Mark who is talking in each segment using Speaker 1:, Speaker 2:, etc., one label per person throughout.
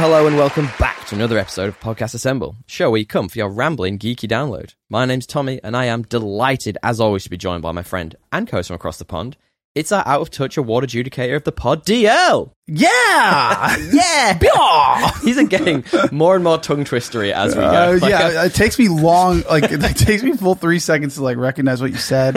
Speaker 1: hello, and welcome back to another episode of Podcast Assemble, show where you come for your rambling, geeky download. My name's Tommy, and I am delighted, as always, to be joined by my friend and co host from across the pond. It's our out of touch award adjudicator of the pod, DL.
Speaker 2: Yeah,
Speaker 1: Yeah!
Speaker 2: yeah.
Speaker 1: These are getting more and more tongue twistery as we go.
Speaker 2: Uh,
Speaker 1: Like, uh,
Speaker 2: yeah, it takes me long. Like it takes me full three seconds to like recognize what you said,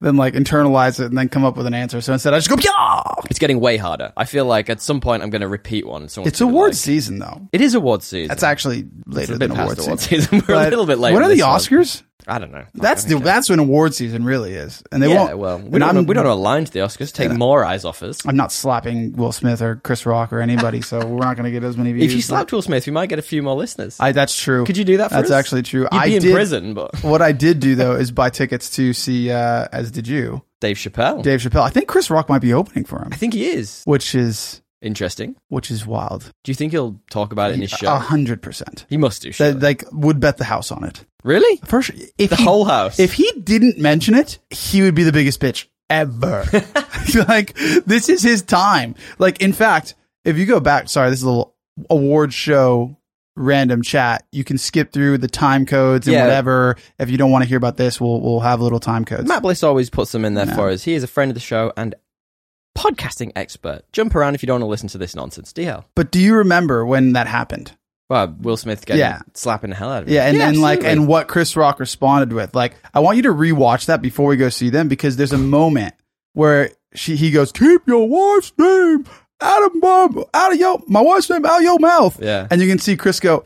Speaker 2: then like internalize it, and then come up with an answer. So instead, I just go yeah.
Speaker 1: it's getting way harder. I feel like at some point I'm going to repeat one. and someone's
Speaker 2: It's
Speaker 1: gonna be
Speaker 2: award
Speaker 1: like-
Speaker 2: season though.
Speaker 1: it is award season.
Speaker 2: It's actually later
Speaker 1: bit
Speaker 2: than
Speaker 1: past
Speaker 2: award
Speaker 1: award
Speaker 2: season.
Speaker 1: season. We're a
Speaker 2: But
Speaker 1: little bit late
Speaker 2: When
Speaker 1: on
Speaker 2: are the
Speaker 1: this one.
Speaker 2: Oscars?
Speaker 1: I don't know.
Speaker 2: That's the, that's when award season really is, and they
Speaker 1: yeah.
Speaker 2: won't.
Speaker 1: Well,
Speaker 2: and
Speaker 1: we don't,
Speaker 2: I'm,
Speaker 1: we don't align to the Oscars. Take more eyes off us.
Speaker 2: I'm not slapping Will Smith or Chris Rock or anybody, so we're not going to get as many views.
Speaker 1: If you
Speaker 2: but
Speaker 1: slapped Will Smith, we might get a few more listeners.
Speaker 2: I, that's true.
Speaker 1: Could you do that? For
Speaker 2: That's
Speaker 1: us?
Speaker 2: actually true.
Speaker 1: You'd
Speaker 2: I
Speaker 1: be in
Speaker 2: did-
Speaker 1: prison, but
Speaker 2: What I did do though is buy tickets to see, uh, as did you,
Speaker 1: Dave Chappelle.
Speaker 2: Dave Chappelle. I think Chris Rock might be opening for him,
Speaker 1: I think he is
Speaker 2: which is
Speaker 1: interesting.
Speaker 2: which is wild.
Speaker 1: Do you think he'll talk about it in his show?
Speaker 2: A hundred percent.
Speaker 1: he must do.
Speaker 2: That
Speaker 1: surely.
Speaker 2: like would bet the house on it.
Speaker 1: really?
Speaker 2: For sure. If
Speaker 1: The
Speaker 2: he,
Speaker 1: whole house.
Speaker 2: if he didn't mention it, he would be the biggest bitch ever. like this is his time. Like in fact, if you go back, sorry, this is a little award show random chat. You can skip through the time codes and
Speaker 1: Yeah.
Speaker 2: whatever. If you don't want to hear about this, we'll we'll have little time codes.
Speaker 1: Matt Bliss always puts them in there for us. He is a friend of the show and podcasting expert. Jump around if you don't want to listen to this nonsense. DL.
Speaker 2: But do you remember when that happened?
Speaker 1: Well, Will Smith getting
Speaker 2: Yeah.
Speaker 1: slapping the hell out of him.
Speaker 2: Yeah, and then like
Speaker 1: absolutely.
Speaker 2: and what Chris Rock responded with. Like, I want you to rewatch that before we go see them because there's a moment where she he goes, Keep your wife's name out of my out of your my wife's name out of your mouth.
Speaker 1: Yeah.
Speaker 2: And you can see Chris go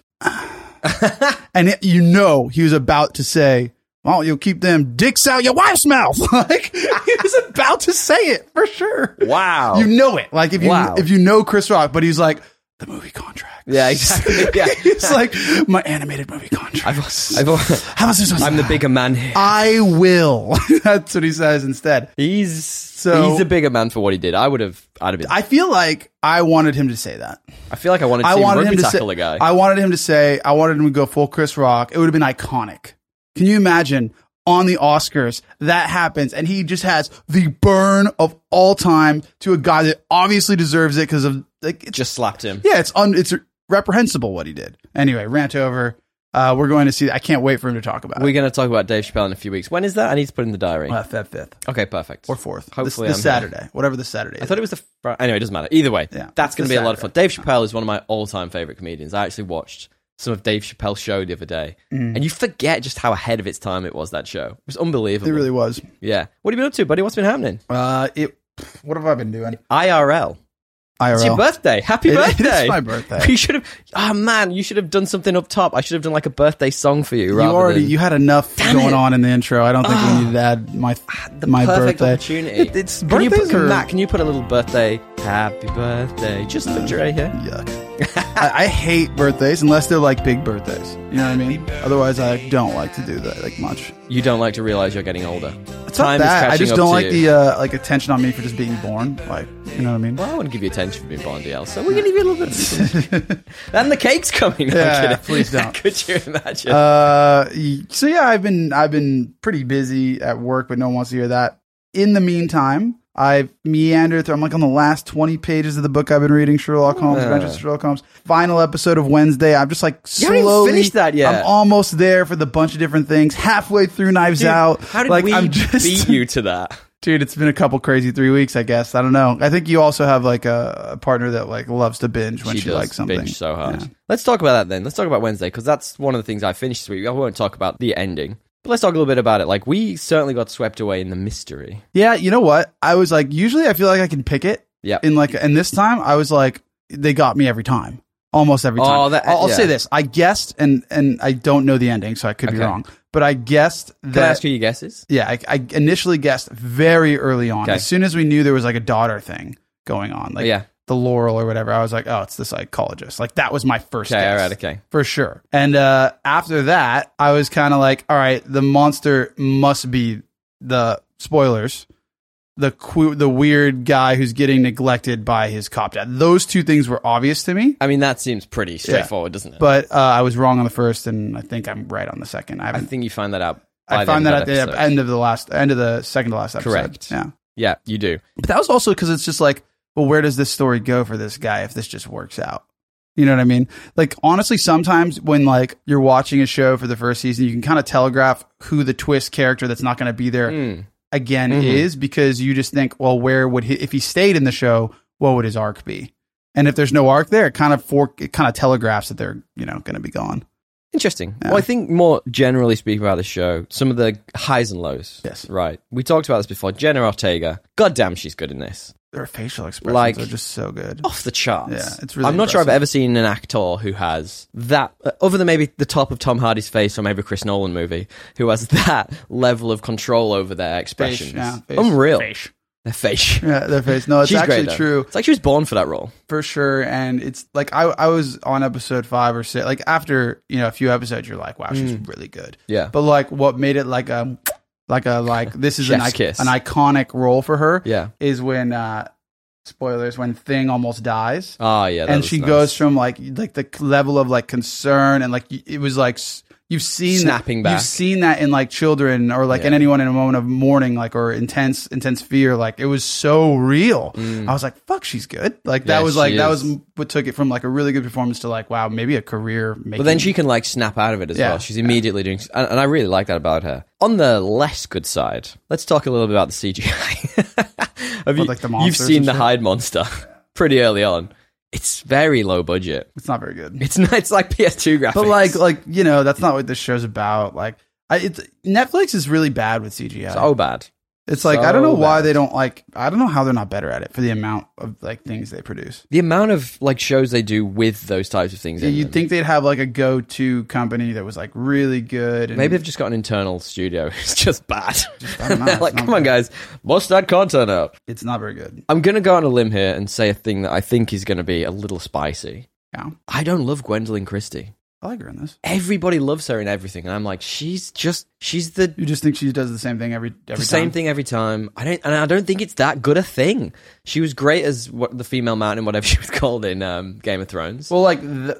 Speaker 2: and it, you know he was about to say, Well, you'll keep them dicks out your wife's mouth. like he was about to say it for sure.
Speaker 1: wow.
Speaker 2: You know it. Oh. Like if you
Speaker 1: Wow.
Speaker 2: if you know Chris Rock, but he's like the movie contract.
Speaker 1: yeah, exactly. Yeah.
Speaker 2: It's like my animated movie contract.
Speaker 1: I've, I've,
Speaker 2: How much this
Speaker 1: I'm the bigger man here.
Speaker 2: I will. That's what he says instead.
Speaker 1: He's
Speaker 2: So-
Speaker 1: he's a bigger man for what he did. I would have. I'd have been. I,
Speaker 2: I feel like I wanted him to say that.
Speaker 1: feel like I wanted to
Speaker 2: I
Speaker 1: see
Speaker 2: wanted
Speaker 1: rugby
Speaker 2: him to
Speaker 1: tackle
Speaker 2: say.
Speaker 1: a guy.
Speaker 2: I wanted him to say. I wanted him to go full Chris Rock. It would have been iconic. Can you imagine on the Oscars that happens and he just has the burn of all time to a guy that obviously deserves it because of like it's
Speaker 1: just slapped him.
Speaker 2: yeah, it's un, it's reprehensible what he did. Anyway, rant over. Uh, we're going to see. I can't wait for him to talk about
Speaker 1: We're going to talk about Dave Chappelle in a few weeks. When is that? I need to put in the diary.
Speaker 2: it. Uh, Feb fifth
Speaker 1: okay, perfect.
Speaker 2: or fourth. This-
Speaker 1: Hopefully
Speaker 2: this,
Speaker 1: I'm here.
Speaker 2: Saturday, whatever the Saturday.
Speaker 1: I
Speaker 2: Is.
Speaker 1: thought it was the fr- anyway. It doesn't matter. Either way,
Speaker 2: Yeah,
Speaker 1: that's
Speaker 2: it's
Speaker 1: going to
Speaker 2: the
Speaker 1: be a lot of fun.
Speaker 2: Saturday.
Speaker 1: Dave Chappelle is one of my all-time favorite comedians. I actually watched some of Dave Chappelle's show the other day,
Speaker 2: Mm.
Speaker 1: and you forget just how ahead of its time it was. That show it was unbelievable.
Speaker 2: It really was.
Speaker 1: yeah. What have you been up to, buddy? What's been happening?
Speaker 2: Uh, it. What have I been doing?
Speaker 1: IRL.
Speaker 2: IRL.
Speaker 1: It's your birthday. Happy
Speaker 2: Oh. It-
Speaker 1: birthday.
Speaker 2: it is my birthday.
Speaker 1: You should have. Oh man, you should have done something up top. I should have done like a birthday song for you.
Speaker 2: you
Speaker 1: rather
Speaker 2: already
Speaker 1: than-
Speaker 2: you had enough going
Speaker 1: it. Ah.
Speaker 2: on in the intro. I don't think we needed to add my my
Speaker 1: perfect
Speaker 2: birthday.
Speaker 1: opportunity.
Speaker 2: It- it's
Speaker 1: can you put,
Speaker 2: birthdays
Speaker 1: can-
Speaker 2: are-
Speaker 1: Matt, can you put a little birthday? Happy birthday, just for Dre here.
Speaker 2: Yuck. I, I hate birthdays unless they're like big birthdays. You know what I mean? Otherwise, I don't like to do that like much.
Speaker 1: You don't like to realize you're getting older.
Speaker 2: It's
Speaker 1: Time is
Speaker 2: not that.
Speaker 1: catching
Speaker 2: I just
Speaker 1: up
Speaker 2: don't
Speaker 1: to
Speaker 2: like
Speaker 1: you.
Speaker 2: the uh, like attention on me for just being born. Like you know what I mean?
Speaker 1: Well, I want to give you attention for being Bond DL, so we're going to give you a little bit of something. and the cake's coming. No, I'm
Speaker 2: Yeah,
Speaker 1: kidding.
Speaker 2: please don't.
Speaker 1: Could you imagine?
Speaker 2: Uh, y- so yeah, I've been I've been pretty busy at work, but no one wants to hear that. In the meantime, I've meandered through. I'm like on the last 20 pages of the book I've been reading, Sherlock Holmes,
Speaker 1: Yeah.
Speaker 2: Adventures of Sherlock Holmes. Final episode of Wednesday. I'm just like
Speaker 1: haven't even
Speaker 2: slowly
Speaker 1: finished that yet.
Speaker 2: I'm almost there for the bunch of different things. Halfway through Knives
Speaker 1: Dude,
Speaker 2: Out.
Speaker 1: How did
Speaker 2: like,
Speaker 1: we
Speaker 2: I'm just,
Speaker 1: beat you to that?
Speaker 2: dude? It's been a couple crazy three weeks, I guess. I don't know. I think you also have like a, a partner that like loves to binge when she,
Speaker 1: does
Speaker 2: likes something.
Speaker 1: binge so hard. Let's talk about that then. Let's talk about Wednesday because that's one of the things I finished this week. I won't talk about the ending, but let's talk a little bit about it. Like we certainly got swept away in the mystery.
Speaker 2: Yeah, you know what? I was like, usually I feel like I can pick it.
Speaker 1: Yeah.
Speaker 2: In like, and this time I was like, they got me every time, almost every time.
Speaker 1: Oh, that-
Speaker 2: I'll, I'll
Speaker 1: yeah.
Speaker 2: say this: I guessed, and and I don't know the ending, so I could be
Speaker 1: Okay.
Speaker 2: wrong. But I guessed that.
Speaker 1: Can I ask you your guesses?
Speaker 2: yeah, I, I initially guessed very early on.
Speaker 1: Okay.
Speaker 2: As soon as we knew there was like a daughter thing going on, like
Speaker 1: Yeah.
Speaker 2: the Laurel or whatever, I was like, oh, it's the psychologist. Like that was my first.
Speaker 1: Okay,
Speaker 2: guess
Speaker 1: all right, okay.
Speaker 2: for sure. And uh, after that, I was kind of like, all right, the monster must be the spoilers, the que- the weird guy who's getting neglected by his cop dad. Those two things were obvious to me,
Speaker 1: I mean, that seems pretty straightforward, doesn't it?
Speaker 2: but uh, I was wrong on the first, and I think I'm right on the second. I
Speaker 1: I
Speaker 2: haven't.
Speaker 1: think you find that out.
Speaker 2: I,
Speaker 1: by end
Speaker 2: found that
Speaker 1: of
Speaker 2: at the
Speaker 1: episode.
Speaker 2: end of the last, end of the second to last episode.
Speaker 1: Correct.
Speaker 2: Yeah,
Speaker 1: Yeah, you do.
Speaker 2: but that was also because it's just like, well, where does this story go for this guy if this just works out? You know what I mean? Like honestly, sometimes when like you're watching a show for the first season, you can kind of telegraph who the twist character that's not going to be there
Speaker 1: Mm.
Speaker 2: again
Speaker 1: Mhm.
Speaker 2: is because you just think, well, where would he, if he stayed in the show, what would his arc be? And if there's no arc there, it kind of fork, it kind of telegraphs that they're you know going to be gone.
Speaker 1: Interesting.
Speaker 2: Yeah.
Speaker 1: Well, I think more generally speaking about the show, some of the highs and lows.
Speaker 2: Yes.
Speaker 1: Right. We talked about this before. Jenna Ortega. God damn, she's good in this.
Speaker 2: Their facial expressions
Speaker 1: Like-
Speaker 2: are just so good.
Speaker 1: Off the charts.
Speaker 2: Yeah, it's really
Speaker 1: I'm not sure I've
Speaker 2: impressive.
Speaker 1: ever seen an actor who has that, uh, other than maybe the top of Tom Hardy's face from every Chris Nolan movie, who has that level of control over their expressions.
Speaker 2: yeah, face.
Speaker 1: Unreal.
Speaker 2: Face.
Speaker 1: Their face.
Speaker 2: Yeah, their face. No, it's
Speaker 1: She's
Speaker 2: actually
Speaker 1: great, though.
Speaker 2: true.
Speaker 1: It's like she was born for that role.
Speaker 2: for sure. And it's like I I was on episode five or six. Like after you know a few episodes, you're like, wow, she's
Speaker 1: Mm.
Speaker 2: really good.
Speaker 1: Yeah.
Speaker 2: But like, what made it like um like a like this is an
Speaker 1: Chef's
Speaker 2: I-
Speaker 1: kiss.
Speaker 2: an iconic role for her
Speaker 1: yeah.
Speaker 2: is when uh spoilers when Thing almost dies.
Speaker 1: Ah, yeah. that
Speaker 2: and
Speaker 1: was
Speaker 2: she
Speaker 1: nice.
Speaker 2: goes from like like the level of like concern and like y- it was like s- you've seen
Speaker 1: Snapping back.
Speaker 2: you've seen that in like children or like in anyone in a moment of mourning like or intense intense fear like it was so real i was like fuck she's good like that
Speaker 1: Mm. Yeah,
Speaker 2: was like
Speaker 1: she
Speaker 2: that
Speaker 1: is.
Speaker 2: was what took it from like a really good performance to like wow maybe a career making
Speaker 1: But then she can like snap out of it as
Speaker 2: Yeah.
Speaker 1: well. She's immediately doing, and, and I really like that about her. On the less good side, let's talk a little bit about the CGI. Have you,
Speaker 2: like the
Speaker 1: you've
Speaker 2: monsters
Speaker 1: seen
Speaker 2: and
Speaker 1: the
Speaker 2: shit?
Speaker 1: Hyde monster pretty early on. It's very low budget.
Speaker 2: it's not very good
Speaker 1: It's not, it's like PS2 graphics.
Speaker 2: but like like you know that's not what this show's about like I, it's netflix is really bad with cgi
Speaker 1: so Oh, bad.
Speaker 2: it's like i don't know
Speaker 1: so
Speaker 2: why
Speaker 1: bad.
Speaker 2: they don't like i don't know how they're not better at it for the amount of like things they produce
Speaker 1: The amount of like shows they do with those types of things.
Speaker 2: Yeah,
Speaker 1: in
Speaker 2: you'd
Speaker 1: them.
Speaker 2: think they'd have like a go-to company that was like really good. And
Speaker 1: Maybe they've just got an internal studio. It's just bad.
Speaker 2: I don't know. It's
Speaker 1: like,
Speaker 2: not
Speaker 1: come on,
Speaker 2: good.
Speaker 1: guys, bust that content up.
Speaker 2: it's not very good.
Speaker 1: I'm going to go on a limb here and say a thing that I think is going to be a little spicy.
Speaker 2: Yeah,
Speaker 1: I don't love Gwendolyn Christie.
Speaker 2: I like her in this.
Speaker 1: Everybody loves her in everything, and I'm like, she's just she's the,
Speaker 2: You just think she does the same thing every every
Speaker 1: the same
Speaker 2: time.
Speaker 1: thing every time. I don't and I don't think it's that good a thing. She was great as what the female mountain, whatever she was called in um, Game of Thrones.
Speaker 2: Well, like th-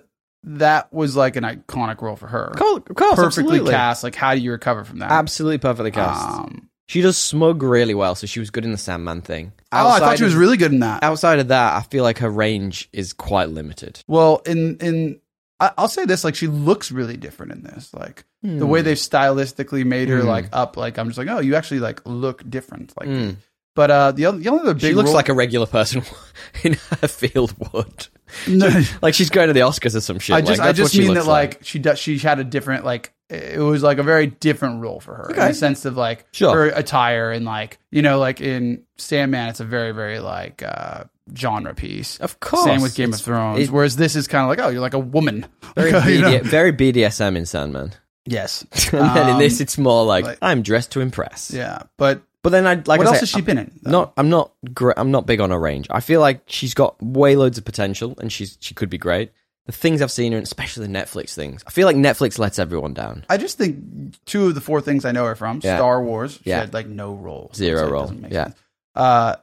Speaker 2: that was like an iconic role for her.
Speaker 1: Co- of course,
Speaker 2: Perfectly
Speaker 1: absolutely.
Speaker 2: cast. Like, how do you recover from that?
Speaker 1: absolutely perfectly cast.
Speaker 2: Um,
Speaker 1: Ah. she does smug really well, so she was good in the Sandman thing.
Speaker 2: oh, I
Speaker 1: Outside
Speaker 2: thought she was
Speaker 1: of-
Speaker 2: really good in that.
Speaker 1: outside of that. I feel like her range is quite limited.
Speaker 2: Well, in in I, I'll say this: like, she looks really different in this. Like the way they've stylistically made her
Speaker 1: Hmm.
Speaker 2: like up. Like I'm just like, oh, you actually like look different. Like,
Speaker 1: Mm.
Speaker 2: but uh, the other the only other big
Speaker 1: She looks
Speaker 2: role-
Speaker 1: like a regular person in her field would.
Speaker 2: No.
Speaker 1: Like she's going to the Oscars or some shit.
Speaker 2: I just,
Speaker 1: like,
Speaker 2: I
Speaker 1: that's what
Speaker 2: just
Speaker 1: she
Speaker 2: mean that
Speaker 1: looks
Speaker 2: like, she does, she had a different like it was like a very different role for her in
Speaker 1: Okay.
Speaker 2: the sense of like
Speaker 1: Sure.
Speaker 2: her attire and like you know like in Sandman it's a very very like uh genre piece.
Speaker 1: Of course.
Speaker 2: Same with Game
Speaker 1: It's
Speaker 2: of Thrones,
Speaker 1: it-
Speaker 2: whereas this is kind of like oh you're like a woman.
Speaker 1: Very,
Speaker 2: You know?
Speaker 1: BD, very BDSM in Sandman.
Speaker 2: Yes.
Speaker 1: And then in
Speaker 2: Um,
Speaker 1: this, it's more like,
Speaker 2: like-
Speaker 1: I'm dressed to impress.
Speaker 2: Yeah, but
Speaker 1: But then I like
Speaker 2: what
Speaker 1: I
Speaker 2: else
Speaker 1: say,
Speaker 2: has she been in? though?
Speaker 1: not I'm not gr- I'm not big on her range. I feel like she's got way loads of potential and she's she could be great. The things I've seen her, in, especially the Netflix things, I feel like Netflix lets everyone down.
Speaker 2: I just think two of the four things I know her from
Speaker 1: Yeah.
Speaker 2: Star Wars. She
Speaker 1: Yeah.
Speaker 2: had like no role, so
Speaker 1: Zero
Speaker 2: it's, like,
Speaker 1: role.
Speaker 2: doesn't make
Speaker 1: Yeah.
Speaker 2: sense. Uh,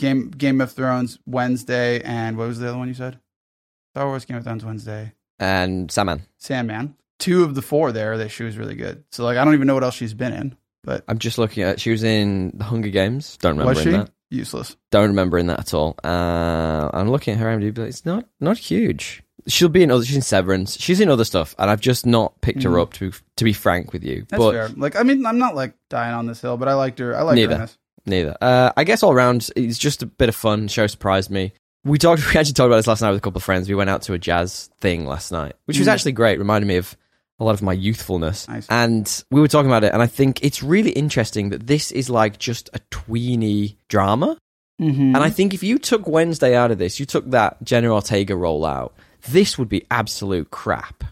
Speaker 2: Game Game of Thrones Wednesday, and what was the other one you said? Star Wars Game of Thrones Wednesday.
Speaker 1: And Sandman,
Speaker 2: Sandman. Two of the four there that she was really good. So like I don't even know what else she's been in, but
Speaker 1: I'm just looking at. She was in The Hunger Games. Don't remember in
Speaker 2: was she
Speaker 1: that.
Speaker 2: useless?
Speaker 1: Don't remember in that at all. Uh, I'm looking at her IMDb. but It's not not huge. She'll be in other. She's in Severance. She's in other stuff, and I've just not picked her
Speaker 2: Mm.
Speaker 1: up to to be frank with you.
Speaker 2: That's
Speaker 1: but
Speaker 2: fair. Like I mean, I'm not like dying on this hill, but I liked her. I liked
Speaker 1: Neither.
Speaker 2: her in this.
Speaker 1: Neither. Uh, I guess all round, it's just a bit of fun. The show surprised me. We talked. We actually talked about this last night with a couple of friends. We went out to a jazz thing last night, which was
Speaker 2: Mm.
Speaker 1: actually great. Reminded me of a lot of my youthfulness.
Speaker 2: Nice.
Speaker 1: And we were talking about it, and I think it's really interesting that this is like just a tweeny drama.
Speaker 2: Mm-hmm.
Speaker 1: And I think if you took Wednesday out of this, you took that Jenna Ortega roll out, this would be absolute crap.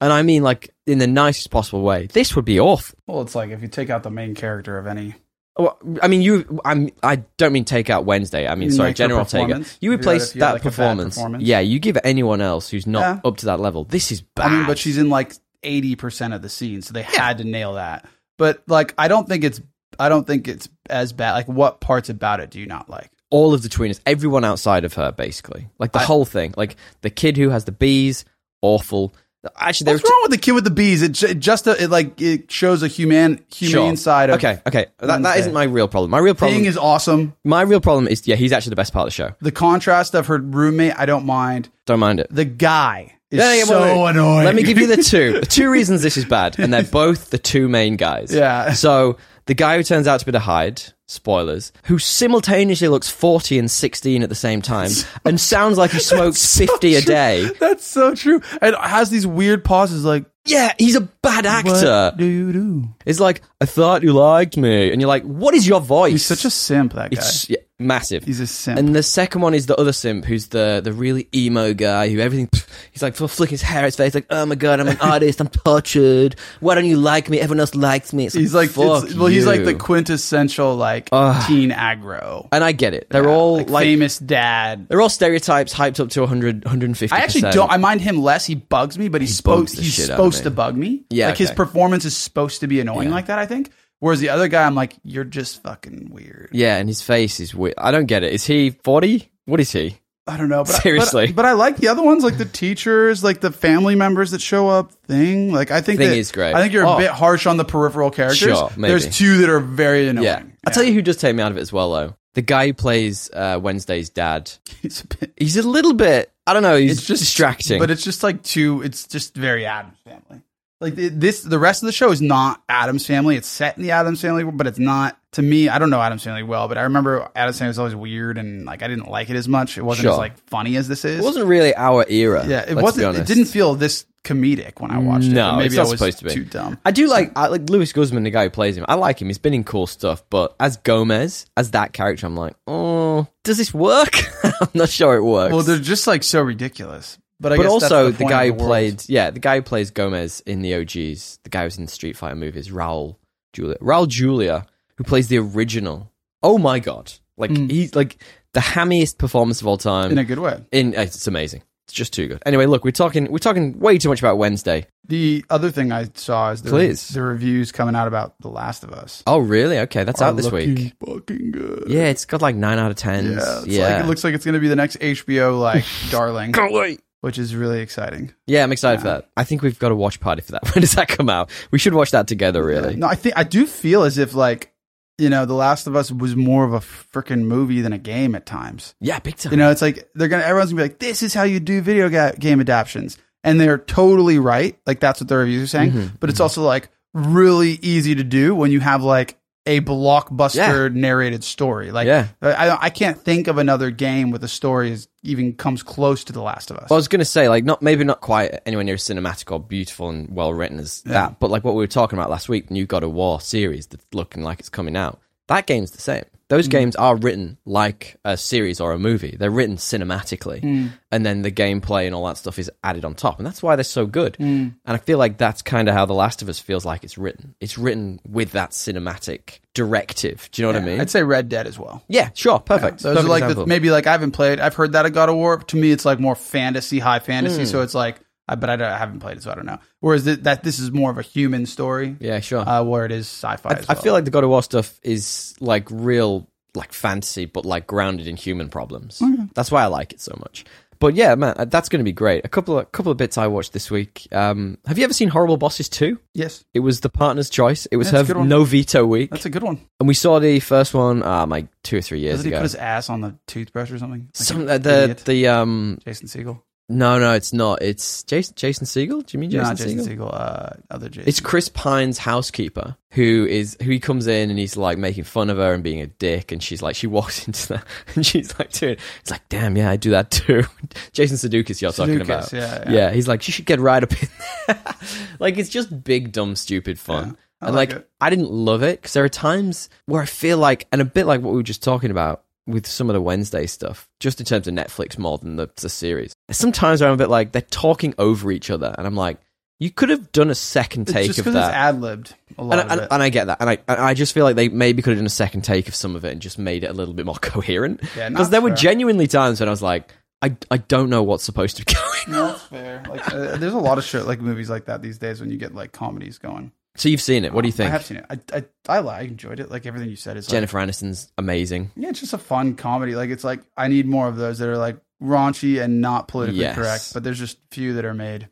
Speaker 1: And I mean, like in the nicest possible way. This would be awful.
Speaker 2: well, it's like if you take out the main character of any
Speaker 1: Well, I mean, you. I'm. I don't mean take out Wednesday. I mean,
Speaker 2: You
Speaker 1: sorry,
Speaker 2: like her
Speaker 1: General Ortega.
Speaker 2: performance?
Speaker 1: You
Speaker 2: If you
Speaker 1: replace
Speaker 2: had- if you had,
Speaker 1: that
Speaker 2: like, a bad
Speaker 1: performance.
Speaker 2: performance?
Speaker 1: Yeah, you give anyone else who's not
Speaker 2: Yeah.
Speaker 1: up to that level. This is bad.
Speaker 2: I mean, but she's in like eighty percent of the scene, so they had to nail that. But like, I don't think it's I don't think it's as bad. Like, what parts about it do you not like?
Speaker 1: all of the tweeners, everyone outside of her, basically, like the
Speaker 2: I-
Speaker 1: whole thing, like the kid who has the bees, awful. Actually, there
Speaker 2: What's wrong with the kid with the bees? It, ju- it just uh it like it shows a human humane
Speaker 1: Sure.
Speaker 2: side of
Speaker 1: okay, okay. That, that
Speaker 2: Wednesday.
Speaker 1: isn't my real problem. My real problem
Speaker 2: Thing is awesome.
Speaker 1: My real problem is, yeah, he's actually the best part of the show.
Speaker 2: The contrast of her roommate, I don't mind.
Speaker 1: Don't mind it.
Speaker 2: The guy is
Speaker 1: Yeah, yeah,
Speaker 2: so
Speaker 1: wait, wait.
Speaker 2: annoying.
Speaker 1: Let me give you the two. The two reasons this is bad, and they're both the two main guys.
Speaker 2: Yeah.
Speaker 1: So the guy who turns out to be the Hyde, spoilers, who simultaneously looks 40 and 16 at the same time and sounds like he smokes 50 a day.
Speaker 2: That's so true. And it has these weird pauses like,
Speaker 1: Yeah, he's a bad
Speaker 2: what
Speaker 1: actor.
Speaker 2: do you do?
Speaker 1: It's like, I thought you liked me. And you're like, what is your voice?
Speaker 2: He's such a simp, that guy.
Speaker 1: It's yeah, massive.
Speaker 2: He's a simp.
Speaker 1: And the second one is the other simp, who's the the really emo guy who everything. He's like fl- flick his hair at his face, like, "Oh my god, I'm an artist. I'm tortured. Why don't you like me? Everyone else likes me." It's
Speaker 2: he's like,
Speaker 1: fuck
Speaker 2: it's- well, he's like
Speaker 1: you."
Speaker 2: the quintessential like teen aggro.
Speaker 1: And I get it. They're all like,
Speaker 2: Like, famous dad.
Speaker 1: they're all stereotypes hyped up to 100, 150.
Speaker 2: I actually don't. I mind him less. He bugs me, but he's supposed
Speaker 1: bugs the
Speaker 2: he's
Speaker 1: shit out of
Speaker 2: supposed
Speaker 1: me.
Speaker 2: to bug me.
Speaker 1: Yeah,
Speaker 2: like his
Speaker 1: okay.
Speaker 2: performance is supposed to be annoying like that. I think. Whereas the other guy, I'm like, you're just fucking weird.
Speaker 1: Yeah, and his face is weird. I don't get it. Is he forty? What is he?
Speaker 2: I don't know. But but-
Speaker 1: Seriously.
Speaker 2: but, I like the other ones, like the teachers, like the family members that show up. Thing, like I think
Speaker 1: Thing
Speaker 2: that-
Speaker 1: is great.
Speaker 2: I think you're a
Speaker 1: Oh.
Speaker 2: bit harsh on the peripheral characters.
Speaker 1: Sure, maybe.
Speaker 2: There's two that are very annoying.
Speaker 1: Yeah, I'll tell you who does take me out of it as well, though. The guy who plays uh, Wednesday's dad.
Speaker 2: It's a bit-
Speaker 1: He's a little bit. I don't know. He's
Speaker 2: It's just-
Speaker 1: distracting.
Speaker 2: But it's just like two. It's just very Adams Family. Like th- this, the rest of the show is not Adams Family. It's set in the Adams Family, but it's not. To me, I don't know Adams Family well, but I remember Adams Family was always weird and like I didn't like it as much. It wasn't
Speaker 1: Sure.
Speaker 2: as like funny as this is.
Speaker 1: It wasn't really our era.
Speaker 2: yeah, it
Speaker 1: let's Be
Speaker 2: wasn't.
Speaker 1: honest.
Speaker 2: It didn't feel this comedic when I watched it.
Speaker 1: No,
Speaker 2: but Maybe
Speaker 1: it's not
Speaker 2: I was
Speaker 1: supposed to be.
Speaker 2: too dumb.
Speaker 1: I do like I like Louis Guzman, the guy who plays him. I like him. He's been in cool stuff, but as Gomez, as that character, I'm like, oh, does this work? I'm not sure it works.
Speaker 2: Well, they're just like so ridiculous. But I
Speaker 1: but
Speaker 2: guess
Speaker 1: also
Speaker 2: that's
Speaker 1: the,
Speaker 2: the, point
Speaker 1: guy
Speaker 2: of
Speaker 1: who
Speaker 2: the world.
Speaker 1: played yeah the guy who plays Gomez in the OGs, the guy who's in the Street Fighter movies, Raul Julia, Raul Julia, who plays the original. Oh my god, like he's like the hammiest performance of all time.
Speaker 2: Hmm. in a good way.
Speaker 1: in it's amazing. It's just too good. Anyway, look, we're talking we're talking way too much about Wednesday.
Speaker 2: The other thing I saw is the,
Speaker 1: Please.
Speaker 2: the reviews coming out about The Last of Us.
Speaker 1: Oh, really? Okay, that's out this
Speaker 2: Looking
Speaker 1: week.
Speaker 2: Fucking good.
Speaker 1: Yeah, it's got like nine out of tens.
Speaker 2: Yeah, it's
Speaker 1: yeah.
Speaker 2: Like, it looks like it's going to be the next HBO like darling,
Speaker 1: Can't wait.
Speaker 2: which is really exciting.
Speaker 1: Yeah, I'm excited for that. I think we've got a watch party for that. When does that come out? We should watch that together. Really.
Speaker 2: No, I think I do feel as if like you know, The Last of Us was more of a freaking movie than a game at times.
Speaker 1: Yeah, big time.
Speaker 2: You know, it's like they're gonna everyone's gonna be like, "This is how you do video ga- game adaptions," and they're totally right. Like that's what the reviews are saying.
Speaker 1: Mm-hmm,
Speaker 2: But it's also like really easy to do when you have like a blockbuster narrated story. Like
Speaker 1: Yeah.
Speaker 2: I, I can't think of another game with a story as even comes close to The Last of Us.
Speaker 1: Well, I was going to say, like, not maybe not quite anywhere near as cinematic or beautiful and well written as that, but like what we were talking about last week, New God of War series that's looking like it's coming out. That game's the same. Those
Speaker 2: Mm.
Speaker 1: games are written like a series or a movie. They're written cinematically,
Speaker 2: Mm.
Speaker 1: and then the gameplay and all that stuff is added on top, and that's why they're so good.
Speaker 2: Mm.
Speaker 1: And I feel like that's kind of how The Last of Us feels like it's written. It's written with that cinematic directive. Do you know what I mean?
Speaker 2: I'd say Red Dead as well.
Speaker 1: yeah, sure, perfect.
Speaker 2: Those
Speaker 1: Perfect
Speaker 2: are like the,
Speaker 1: example.
Speaker 2: maybe like I haven't played. I've heard that a God of War. To me, it's like more fantasy, high
Speaker 1: Hmm.
Speaker 2: fantasy. So it's like, I, but I, don't- I haven't played it, so I don't know. Whereas th- that this is more of a human story,
Speaker 1: yeah, sure.
Speaker 2: uh, where it is sci-fi. as
Speaker 1: I
Speaker 2: well.
Speaker 1: feel like the God of War stuff is like real, like fantasy, but like grounded in human problems. That's why I like it so much. But yeah, man, uh, that's going to be great. A couple of couple of bits I watched this week. Um, have you ever seen Horrible Bosses two?
Speaker 2: yes,
Speaker 1: It was the partner's choice. It was
Speaker 2: That's a
Speaker 1: her
Speaker 2: good one.
Speaker 1: no veto week,
Speaker 2: that's a good one.
Speaker 1: and we saw the first one. Ah, my two or three years
Speaker 2: Doesn't he
Speaker 1: ago.
Speaker 2: put his ass on the toothbrush or something? Like
Speaker 1: Some,
Speaker 2: an
Speaker 1: uh, the
Speaker 2: idiot.
Speaker 1: the um
Speaker 2: Jason Siegel,
Speaker 1: no no it's not it's Jason Jason Siegel. Do you mean Jason,
Speaker 2: not Jason
Speaker 1: Segel?
Speaker 2: Siegel, uh, other Jason.
Speaker 1: It's Chris Pine's housekeeper who is who he comes in and he's like making fun of her and being a dick, and she's like she walks into that and she's like doing. It's like damn, yeah, I do that too. Jason Sudeikis, you're talking
Speaker 2: Sudeikis,
Speaker 1: about,
Speaker 2: yeah,
Speaker 1: yeah.
Speaker 2: yeah.
Speaker 1: He's like she should get right up in there. like it's just big, dumb, stupid fun.
Speaker 2: I
Speaker 1: and
Speaker 2: like
Speaker 1: like
Speaker 2: it.
Speaker 1: I didn't love it because there are times where I feel like, and a bit like what we were just talking about with some of the Wednesday stuff, just in terms of Netflix more than the, the series. Sometimes I'm a bit like they're talking over each other, and I'm like, you could have done a second
Speaker 2: It's
Speaker 1: take
Speaker 2: just
Speaker 1: of
Speaker 2: because it's
Speaker 1: that.
Speaker 2: ad libbed a lot
Speaker 1: And
Speaker 2: of
Speaker 1: I, and,
Speaker 2: it.
Speaker 1: and I get that, and I and I just feel like they maybe could have done a second take of some of it and just made it a little bit more coherent. Because
Speaker 2: Yeah, no,
Speaker 1: there were
Speaker 2: fair.
Speaker 1: genuinely times when I was like, I, I don't know what's supposed to be going. on.
Speaker 2: no, it's fair. Like, uh, there's a lot of shit like movies like that these days when you get like comedies going.
Speaker 1: So you've seen it. What do you
Speaker 2: I
Speaker 1: think?
Speaker 2: have seen it. I I, I, li- I enjoyed it. Like everything you said is like,
Speaker 1: Jennifer Aniston's amazing.
Speaker 2: Yeah, it's just a fun comedy. Like it's like I need more of those that are like raunchy and not politically
Speaker 1: Yes.
Speaker 2: correct, but there's just few that are made.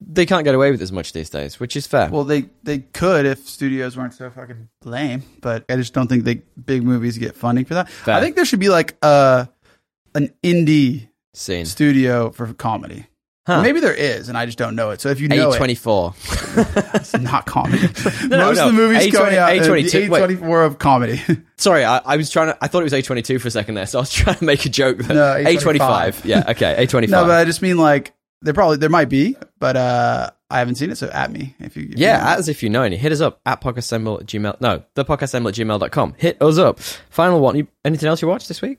Speaker 1: they can't get away with as much these days, which is fair.
Speaker 2: Well, they they could if studios weren't so fucking lame, but I just don't think they big movies get funding for that.
Speaker 1: Fair.
Speaker 2: I think there should be like uh an indie
Speaker 1: Scene
Speaker 2: studio for comedy.
Speaker 1: Huh.
Speaker 2: Maybe there is, and I just don't know it. So if you know
Speaker 1: eight
Speaker 2: it,
Speaker 1: twenty four.
Speaker 2: it's not comedy.
Speaker 1: no,
Speaker 2: Most
Speaker 1: no.
Speaker 2: of the movies going out is
Speaker 1: A20
Speaker 2: the A24 of comedy.
Speaker 1: Sorry, I, I was trying to. I thought it was A twenty two for a second there, so I was trying to make a joke. That,
Speaker 2: No,
Speaker 1: A twenty five.
Speaker 2: A25.
Speaker 1: Yeah, okay, A twenty
Speaker 2: no, but
Speaker 1: five.
Speaker 2: I just mean like there probably there might be, but uh I haven't seen it. So at me if you if you
Speaker 1: Yeah,
Speaker 2: know.
Speaker 1: as if you know any. Hit us up at podcastassemble at gmail. No, the podcastassemble at gmail.com. Hit us up. Final one. You, anything else you watched this week?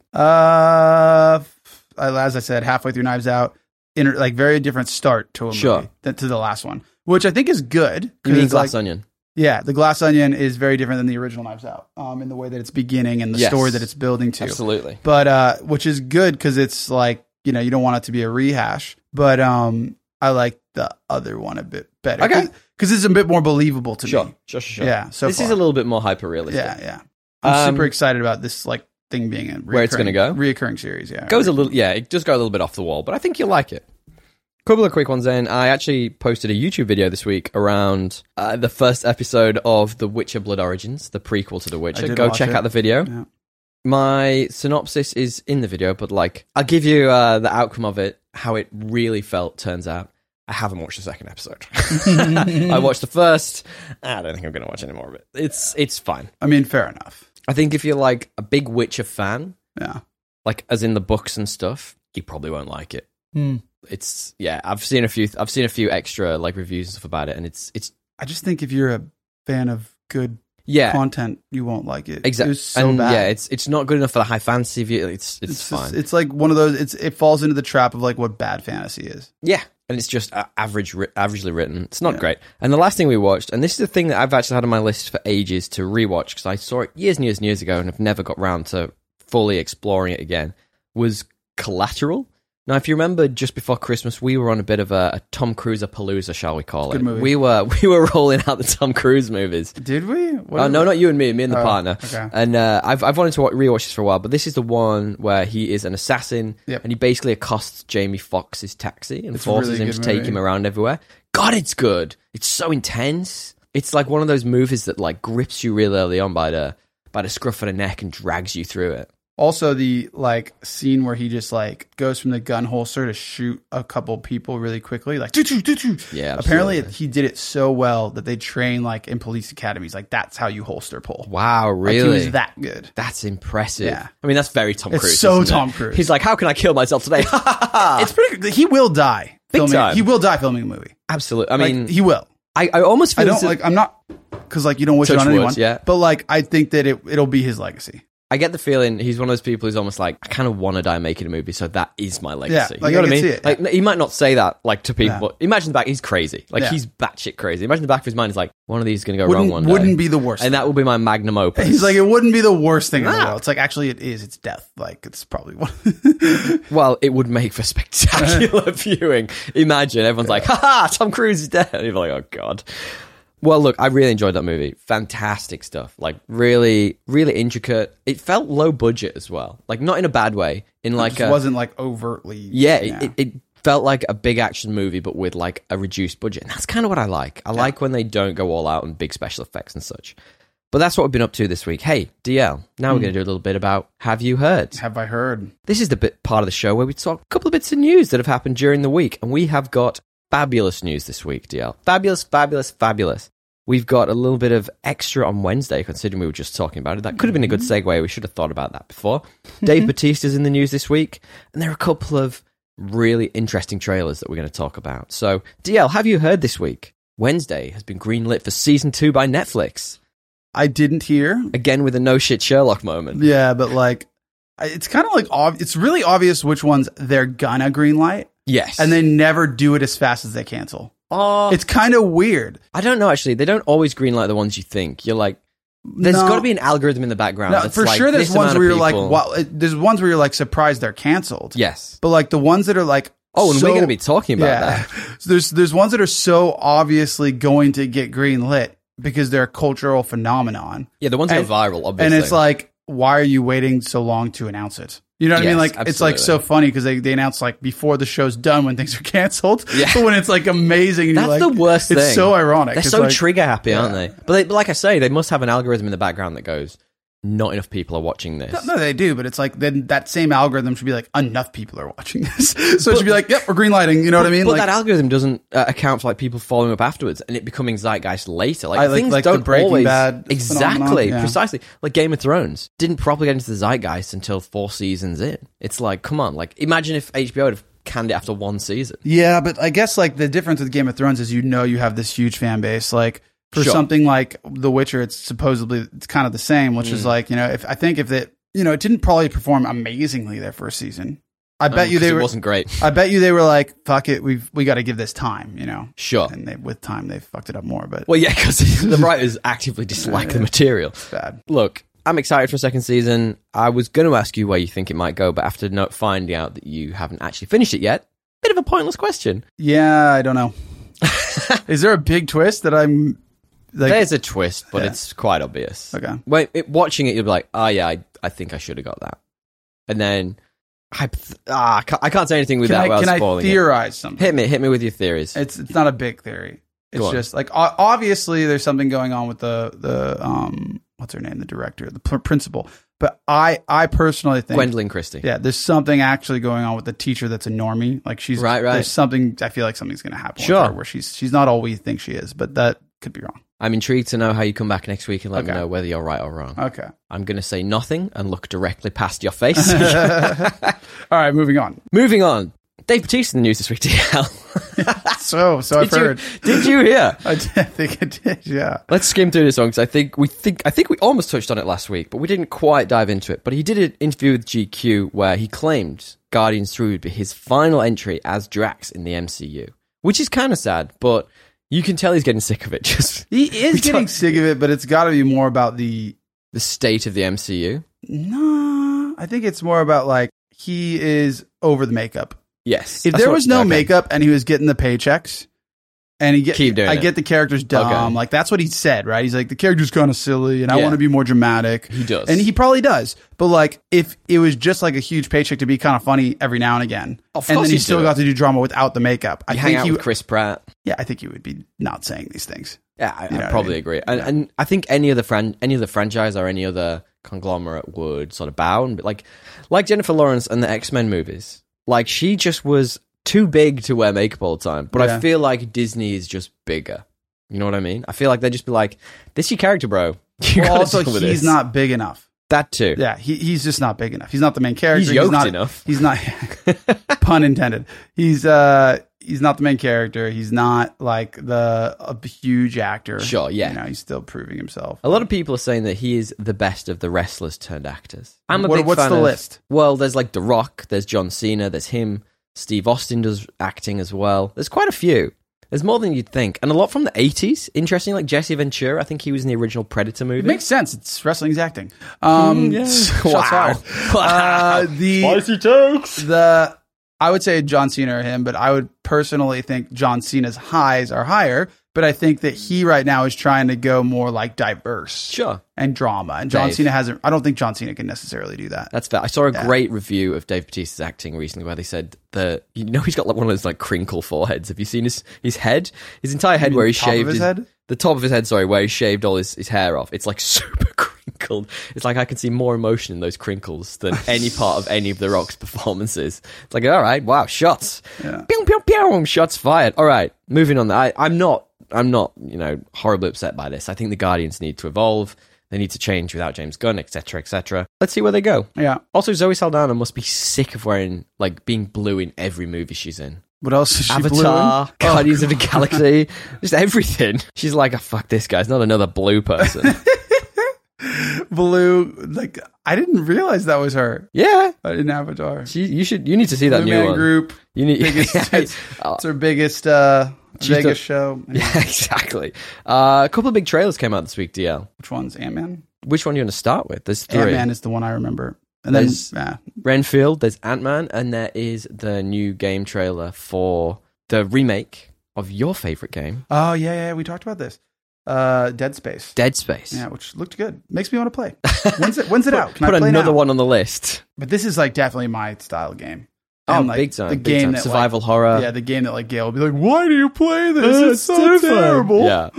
Speaker 2: Uh, f- as I said, halfway through Knives Out, inter- like very different start to a
Speaker 1: Sure.
Speaker 2: movie than to the last one, which I think is good.
Speaker 1: You mean
Speaker 2: 'cause,
Speaker 1: Glass
Speaker 2: like,
Speaker 1: Onion?
Speaker 2: yeah, the Glass Onion is very different than the original Knives Out, um, in the way that it's beginning and the
Speaker 1: Yes.
Speaker 2: story that it's building to.
Speaker 1: Absolutely.
Speaker 2: But uh, which is good because it's like you know you don't want it to be a rehash, but um, I like the other one a bit better.
Speaker 1: Okay.
Speaker 2: because it's a bit more believable to
Speaker 1: Sure,
Speaker 2: me.
Speaker 1: sure, sure, sure.
Speaker 2: Yeah, so
Speaker 1: this
Speaker 2: far.
Speaker 1: is a little bit more hyper realistic.
Speaker 2: yeah, yeah. I'm
Speaker 1: Um,
Speaker 2: super excited about this like thing being a
Speaker 1: Where it's
Speaker 2: reoccurring-
Speaker 1: gonna go?
Speaker 2: reoccurring series. Yeah,
Speaker 1: goes a little yeah it does go a little bit off the wall but i think you'll like it couple of quick ones then i actually posted a youtube video this week around uh, the first episode of the witcher blood origins the prequel to the witcher
Speaker 2: did
Speaker 1: go
Speaker 2: watch
Speaker 1: check
Speaker 2: it.
Speaker 1: out the video
Speaker 2: Yeah.
Speaker 1: my synopsis is in the video but like i'll give you uh, the outcome of it how it really felt turns out I haven't watched the second episode. I watched the first. I don't think I'm going to watch any more of it. It's it's fine.
Speaker 2: I mean, fair enough.
Speaker 1: I think if you're like a big Witcher fan,
Speaker 2: Yeah.
Speaker 1: like as in the books and stuff, you probably won't like it.
Speaker 2: Hmm.
Speaker 1: It's yeah, I've seen a few I've seen a few extra like reviews and stuff about it and it's it's
Speaker 2: I just think if you're a fan of good
Speaker 1: yeah,
Speaker 2: content, you won't like it.
Speaker 1: exactly.
Speaker 2: It's so
Speaker 1: and
Speaker 2: bad.
Speaker 1: yeah, it's it's not good enough for the high fantasy view. It's it's,
Speaker 2: It's, just-
Speaker 1: fine.
Speaker 2: it's like one of those. It's it falls into the trap of like what bad fantasy is.
Speaker 1: yeah. And it's just uh, average wri- averagely written. It's not
Speaker 2: Yeah.
Speaker 1: great. And the last thing we watched and this is a thing that I've actually had on my list for ages to rewatch cuz I saw it years and years and years ago and have never got round to fully exploring it again was Collateral. Now, if you remember, just before Christmas, we were on a bit of a, a Tom Cruise palooza, shall we call it?
Speaker 2: good movie.
Speaker 1: We were we were rolling out the Tom Cruise movies.
Speaker 2: Did we? What
Speaker 1: Oh no, not you and me, me and the
Speaker 2: Oh,
Speaker 1: partner.
Speaker 2: okay.
Speaker 1: And uh, I've I've wanted to wa- rewatch this for a while, but this is the one where he is an assassin,
Speaker 2: Yep.
Speaker 1: and he basically accosts Jamie Foxx's taxi and
Speaker 2: It's a
Speaker 1: forces
Speaker 2: really
Speaker 1: him
Speaker 2: good
Speaker 1: to take
Speaker 2: movie.
Speaker 1: him around everywhere. God, it's good. It's so intense. It's like one of those movies that like grips you real early on by the by the scruff of the neck and drags you through it.
Speaker 2: Also, the like scene where he just like goes from the gun holster to shoot a couple people really quickly, like doo doo doo doo.
Speaker 1: Yeah,
Speaker 2: Apparently,
Speaker 1: absolutely.
Speaker 2: he did it so well that they train like in police academies. Like that's how you holster pull.
Speaker 1: Wow,
Speaker 2: Like,
Speaker 1: really?
Speaker 2: he was that good.
Speaker 1: That's impressive.
Speaker 2: Yeah.
Speaker 1: I mean, that's very Tom
Speaker 2: It's
Speaker 1: Cruise.
Speaker 2: so
Speaker 1: isn't it?
Speaker 2: Tom Cruise.
Speaker 1: He's like, how can I kill myself today?
Speaker 2: It's pretty. He will die. filming,
Speaker 1: Ah. time.
Speaker 2: He will die filming a movie.
Speaker 1: Absolutely. I
Speaker 2: Like,
Speaker 1: mean,
Speaker 2: he will.
Speaker 1: I, I almost feel
Speaker 2: I don't
Speaker 1: this is-
Speaker 2: like. I'm not because like you don't wish it
Speaker 1: Touch
Speaker 2: on
Speaker 1: wood,
Speaker 2: anyone.
Speaker 1: yeah.
Speaker 2: But like, I think that it it'll be his legacy.
Speaker 1: I get the feeling he's one of those people who's almost like, I kind of want to die making a movie, so that is my legacy.
Speaker 2: Yeah,
Speaker 1: you
Speaker 2: like,
Speaker 1: know what I
Speaker 2: I can
Speaker 1: mean?
Speaker 2: see it,
Speaker 1: Like, he might not say that like to people.
Speaker 2: Yeah.
Speaker 1: but Imagine the back, he's crazy. Like,
Speaker 2: Yeah.
Speaker 1: he's batshit crazy. Imagine the back of his mind is like, one of these is going to go
Speaker 2: Wouldn't
Speaker 1: wrong one
Speaker 2: wouldn't
Speaker 1: day.
Speaker 2: be the worst.
Speaker 1: and that will be my magnum opus.
Speaker 2: He's like, it wouldn't be the worst thing in the
Speaker 1: Nah.
Speaker 2: world. It's like actually, it is. It's death. Like it's probably one.
Speaker 1: well, it would make for spectacular viewing. Imagine everyone's like, like, haha, Tom Cruise is dead. You're like, oh god. Well, look, I really enjoyed that movie. Fantastic stuff. Like really, really intricate. It felt low budget as well. Like not in a bad way. In like
Speaker 2: It
Speaker 1: a,
Speaker 2: wasn't like overtly.
Speaker 1: yeah, it It, it felt like a big action movie, but with like a reduced budget. And that's kind of what I like. I like when they don't go all out on big special effects and such. But that's what we've been up to this week. Hey, DL, now we're going to do a little bit about Have You Heard?
Speaker 2: Have I heard?
Speaker 1: This is the bit part of the show where we talk a couple of bits of news that have happened during the week, and we have got fabulous news this week, DL. Fabulous, fabulous, fabulous. We've got a little bit of extra on Wednesday, considering we were just talking about it. That could have been a good segue. We should have thought about that before. Dave Batista's in the news this week, and there are a couple of really interesting trailers that we're going to talk about. So, DL, have you heard this week? Wednesday has been greenlit for season two by Netflix.
Speaker 2: I didn't hear.
Speaker 1: Again, with a no shit Sherlock moment.
Speaker 2: Yeah, but like, I- it's kind of like ob- it's really obvious which ones they're gonna green light,
Speaker 1: Yes.
Speaker 2: and they never do it as fast as they cancel.
Speaker 1: oh,
Speaker 2: It's kind of weird.
Speaker 1: I don't know actually. They don't always greenlight the ones you think. You're like, there's
Speaker 2: No.
Speaker 1: got to be an algorithm in the background.
Speaker 2: No,
Speaker 1: that's
Speaker 2: for
Speaker 1: like,
Speaker 2: sure, there's
Speaker 1: this amount
Speaker 2: ones
Speaker 1: of
Speaker 2: where you're like,
Speaker 1: people-
Speaker 2: wow, it- there's ones where you're like surprised they're canceled.
Speaker 1: Yes.
Speaker 2: But like the ones that are like,
Speaker 1: Oh, and
Speaker 2: so-
Speaker 1: we're going to be talking about
Speaker 2: yeah.
Speaker 1: that.
Speaker 2: So there's there's ones that are so obviously going to get green lit because they're a cultural phenomenon,
Speaker 1: Yeah, the ones that
Speaker 2: And-
Speaker 1: are viral, obviously.
Speaker 2: and it's like, why are you waiting so long to announce it? You know what I mean?
Speaker 1: Yes,
Speaker 2: Like it's like so
Speaker 1: absolutely.
Speaker 2: funny because they, they announce like before the show's done when things are canceled.
Speaker 1: Yeah.
Speaker 2: But when it's like amazing, and
Speaker 1: That's
Speaker 2: you're like,
Speaker 1: the worst
Speaker 2: It's
Speaker 1: thing.
Speaker 2: so ironic.
Speaker 1: They're
Speaker 2: It's
Speaker 1: so
Speaker 2: like,
Speaker 1: trigger happy, aren't they? But, they? but like I say, they must have an algorithm in the background that goes, not enough people are watching this.
Speaker 2: No, they do, but it's like then that same algorithm should be like enough people are watching this, so it should be like, yep, we're green lighting. You know what I mean?
Speaker 1: But
Speaker 2: like,
Speaker 1: that algorithm doesn't uh, account for like people following up afterwards and it becoming zeitgeist later. Like
Speaker 2: I like-
Speaker 1: things
Speaker 2: like the
Speaker 1: don't
Speaker 2: Breaking
Speaker 1: always
Speaker 2: Bad
Speaker 1: exactly
Speaker 2: phenomenon, yeah.
Speaker 1: precisely like Game of Thrones didn't properly get into the zeitgeist until four seasons in. It's like come on, like imagine if HBO would have canned it after one season.
Speaker 2: Yeah, but I guess like the difference with Game of Thrones is you know you have this huge fan base. Like for
Speaker 1: Sure.
Speaker 2: something like The Witcher, it's supposedly it's kind of the same, which
Speaker 1: Mm.
Speaker 2: is like you know if I think if it you know it didn't probably perform amazingly their first season. I bet
Speaker 1: Um,
Speaker 2: you
Speaker 1: 'cause
Speaker 2: they
Speaker 1: it
Speaker 2: were.
Speaker 1: wasn't great.
Speaker 2: I bet you they were like, "Fuck it, we've we got to give this time," you know.
Speaker 1: Sure.
Speaker 2: And they, with time, they fucked it up more, but
Speaker 1: Well, yeah, because the writers actively dislike the material.
Speaker 2: it's bad.
Speaker 1: Look, I'm excited for a second season. I was going to ask you where you think it might go, but after not finding out that you haven't actually finished it yet, bit of a pointless question.
Speaker 2: Yeah, I don't know. is there a big twist that I'm like?
Speaker 1: There's a twist, but it's quite obvious.
Speaker 2: okay,
Speaker 1: Wait, it, watching it, you'll be like, oh, yeah, I, I think I should have got that. And then, hypoth- ah, I, can't, I can't say anything
Speaker 2: can
Speaker 1: without
Speaker 2: I
Speaker 1: without
Speaker 2: can I
Speaker 1: spoiling it.
Speaker 2: theorize something?
Speaker 1: Hit me, hit me with your theories.
Speaker 2: It's it's not a big theory.
Speaker 1: Go
Speaker 2: It's
Speaker 1: on.
Speaker 2: just like o- obviously there's something going on with the the um what's her name the director the pr- principal. But I I personally think
Speaker 1: Gwendolyn Christie.
Speaker 2: yeah there's something actually going on with the teacher that's a normie like she's
Speaker 1: Right, right.
Speaker 2: There's something I feel like something's gonna happen. with
Speaker 1: Sure.
Speaker 2: her where she's she's not all we think she is, but that could be wrong.
Speaker 1: I'm intrigued to know how you come back next week and let me
Speaker 2: Okay. Uh,
Speaker 1: know whether you're right or wrong.
Speaker 2: Okay.
Speaker 1: I'm going to say nothing and look directly past your face.
Speaker 2: all right, moving on.
Speaker 1: Moving on. Dave Bautista in the news this week, DL.
Speaker 2: So so I've
Speaker 1: Ah! did, you,
Speaker 2: heard.
Speaker 1: did you hear?
Speaker 2: I did, I think it did. Yeah.
Speaker 1: Let's skim through this one because I think we think I think we almost touched on it last week, but we didn't quite dive into it. But he did an interview with GQ where he claimed Guardians Three would be his final entry as Drax in the MCU, which is kind of sad, but you can tell he's getting sick of it. Just
Speaker 2: He is getting sick of it, but it's got to be more about the
Speaker 1: the state of the MCU.
Speaker 2: No, I think it's more about like he is over the makeup.
Speaker 1: Yes,
Speaker 2: If
Speaker 1: That's
Speaker 2: there
Speaker 1: what-
Speaker 2: was no
Speaker 1: okay.
Speaker 2: makeup and he was getting the paychecks, and he get,
Speaker 1: Keep doing
Speaker 2: I
Speaker 1: it.
Speaker 2: get the character's dumb.
Speaker 1: Okay.
Speaker 2: Like that's what he said, right? He's like the character's kind of silly, and I
Speaker 1: Yeah.
Speaker 2: want to be more dramatic.
Speaker 1: he does,
Speaker 2: And he probably does, but like if it was just like a huge paycheck to be kind of funny every now and again,
Speaker 1: Of
Speaker 2: and
Speaker 1: course
Speaker 2: then he
Speaker 1: he'd
Speaker 2: still
Speaker 1: do it.
Speaker 2: got to do drama without the makeup, I
Speaker 1: You hang
Speaker 2: think
Speaker 1: out
Speaker 2: he,
Speaker 1: with Chris Pratt.
Speaker 2: yeah, I think he would be not saying these things.
Speaker 1: Yeah, I,
Speaker 2: know what
Speaker 1: I
Speaker 2: I
Speaker 1: probably
Speaker 2: mean?
Speaker 1: agree. And,
Speaker 2: Yeah.
Speaker 1: and I think any other fran- any other franchise or any other conglomerate would sort of bow and be like like Jennifer Lawrence and the X Men movies. Like she just was too big to wear makeup all the time. But I
Speaker 2: Yeah.
Speaker 1: feel like Disney is just bigger. You know what I mean? I feel like they'd just be like, "This your character, bro." You
Speaker 2: Well,
Speaker 1: gotta
Speaker 2: also,
Speaker 1: deal
Speaker 2: he's
Speaker 1: with this."
Speaker 2: not big enough.
Speaker 1: that too.
Speaker 2: Yeah, he, he's just not big enough. He's not the main character.
Speaker 1: He's yoked
Speaker 2: not,
Speaker 1: enough.
Speaker 2: He's not pun intended. He's uh he's not the main character. He's not like the a huge actor.
Speaker 1: Sure, yeah.
Speaker 2: You know, he's still proving himself.
Speaker 1: A lot of people are saying that he is the best of the wrestlers turned actors. I'm a
Speaker 2: What-
Speaker 1: big
Speaker 2: what's
Speaker 1: fan
Speaker 2: the
Speaker 1: of-
Speaker 2: list?
Speaker 1: Well, there's like The Rock, there's John Cena, there's him. Steve Austin does acting as well. There's quite a few. There's more than you'd think, and a lot from the '80s. Interesting, like Jesse Ventura. I think he was in the original Predator movie.
Speaker 2: It makes sense. It's wrestling's acting. Um shots
Speaker 1: Mm, Wow.
Speaker 2: fired. Uh, the
Speaker 1: takes.
Speaker 2: the I would say John Cena or him, but I would personally think John Cena's highs are higher. But I think that he right now is trying to go more like diverse
Speaker 1: Sure,
Speaker 2: and drama. And John
Speaker 1: Dave.
Speaker 2: Cena hasn't. I don't think John Cena can necessarily do that.
Speaker 1: that's fair. I saw a great review of Dave Bautista's acting recently, where they said that you know he's got like one of those like crinkle foreheads. Have you seen his his head? His entire head where he
Speaker 2: top of
Speaker 1: shaved
Speaker 2: his head?
Speaker 1: the top of his head. Sorry, where he shaved all his, his hair off. It's like super crinkled. It's like I can see more emotion in those crinkles than any part of any of the Rock's performances. It's like all right, wow, shots,
Speaker 2: Yeah.
Speaker 1: pew pew pew, shots fired. All right, moving on. I, I'm not I'm not you know horribly upset by this. I think the Guardians need to evolve. They need to change without James Gunn, etc., etc. Let's see where they go.
Speaker 2: Yeah.
Speaker 1: Also, Zoe Saldana must be sick of wearing like being blue in every movie she's in.
Speaker 2: What else is she
Speaker 1: Avatar,
Speaker 2: blue in? Oh,
Speaker 1: Guardians of the Galaxy, just everything. She's like, oh, fuck this guy's not another blue person.
Speaker 2: Blue, like I didn't realize that was her
Speaker 1: yeah,
Speaker 2: uh, in Avatar.
Speaker 1: she, you should. You need to see that
Speaker 2: Blue
Speaker 1: new
Speaker 2: Man
Speaker 1: one.
Speaker 2: Group.
Speaker 1: You need.
Speaker 2: Biggest, it's,
Speaker 1: Oh,
Speaker 2: it's her biggest uh,
Speaker 1: She's
Speaker 2: Vegas
Speaker 1: the-
Speaker 2: show.
Speaker 1: yeah, exactly. Uh, a couple of big trailers came out this week. DL.
Speaker 2: Which one's Ant Man?
Speaker 1: Which one are you going to start with? There's three.
Speaker 2: Ant Man is the one I remember. And then
Speaker 1: There's-
Speaker 2: yeah.
Speaker 1: Renfield. There's Ant Man, and there is the new game trailer for the remake of your favorite game,
Speaker 2: oh yeah, yeah, we talked about this. uh, Dead Space.
Speaker 1: Dead Space.
Speaker 2: yeah, which looked good. Makes me want to play. When's it? When's it out? Can
Speaker 1: Put
Speaker 2: I play
Speaker 1: another
Speaker 2: now?
Speaker 1: one on the list.
Speaker 2: But this is like definitely my style game.
Speaker 1: Oh,
Speaker 2: And, like,
Speaker 1: big time.
Speaker 2: The
Speaker 1: big
Speaker 2: game
Speaker 1: time.
Speaker 2: that
Speaker 1: survival
Speaker 2: Like,
Speaker 1: horror.
Speaker 2: yeah, the game that like Gail will be like, "Why do you play this?
Speaker 1: Uh,
Speaker 2: it's so
Speaker 1: fun.
Speaker 2: terrible."
Speaker 1: Yeah.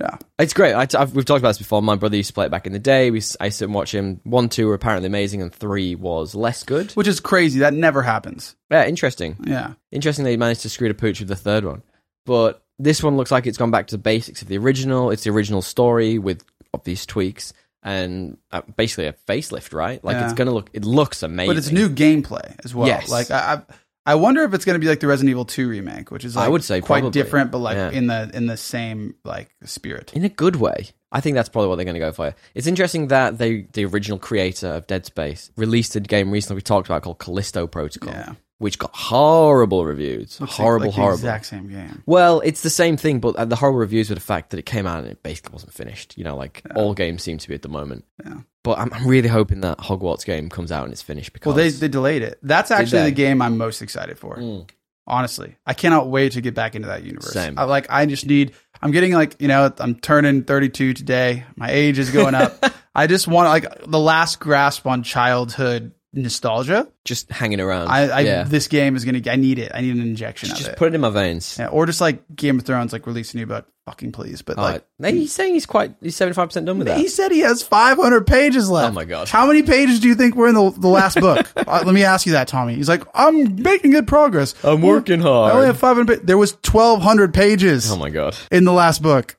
Speaker 2: Yeah.
Speaker 1: It's great. I t- I've, we've talked about this before. My brother used to play it back in the day. We, s- I used to watch him. One, two were apparently amazing, and three was less good.
Speaker 2: Which is crazy. That never happens.
Speaker 1: Yeah, interesting.
Speaker 2: Yeah.
Speaker 1: Interesting they managed to screw the pooch with the third one. But this one looks like it's gone back to the basics of the original. It's the original story with obvious tweaks and uh, basically a facelift, right? Like it's
Speaker 2: Yeah.
Speaker 1: going to look, it looks amazing.
Speaker 2: But it's new gameplay as well.
Speaker 1: Yes.
Speaker 2: Like I, I, I wonder if it's going to be like the Resident Evil 2 remake, which is
Speaker 1: I
Speaker 2: like
Speaker 1: would say
Speaker 2: quite
Speaker 1: probably.
Speaker 2: different, but like
Speaker 1: Yeah.
Speaker 2: in the in the same like spirit.
Speaker 1: in a good way. I think that's probably what they're going to go for. It's interesting that they, the original creator of Dead Space, released a game recently we talked about called Callisto Protocol,
Speaker 2: Yeah.
Speaker 1: which got horrible reviews.
Speaker 2: Looks like-
Speaker 1: horrible,
Speaker 2: like the
Speaker 1: horrible.
Speaker 2: exact same game.
Speaker 1: Well, it's the same thing, but uh, the horrible reviews were the fact that it came out and it basically wasn't finished. You know, like all games seem to be at the moment.
Speaker 2: Yeah.
Speaker 1: But I'm, I'm really hoping that Hogwarts game comes out and it's finished because
Speaker 2: Well, they they delayed it. That's actually
Speaker 1: they?
Speaker 2: the game I'm most excited for.
Speaker 1: Mm.
Speaker 2: Honestly, I cannot wait to get back into that universe.
Speaker 1: Same.
Speaker 2: I, like I just need. I'm getting like you know I'm turning 32 today. My age is going up. I just want like the last grasp on childhood nostalgia.
Speaker 1: just hanging around.
Speaker 2: I, I
Speaker 1: yeah.
Speaker 2: this game is gonna. I need it. I need an injection
Speaker 1: just
Speaker 2: of it.
Speaker 1: put it in my veins.
Speaker 2: Yeah, or just like Game of Thrones, like release a new book, fucking please. But
Speaker 1: All
Speaker 2: like,
Speaker 1: right. Maybe he's saying he's quite he's seventy five percent done with that.
Speaker 2: he said he has 500 pages left.
Speaker 1: Oh my God.
Speaker 2: How many pages do you think were in the, the last book? Uh, let me ask you that, Tommy. He's like, I'm making good progress.
Speaker 1: I'm working
Speaker 2: I only
Speaker 1: hard.
Speaker 2: have 500. Pa- there was 1,200 pages
Speaker 1: Oh my god.
Speaker 2: in the last book.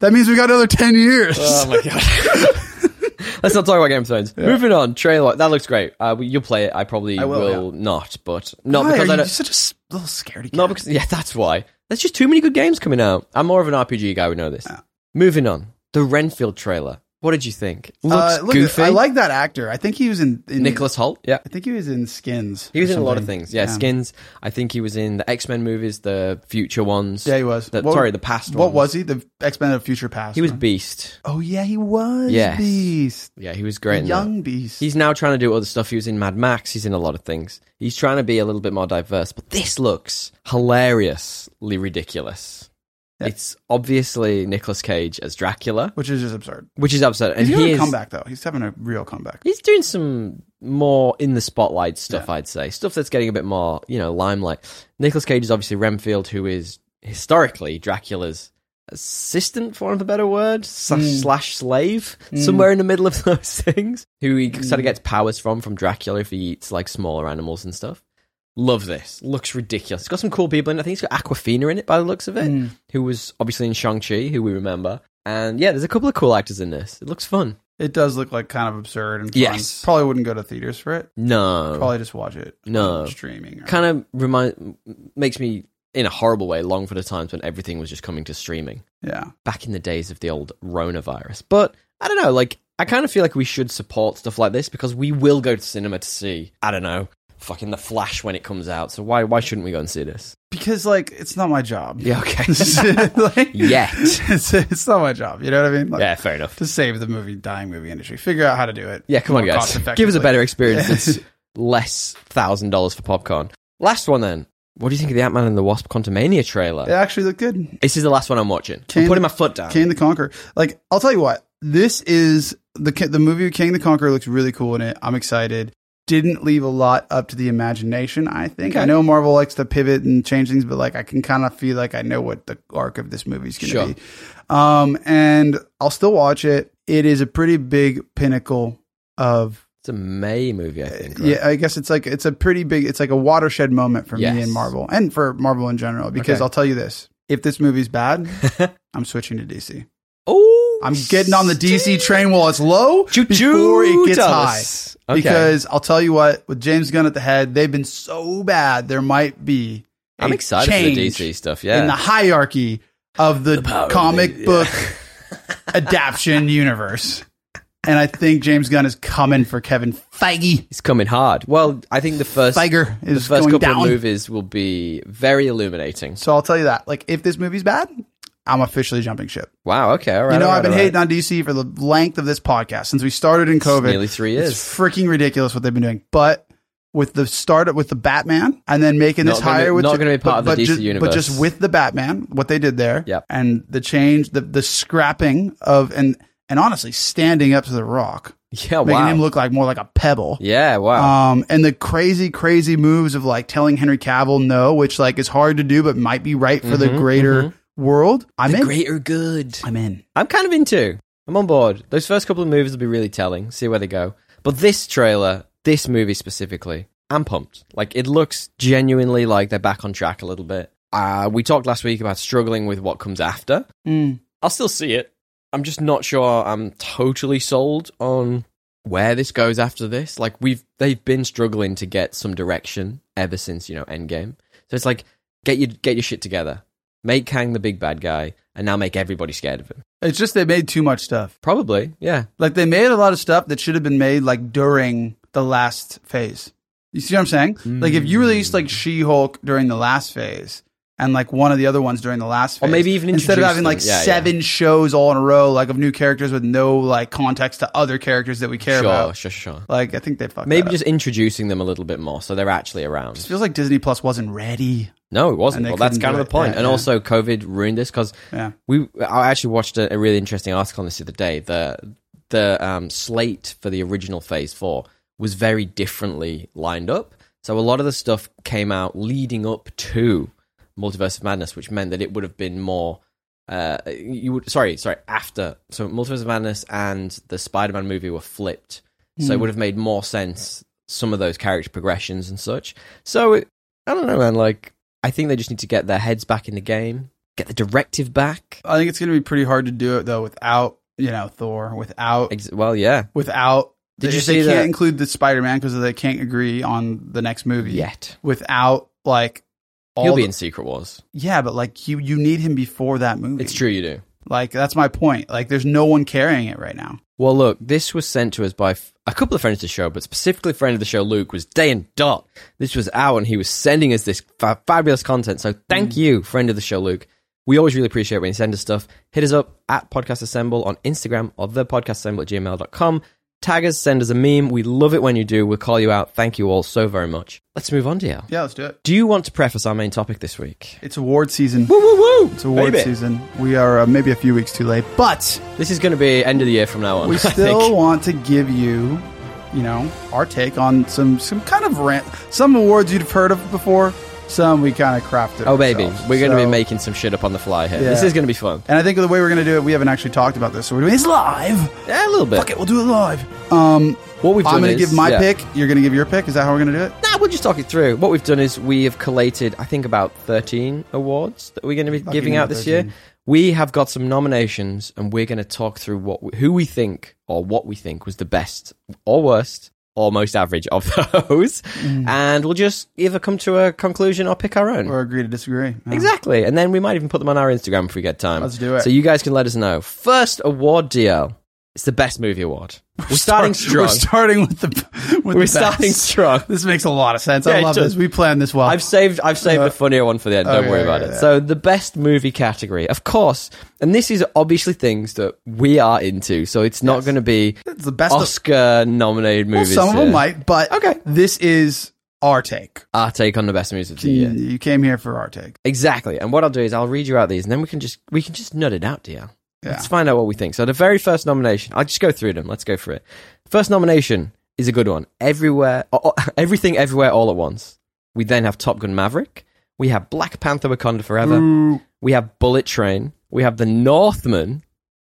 Speaker 2: That means we got another 10 years.
Speaker 1: Oh my god. Let's not talk about Game of Thrones. Moving on, trailer that looks great. Uh, you'll play it. I probably
Speaker 2: I
Speaker 1: will,
Speaker 2: will,
Speaker 1: not, but not
Speaker 2: Why
Speaker 1: because
Speaker 2: are
Speaker 1: I
Speaker 2: you
Speaker 1: don't.
Speaker 2: such a s- little scaredy cat?
Speaker 1: Not because yeah, that's why. There's just too many good games coming out. I'm more of an RPG guy. We know this. Moving on, the Renfield trailer. What did you think? Looks
Speaker 2: Uh, look,
Speaker 1: goofy.
Speaker 2: I like that actor. I think he was in, in
Speaker 1: Nicholas Holt. Yeah,
Speaker 2: I think he was in Skins.
Speaker 1: he was
Speaker 2: or
Speaker 1: in a lot of
Speaker 2: something.
Speaker 1: things. Yeah, Skins. I think he was in the X Men movies, the future ones.
Speaker 2: Yeah, he was.
Speaker 1: The-
Speaker 2: What-
Speaker 1: sorry, the past.
Speaker 2: What
Speaker 1: ones.
Speaker 2: was he? The X Men of Future Past.
Speaker 1: He was
Speaker 2: right?
Speaker 1: Beast.
Speaker 2: Oh yeah, he was.
Speaker 1: Yes.
Speaker 2: Beast.
Speaker 1: Yeah, he was great. in that.
Speaker 2: Young Beast.
Speaker 1: He's now trying to do other stuff. He was in Mad Max. He's in a lot of things. He's trying to be a little bit more diverse, but this looks hilariously ridiculous. It's obviously Nicolas Cage as Dracula,
Speaker 2: which is just absurd.
Speaker 1: which is absurd. And
Speaker 2: He's
Speaker 1: he
Speaker 2: having
Speaker 1: is,
Speaker 2: a comeback though. He's having a real comeback.
Speaker 1: he's doing some more in the spotlight stuff, I'd say. Stuff that's getting a bit more, you know, limelight. Nicolas Cage is obviously Renfield, who is historically Dracula's assistant, for want of a better word, slash, slash slave, somewhere in the middle of those things, who he sort of gets powers from, from Dracula if he eats like smaller animals and stuff. Love this. Looks ridiculous. It's got some cool people in it. I think it's got Aquafina in it by the looks of it, who was obviously in Shang-Chi, who we remember. And yeah, there's a couple of cool actors in this. It looks fun.
Speaker 2: It does look like kind of absurd and fun.
Speaker 1: Yes.
Speaker 2: Probably wouldn't go to theaters for it.
Speaker 1: No.
Speaker 2: Probably just watch it.
Speaker 1: No.
Speaker 2: on streaming. or-
Speaker 1: kind of remind makes me in a horrible way long for the times when everything was just coming to streaming
Speaker 2: yeah.
Speaker 1: back in the days of the old Rona virus. But I don't know, like I kind of feel like we should support stuff like this because we will go to cinema to see I don't know fucking the Flash when it comes out. So why why shouldn't we go and see this?
Speaker 2: Because like it's not my job.
Speaker 1: Yeah, okay.
Speaker 2: like,
Speaker 1: Yet.
Speaker 2: It's, it's not my job. You know what I mean? Like,
Speaker 1: yeah, fair enough.
Speaker 2: To save the movie dying movie industry, figure out how to do it.
Speaker 1: Yeah, come on,
Speaker 2: more
Speaker 1: guys.
Speaker 2: cost-effectively.
Speaker 1: Give us a better experience. It's less thousand dollars for popcorn. Last one then. What do you think of the Ant Man and the Wasp Quantumania trailer?
Speaker 2: It actually looked good.
Speaker 1: This is the last one I'm watching.
Speaker 2: Can-
Speaker 1: I'm putting my foot down.
Speaker 2: King the Conqueror. Like, I'll tell you what, this is the ki- the movie King the Conqueror looks really cool in it. I'm excited. Didn't leave a lot up to the imagination. I think
Speaker 1: Okay.
Speaker 2: I know Marvel likes to pivot and change things, but like I can kind of feel like I know what the arc of this movie is going to
Speaker 1: Sure.
Speaker 2: be. Um, and I'll still watch it. It is a pretty big pinnacle of
Speaker 1: it's a May movie, I think. right?
Speaker 2: Uh, yeah, I guess it's like it's a pretty big it's like a watershed moment for me
Speaker 1: Yes.
Speaker 2: and Marvel and for Marvel in general because
Speaker 1: Okay.
Speaker 2: I'll tell you this. If this movie's bad, I'm switching to DC.
Speaker 1: Oh,
Speaker 2: I'm getting on the DC train while it's low before it gets high.
Speaker 1: high.
Speaker 2: Because I'll tell you what, with James Gunn at the head, they've been so bad. There might be. i
Speaker 1: I'm excited for the DC stuff. Yeah,
Speaker 2: in the hierarchy of the,
Speaker 1: power
Speaker 2: comic
Speaker 1: of the-
Speaker 2: book adaption universe. And I think James Gunn is coming for Kevin Feige.
Speaker 1: it's coming hard. Well, I think the first
Speaker 2: Feiger
Speaker 1: the
Speaker 2: is
Speaker 1: first couple
Speaker 2: going down.
Speaker 1: of movies will be very illuminating.
Speaker 2: So I'll tell you that. Like, if this movie's bad, I'm officially jumping ship.
Speaker 1: Wow. Okay. All right.
Speaker 2: you know,
Speaker 1: all right,
Speaker 2: I've been
Speaker 1: all right.
Speaker 2: hating on DC for the length of this podcast since we started in COVID.
Speaker 1: nearly three years.
Speaker 2: It's freaking ridiculous what they've been doing. But with the startup with the Batman and then making
Speaker 1: Not
Speaker 2: this
Speaker 1: gonna-
Speaker 2: higher with
Speaker 1: not
Speaker 2: ju-
Speaker 1: gonna be part of the
Speaker 2: but, but
Speaker 1: DC
Speaker 2: ju-
Speaker 1: universe.
Speaker 2: But just with the Batman, what they did there.
Speaker 1: Yep.
Speaker 2: And the change, the the scrapping of and and honestly standing up to the rock.
Speaker 1: Yeah, Oh,
Speaker 2: Making
Speaker 1: wow.
Speaker 2: him look like more like a pebble.
Speaker 1: yeah, wow.
Speaker 2: Um, and the crazy, crazy moves of like telling Henry Cavill no, which like is hard to do, but might be right for the
Speaker 1: Mhm,
Speaker 2: greater world. I'm in.
Speaker 1: greater good.
Speaker 2: I'm in.
Speaker 1: I'm kind of into. I'm on board. Those first couple of movies will be really telling. See where they go. But this trailer, this movie specifically, I'm pumped. Like it looks genuinely like they're back on track a little bit. Uh, we talked last week about struggling with what comes after.
Speaker 2: Mm.
Speaker 1: I'll still see it. I'm just not sure I'm totally sold on where this goes after this. Like we've they've been struggling to get some direction ever since, you know, Endgame. So it's like get your get your shit together. Make Kang the big bad guy and now make everybody scared of him.
Speaker 2: It's just they made too much stuff.
Speaker 1: Probably, yeah.
Speaker 2: Like they made a lot of stuff that should have been made like during the last phase. You see what I'm saying? Like if you released
Speaker 1: Hmm.
Speaker 2: like She Hulk during the last phase and like one of the other ones during the last
Speaker 1: Or
Speaker 2: phase.
Speaker 1: maybe even
Speaker 2: instead of
Speaker 1: introduce
Speaker 2: having like
Speaker 1: them. Yeah, yeah.
Speaker 2: seven shows all in a row, like of new characters with no like context to other characters that we care
Speaker 1: Sure,
Speaker 2: about.
Speaker 1: sure, sure. Uh,
Speaker 2: Like I think they fucked that
Speaker 1: Maybe
Speaker 2: up.
Speaker 1: just introducing them a little bit more so they're actually
Speaker 2: It
Speaker 1: around.
Speaker 2: feels like Disney Plus wasn't ready.
Speaker 1: No, it wasn't.
Speaker 2: And they
Speaker 1: Well, that's
Speaker 2: couldn't
Speaker 1: kind
Speaker 2: do
Speaker 1: of the
Speaker 2: it.
Speaker 1: point.
Speaker 2: Yeah,
Speaker 1: and
Speaker 2: yeah.
Speaker 1: also, COVID ruined this because
Speaker 2: Yeah.
Speaker 1: we. I actually watched a, a really interesting article on this the other day. The the um, slate for the original Phase Four was very differently lined up. So a lot of the stuff came out leading up to Multiverse of Madness, which meant that it would have been more. Uh, you would sorry, sorry. After so, Multiverse of Madness and the Spider-Man movie were flipped, so
Speaker 2: Hmm.
Speaker 1: it would have made more sense some of those character progressions and such. So it, I don't know, man. Like I think they just need to get their heads back in the game, get the directive back.
Speaker 2: I think it's going to be pretty hard to do it though without you know Thor, without
Speaker 1: Ex- well, yeah,
Speaker 2: without.
Speaker 1: Did
Speaker 2: if
Speaker 1: you
Speaker 2: they
Speaker 1: see
Speaker 2: can't
Speaker 1: that-
Speaker 2: include the Spider Man because they can't agree on the next movie
Speaker 1: yet
Speaker 2: Without like all
Speaker 1: you'll be
Speaker 2: the-
Speaker 1: in Secret Wars.
Speaker 2: yeah, but like you you need him before that movie.
Speaker 1: It's true, you do.
Speaker 2: Like that's my point. Like there's no one carrying it right now.
Speaker 1: Well, look, this was sent to us by f- a couple of friends of the show, but specifically a friend of the show, Luke, was Day and Dot. This was out, and he was sending us this fa- fabulous content. So thank
Speaker 2: Mm.
Speaker 1: you, friend of the show, Luke. We always really appreciate when you send us stuff. Hit us up at Podcast Assemble on Instagram or thepodcastassemble at gmail.com. Tag us, send us a meme. We love it when you do. We'll call you out. Thank you all so very much. Let's move on, DL.
Speaker 2: Yeah, let's do it.
Speaker 1: Do you want to preface our main topic this week?
Speaker 2: It's award season.
Speaker 1: Woo, woo, woo!
Speaker 2: It's award season. We are uh, maybe a few weeks too late, but
Speaker 1: This is going to be end of the year from now on.
Speaker 2: we
Speaker 1: I think.
Speaker 2: still want to give you you know our take on some some kind of rant some awards you'd have heard of before some we kind of crafted
Speaker 1: Oh, baby.
Speaker 2: ourselves.
Speaker 1: We're going to
Speaker 2: So-
Speaker 1: be making some shit up on the fly here.
Speaker 2: Yeah.
Speaker 1: This is going to be fun.
Speaker 2: and i think the way we're going to do it we haven't actually talked about this so we're doing it's live
Speaker 1: Yeah, a little bit.
Speaker 2: fuck it we'll do it live um
Speaker 1: What we've done
Speaker 2: i'm going
Speaker 1: is-
Speaker 2: to give my
Speaker 1: yeah.
Speaker 2: pick you're going to give your pick is that how we're going to do it
Speaker 1: Nah, we'll just talk it through. What we've done is we have collated, I think, about 13 awards that we're going to be giving
Speaker 2: number
Speaker 1: out this
Speaker 2: 13.
Speaker 1: year. We have got some nominations, and we're going to talk through what we, who we think or what we think was the best or worst or most average of those,
Speaker 2: Mm.
Speaker 1: and we'll just either come to a conclusion or pick our own.
Speaker 2: or agree to disagree Yeah.
Speaker 1: Exactly, and then we might even put them on our Instagram if we get time.
Speaker 2: Let's do it.
Speaker 1: So you guys can let us know. First award, DL. It's the best movie award. We're starting strong.
Speaker 2: we're starting with the with
Speaker 1: We're
Speaker 2: the
Speaker 1: starting
Speaker 2: best.
Speaker 1: strong.
Speaker 2: this makes a lot of sense
Speaker 1: Yeah,
Speaker 2: i
Speaker 1: it
Speaker 2: love
Speaker 1: does.
Speaker 2: this we planned this well
Speaker 1: I've saved I've saved the funnier one for the end. Don't
Speaker 2: Uh, okay,
Speaker 1: worry about
Speaker 2: okay,
Speaker 1: it.
Speaker 2: yeah.
Speaker 1: So the best movie category, of course, and this is obviously things that we are into. So it's not going to be
Speaker 2: it's the best of,
Speaker 1: Oscar nominated
Speaker 2: well,
Speaker 1: movies.
Speaker 2: some of them
Speaker 1: here.
Speaker 2: might but
Speaker 1: Okay.
Speaker 2: this is our take
Speaker 1: our take on the best movies of the year.
Speaker 2: You came here for our take.
Speaker 1: Exactly. And what I'll do is I'll read you out these, and then we can just we can just nut it out, dear.
Speaker 2: Yeah.
Speaker 1: Let's find out what we think. So the very first nomination, I'll just go through them. Let's go for it. First nomination is a good one. Everywhere, o- o- everything, everywhere, all at once. We then have Top Gun Maverick. We have Black Panther: Wakanda Forever. We have Bullet Train. We have The Northman.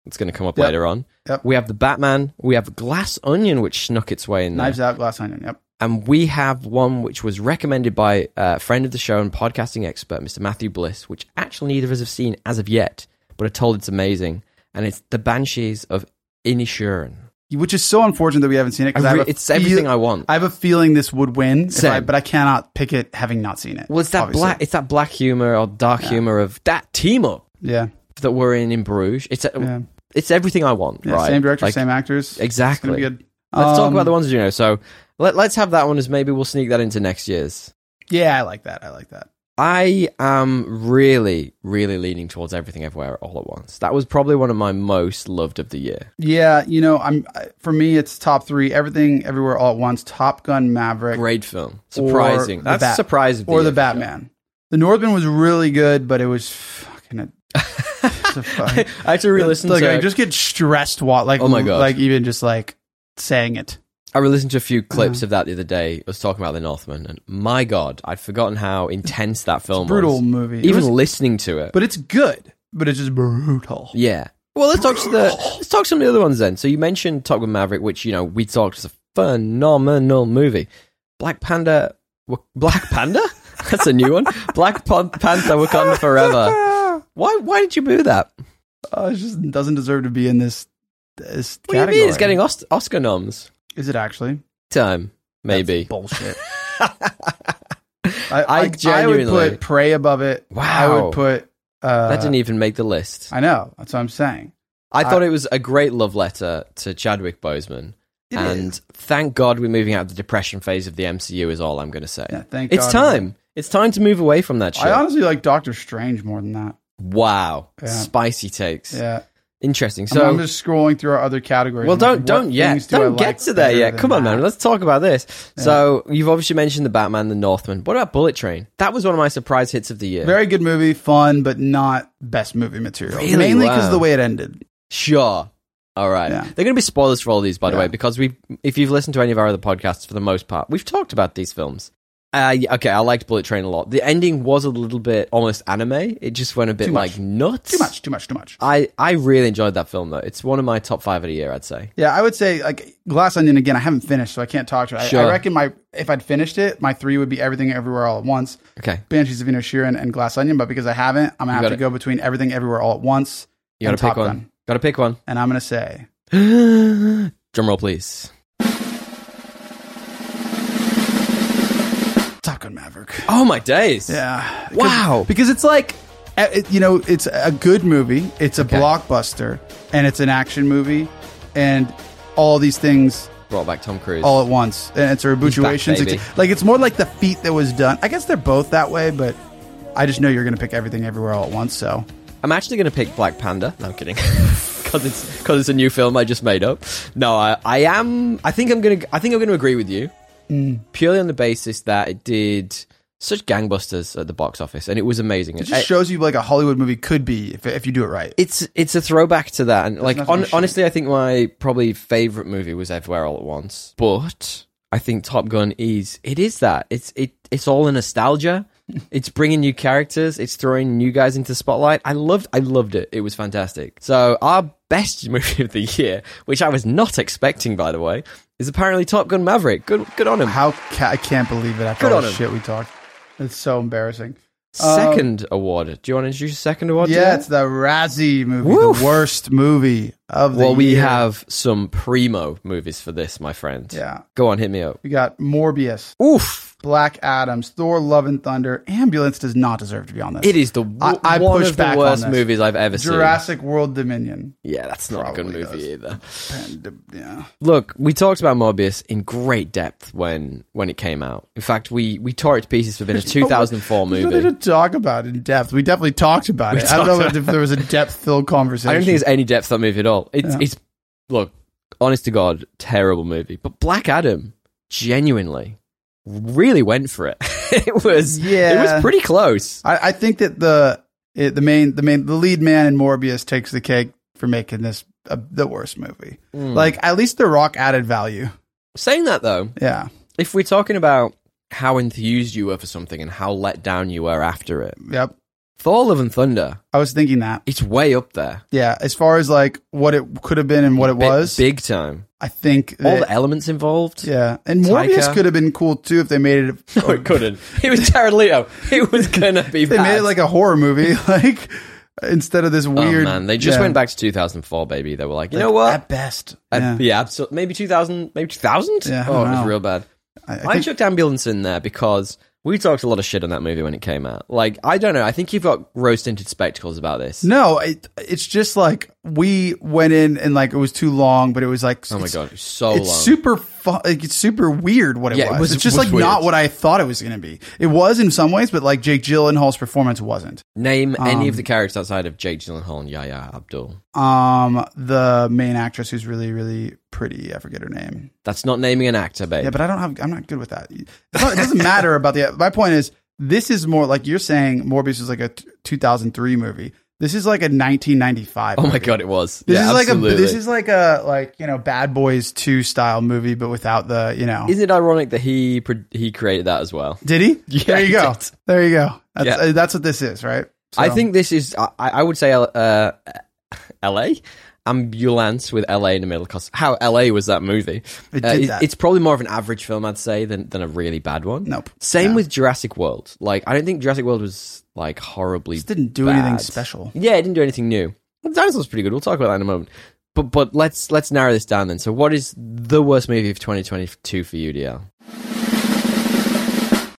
Speaker 1: It's going to come up
Speaker 2: Yep.
Speaker 1: later on.
Speaker 2: Yep.
Speaker 1: We have The Batman. We have Glass Onion, which snuck its way in there.
Speaker 2: Knives out, glass onion. Yep.
Speaker 1: And we have one which was recommended by uh, a friend of the show and podcasting expert, Mr. Matthew Bliss, which actually neither of us have seen as of yet, but are told it's amazing. And it's The Banshees of Inisherin.
Speaker 2: Which is so unfortunate that we haven't seen it.
Speaker 1: I
Speaker 2: because I have
Speaker 1: re-
Speaker 2: a
Speaker 1: it's everything
Speaker 2: feel-
Speaker 1: I want.
Speaker 2: I have a feeling this would win, if
Speaker 1: Same.
Speaker 2: I- but I cannot pick it having not seen it.
Speaker 1: well, it's that
Speaker 2: obviously.
Speaker 1: black, it's that black humor or dark humor of that team up
Speaker 2: Yeah.
Speaker 1: that we're in in Bruges. It's a,
Speaker 2: Yeah.
Speaker 1: it's everything I want.
Speaker 2: yeah
Speaker 1: right?
Speaker 2: Same director,
Speaker 1: Like,
Speaker 2: same actors. It's
Speaker 1: Exactly.
Speaker 2: gonna be good.
Speaker 1: Let's talk
Speaker 2: Um,
Speaker 1: about the ones you know. So let, let's have that one as maybe we'll sneak that into next year's.
Speaker 2: Yeah, I like that. I like that.
Speaker 1: I am really, really leaning towards everything everywhere all at once. That was probably one of my most loved of the year.
Speaker 2: Yeah, you know, I'm I- for me it's top three. Everything, everywhere, all at once. Top Gun, Maverick,
Speaker 1: Great film. Surprising.
Speaker 2: The
Speaker 1: That's
Speaker 2: Bat-
Speaker 1: surprising.
Speaker 2: or the Batman. The Northman was really good, but it was fucking. A, it's a fucking
Speaker 1: I had to re-listen
Speaker 2: like
Speaker 1: to.
Speaker 2: I just get stressed. What like
Speaker 1: Oh my God.
Speaker 2: Like even just like saying it.
Speaker 1: I re-listened to a
Speaker 2: Uh-huh.
Speaker 1: few clips of that the other day. I was talking about The Northman, and my god, I'd forgotten how intense that film
Speaker 2: Brutal
Speaker 1: was.
Speaker 2: movie. It
Speaker 1: Even
Speaker 2: was-
Speaker 1: listening to it,
Speaker 2: but it's good. But it's just brutal.
Speaker 1: Yeah. Well, let's talk to the let's talk some of the other ones then. So you mentioned Top Gun Maverick, which you know we talked is a phenomenal movie. Black Panda, Wa- Black Panda, that's a new one. Black Pan- Panther, Wakanda Forever.
Speaker 2: Ah,
Speaker 1: Why? Why did you boo that?
Speaker 2: oh, it just doesn't deserve to be in this. This
Speaker 1: What do
Speaker 2: category.
Speaker 1: you mean? It's getting Os- Oscar noms.
Speaker 2: Is it actually
Speaker 1: Time maybe.
Speaker 2: That's bullshit? I,
Speaker 1: I
Speaker 2: I, I would
Speaker 1: genuinely-
Speaker 2: put prey above it.
Speaker 1: Wow. e-
Speaker 2: I would put. Uh,
Speaker 1: that didn't even make the list. I,
Speaker 2: I know. That's what I'm saying.
Speaker 1: thought it was a great love letter to Chadwick Boseman,
Speaker 2: It
Speaker 1: and
Speaker 2: is.
Speaker 1: thank God we're moving out of the depression phase of the MCU. Is all I'm going to say.
Speaker 2: Yeah, thank
Speaker 1: It's
Speaker 2: God.
Speaker 1: time. It's time to move away from that shit.
Speaker 2: I honestly like Doctor Strange more than that.
Speaker 1: Wow,
Speaker 2: Yeah.
Speaker 1: spicy takes.
Speaker 2: Yeah.
Speaker 1: Interesting.
Speaker 2: So
Speaker 1: So,
Speaker 2: I'm just scrolling through our other categories.
Speaker 1: well,
Speaker 2: I'm like,
Speaker 1: don't
Speaker 2: what
Speaker 1: don't yet
Speaker 2: things do I
Speaker 1: don't
Speaker 2: like
Speaker 1: get to there
Speaker 2: better
Speaker 1: yet.
Speaker 2: than
Speaker 1: Come on,
Speaker 2: that?
Speaker 1: man. Let's talk about this. So you've obviously mentioned the Batman, the Northman. What about Bullet Train? That was one of my surprise hits of the year.
Speaker 2: Very good movie, fun, but not best movie material.
Speaker 1: Really?
Speaker 2: Mainly because
Speaker 1: Wow.
Speaker 2: of the way it ended.
Speaker 1: sure. All right.
Speaker 2: Yeah.
Speaker 1: They're going to be spoilers for all these, by the
Speaker 2: Yeah.
Speaker 1: way, because we, if you've listened to any of our other podcasts, for the most part, we've talked about these films. Uh, yeah, okay, I liked Bullet Train a lot. The ending was a little bit almost anime. It just went a bit
Speaker 2: Too much.
Speaker 1: like nuts.
Speaker 2: Too much, too much, too much.
Speaker 1: I, I really enjoyed that film though. It's one of my top five of the year, I'd say.
Speaker 2: Yeah, I would say like Glass Onion again. I haven't finished, so I can't talk to it. I- I,
Speaker 1: Sure.
Speaker 2: reckon my if I'd finished it, my three would be Everything Everywhere All at Once,
Speaker 1: Okay,
Speaker 2: Banshees of Inisherin, and Glass Onion. But because I haven't, I'm gonna have
Speaker 1: got
Speaker 2: to
Speaker 1: it.
Speaker 2: go between Everything Everywhere All at Once.
Speaker 1: you got
Speaker 2: and
Speaker 1: to pick
Speaker 2: Top
Speaker 1: one.
Speaker 2: Gun.
Speaker 1: Got to pick one.
Speaker 2: And I'm gonna say
Speaker 1: Drum roll, please.
Speaker 2: Top Gun Maverick.
Speaker 1: Oh my days!
Speaker 2: Yeah.
Speaker 1: Wow.
Speaker 2: Because it's like, uh, it- you know, it's a good movie. It's a blockbuster, and it's an action movie, and all these things
Speaker 1: Brought back Tom Cruise.
Speaker 2: all at once. And it's a rebutuation.
Speaker 1: baby.
Speaker 2: It's- Like it's more like the feat that was done. I guess they're both that way, but I just know you're going to pick everything everywhere all at once. So
Speaker 1: I'm actually going to pick Black Panda. No, I'm kidding. Because it's because it's a new film I just made up. No, I, I am. I think I'm gonna. I think I'm gonna agree with you purely on the basis that it did such gangbusters at the box office, and it was amazing.
Speaker 2: it just shows you like a Hollywood movie could be if, if you do it right.
Speaker 1: it's it's a throwback to that, and like
Speaker 2: nothing
Speaker 1: on,
Speaker 2: to shoot.
Speaker 1: honestly, I think my probably favorite movie was Everywhere All at Once, but I think Top Gun is it is that it's it it's all a nostalgia. it's bringing new characters. It's throwing new guys into spotlight. I loved I loved it. It was fantastic. So our best movie of the year, which I was not expecting, by the way, is apparently Top Gun Maverick. Good good on him.
Speaker 2: How ca- I can't believe it after
Speaker 1: Good
Speaker 2: all
Speaker 1: on
Speaker 2: the
Speaker 1: him.
Speaker 2: shit we talked. It's so embarrassing.
Speaker 1: second award. Do you want to introduce your second award? to
Speaker 2: Yeah,
Speaker 1: that?
Speaker 2: it's the Razzie movie,
Speaker 1: Woof.
Speaker 2: the worst movie of the
Speaker 1: Well, we
Speaker 2: year.
Speaker 1: have some primo movies for this, my friend.
Speaker 2: Yeah.
Speaker 1: Go on, hit me up.
Speaker 2: We got Morbius,
Speaker 1: Oof.
Speaker 2: Black Adams, Thor, Love and Thunder. Ambulance does not deserve to be on this.
Speaker 1: It is the w-
Speaker 2: I- I
Speaker 1: one
Speaker 2: push
Speaker 1: of
Speaker 2: back
Speaker 1: the
Speaker 2: on
Speaker 1: worst
Speaker 2: this.
Speaker 1: movies I've ever
Speaker 2: Jurassic World Dominion.
Speaker 1: seen. Yeah, that's not a good
Speaker 2: Probably
Speaker 1: movie
Speaker 2: does.
Speaker 1: either.
Speaker 2: And, yeah.
Speaker 1: Look, we talked about Morbius in great depth when when it came out. In fact, we we tore it to pieces within a 2004
Speaker 2: There's nothing
Speaker 1: movie.
Speaker 2: to talk about in depth. We definitely talked about it. I don't know if there was a depth filled conversation.
Speaker 1: I don't think there's any depth to that movie at all. It's
Speaker 2: Yeah.
Speaker 1: it's look, honest to god, terrible movie. But Black Adam genuinely really went for it. it was it was
Speaker 2: Yeah.
Speaker 1: pretty close.
Speaker 2: I, I think that the it, the main the main the lead man in Morbius takes the cake for making this uh, the worst movie.
Speaker 1: Hmm.
Speaker 2: Like at least The Rock added value.
Speaker 1: Saying that though,
Speaker 2: Yeah,
Speaker 1: if we're talking about how enthused you were for something and how let down you were after it,
Speaker 2: yep.
Speaker 1: Thor: Love and Thunder,
Speaker 2: I was thinking that.
Speaker 1: it's way up there.
Speaker 2: Yeah, as far as like what it could have been and what it
Speaker 1: Bi-
Speaker 2: was,
Speaker 1: big time.
Speaker 2: I think
Speaker 1: All
Speaker 2: that-
Speaker 1: the elements involved.
Speaker 2: yeah, and
Speaker 1: Taika.
Speaker 2: Morbius could have been cool too if they made it.
Speaker 1: No, it couldn't. It was Jared Leto. It was gonna be
Speaker 2: They
Speaker 1: bad.
Speaker 2: made it like a horror movie, like instead of this weird.
Speaker 1: oh man, they just
Speaker 2: yeah.
Speaker 1: went back to 2004, baby. They were like, you know what?
Speaker 2: At best,
Speaker 1: I-
Speaker 2: yeah.
Speaker 1: yeah, abso- maybe 2000, maybe 2000.
Speaker 2: Yeah, I
Speaker 1: oh, it
Speaker 2: don't
Speaker 1: was
Speaker 2: know.
Speaker 1: real bad.
Speaker 2: I, I
Speaker 1: I,
Speaker 2: think-
Speaker 1: chucked ambulance in there because We talked a lot of shit on that movie when it came out. Like, I don't know. I think you've got rose tinted spectacles about this.
Speaker 2: No, it, it's just like we went in and like it was too long, but it was like
Speaker 1: oh my
Speaker 2: it's-
Speaker 1: god, it's so
Speaker 2: It's
Speaker 1: long.
Speaker 2: super fu- like, it's super weird what it
Speaker 1: Yeah, it
Speaker 2: was.
Speaker 1: was-
Speaker 2: It's just
Speaker 1: was
Speaker 2: like
Speaker 1: weird.
Speaker 2: not what I thought it was going to be. It was in some ways, but like Jake Gyllenhaal's performance wasn't.
Speaker 1: Name any of the characters outside of Jake Gyllenhaal and Yahya Abdul.
Speaker 2: Um, the main actress who's really really pretty, I forget her name.
Speaker 1: That's not naming an actor, babe.
Speaker 2: Yeah, but I don't have. I'm not good with that. It's not- It doesn't matter about the. My point is, this is more like you're saying. Morbius is like a t- 2003 movie. This is like a 1995.
Speaker 1: oh my
Speaker 2: movie.
Speaker 1: god, it was.
Speaker 2: This
Speaker 1: yeah,
Speaker 2: is like
Speaker 1: absolutely.
Speaker 2: a. This is like a like you know Bad Boys Two style movie, but without the you know.
Speaker 1: Isn't it ironic that he pro- he created that as well?
Speaker 2: did he?
Speaker 1: Yeah,
Speaker 2: there you
Speaker 1: he
Speaker 2: go.
Speaker 1: did.
Speaker 2: There you go. That's,
Speaker 1: Yeah.
Speaker 2: uh, that's what this is, right?
Speaker 1: I
Speaker 2: So-
Speaker 1: think this is. I, I would say uh, L.A. Ambulance with L.A. in the middle. Cause how L.A. was that movie? Uh,
Speaker 2: It did that.
Speaker 1: It's probably more of an average film, I'd say, than than a really bad one.
Speaker 2: Nope.
Speaker 1: Same with Jurassic World. Like, I don't think Jurassic World was like horribly.
Speaker 2: This didn't do
Speaker 1: bad.
Speaker 2: anything special.
Speaker 1: Yeah, it didn't do anything new. Well, Dinosaur's pretty good. We'll talk about that in a moment. But but let's let's narrow this down then. So, what is the worst movie of 2022 for you, DL?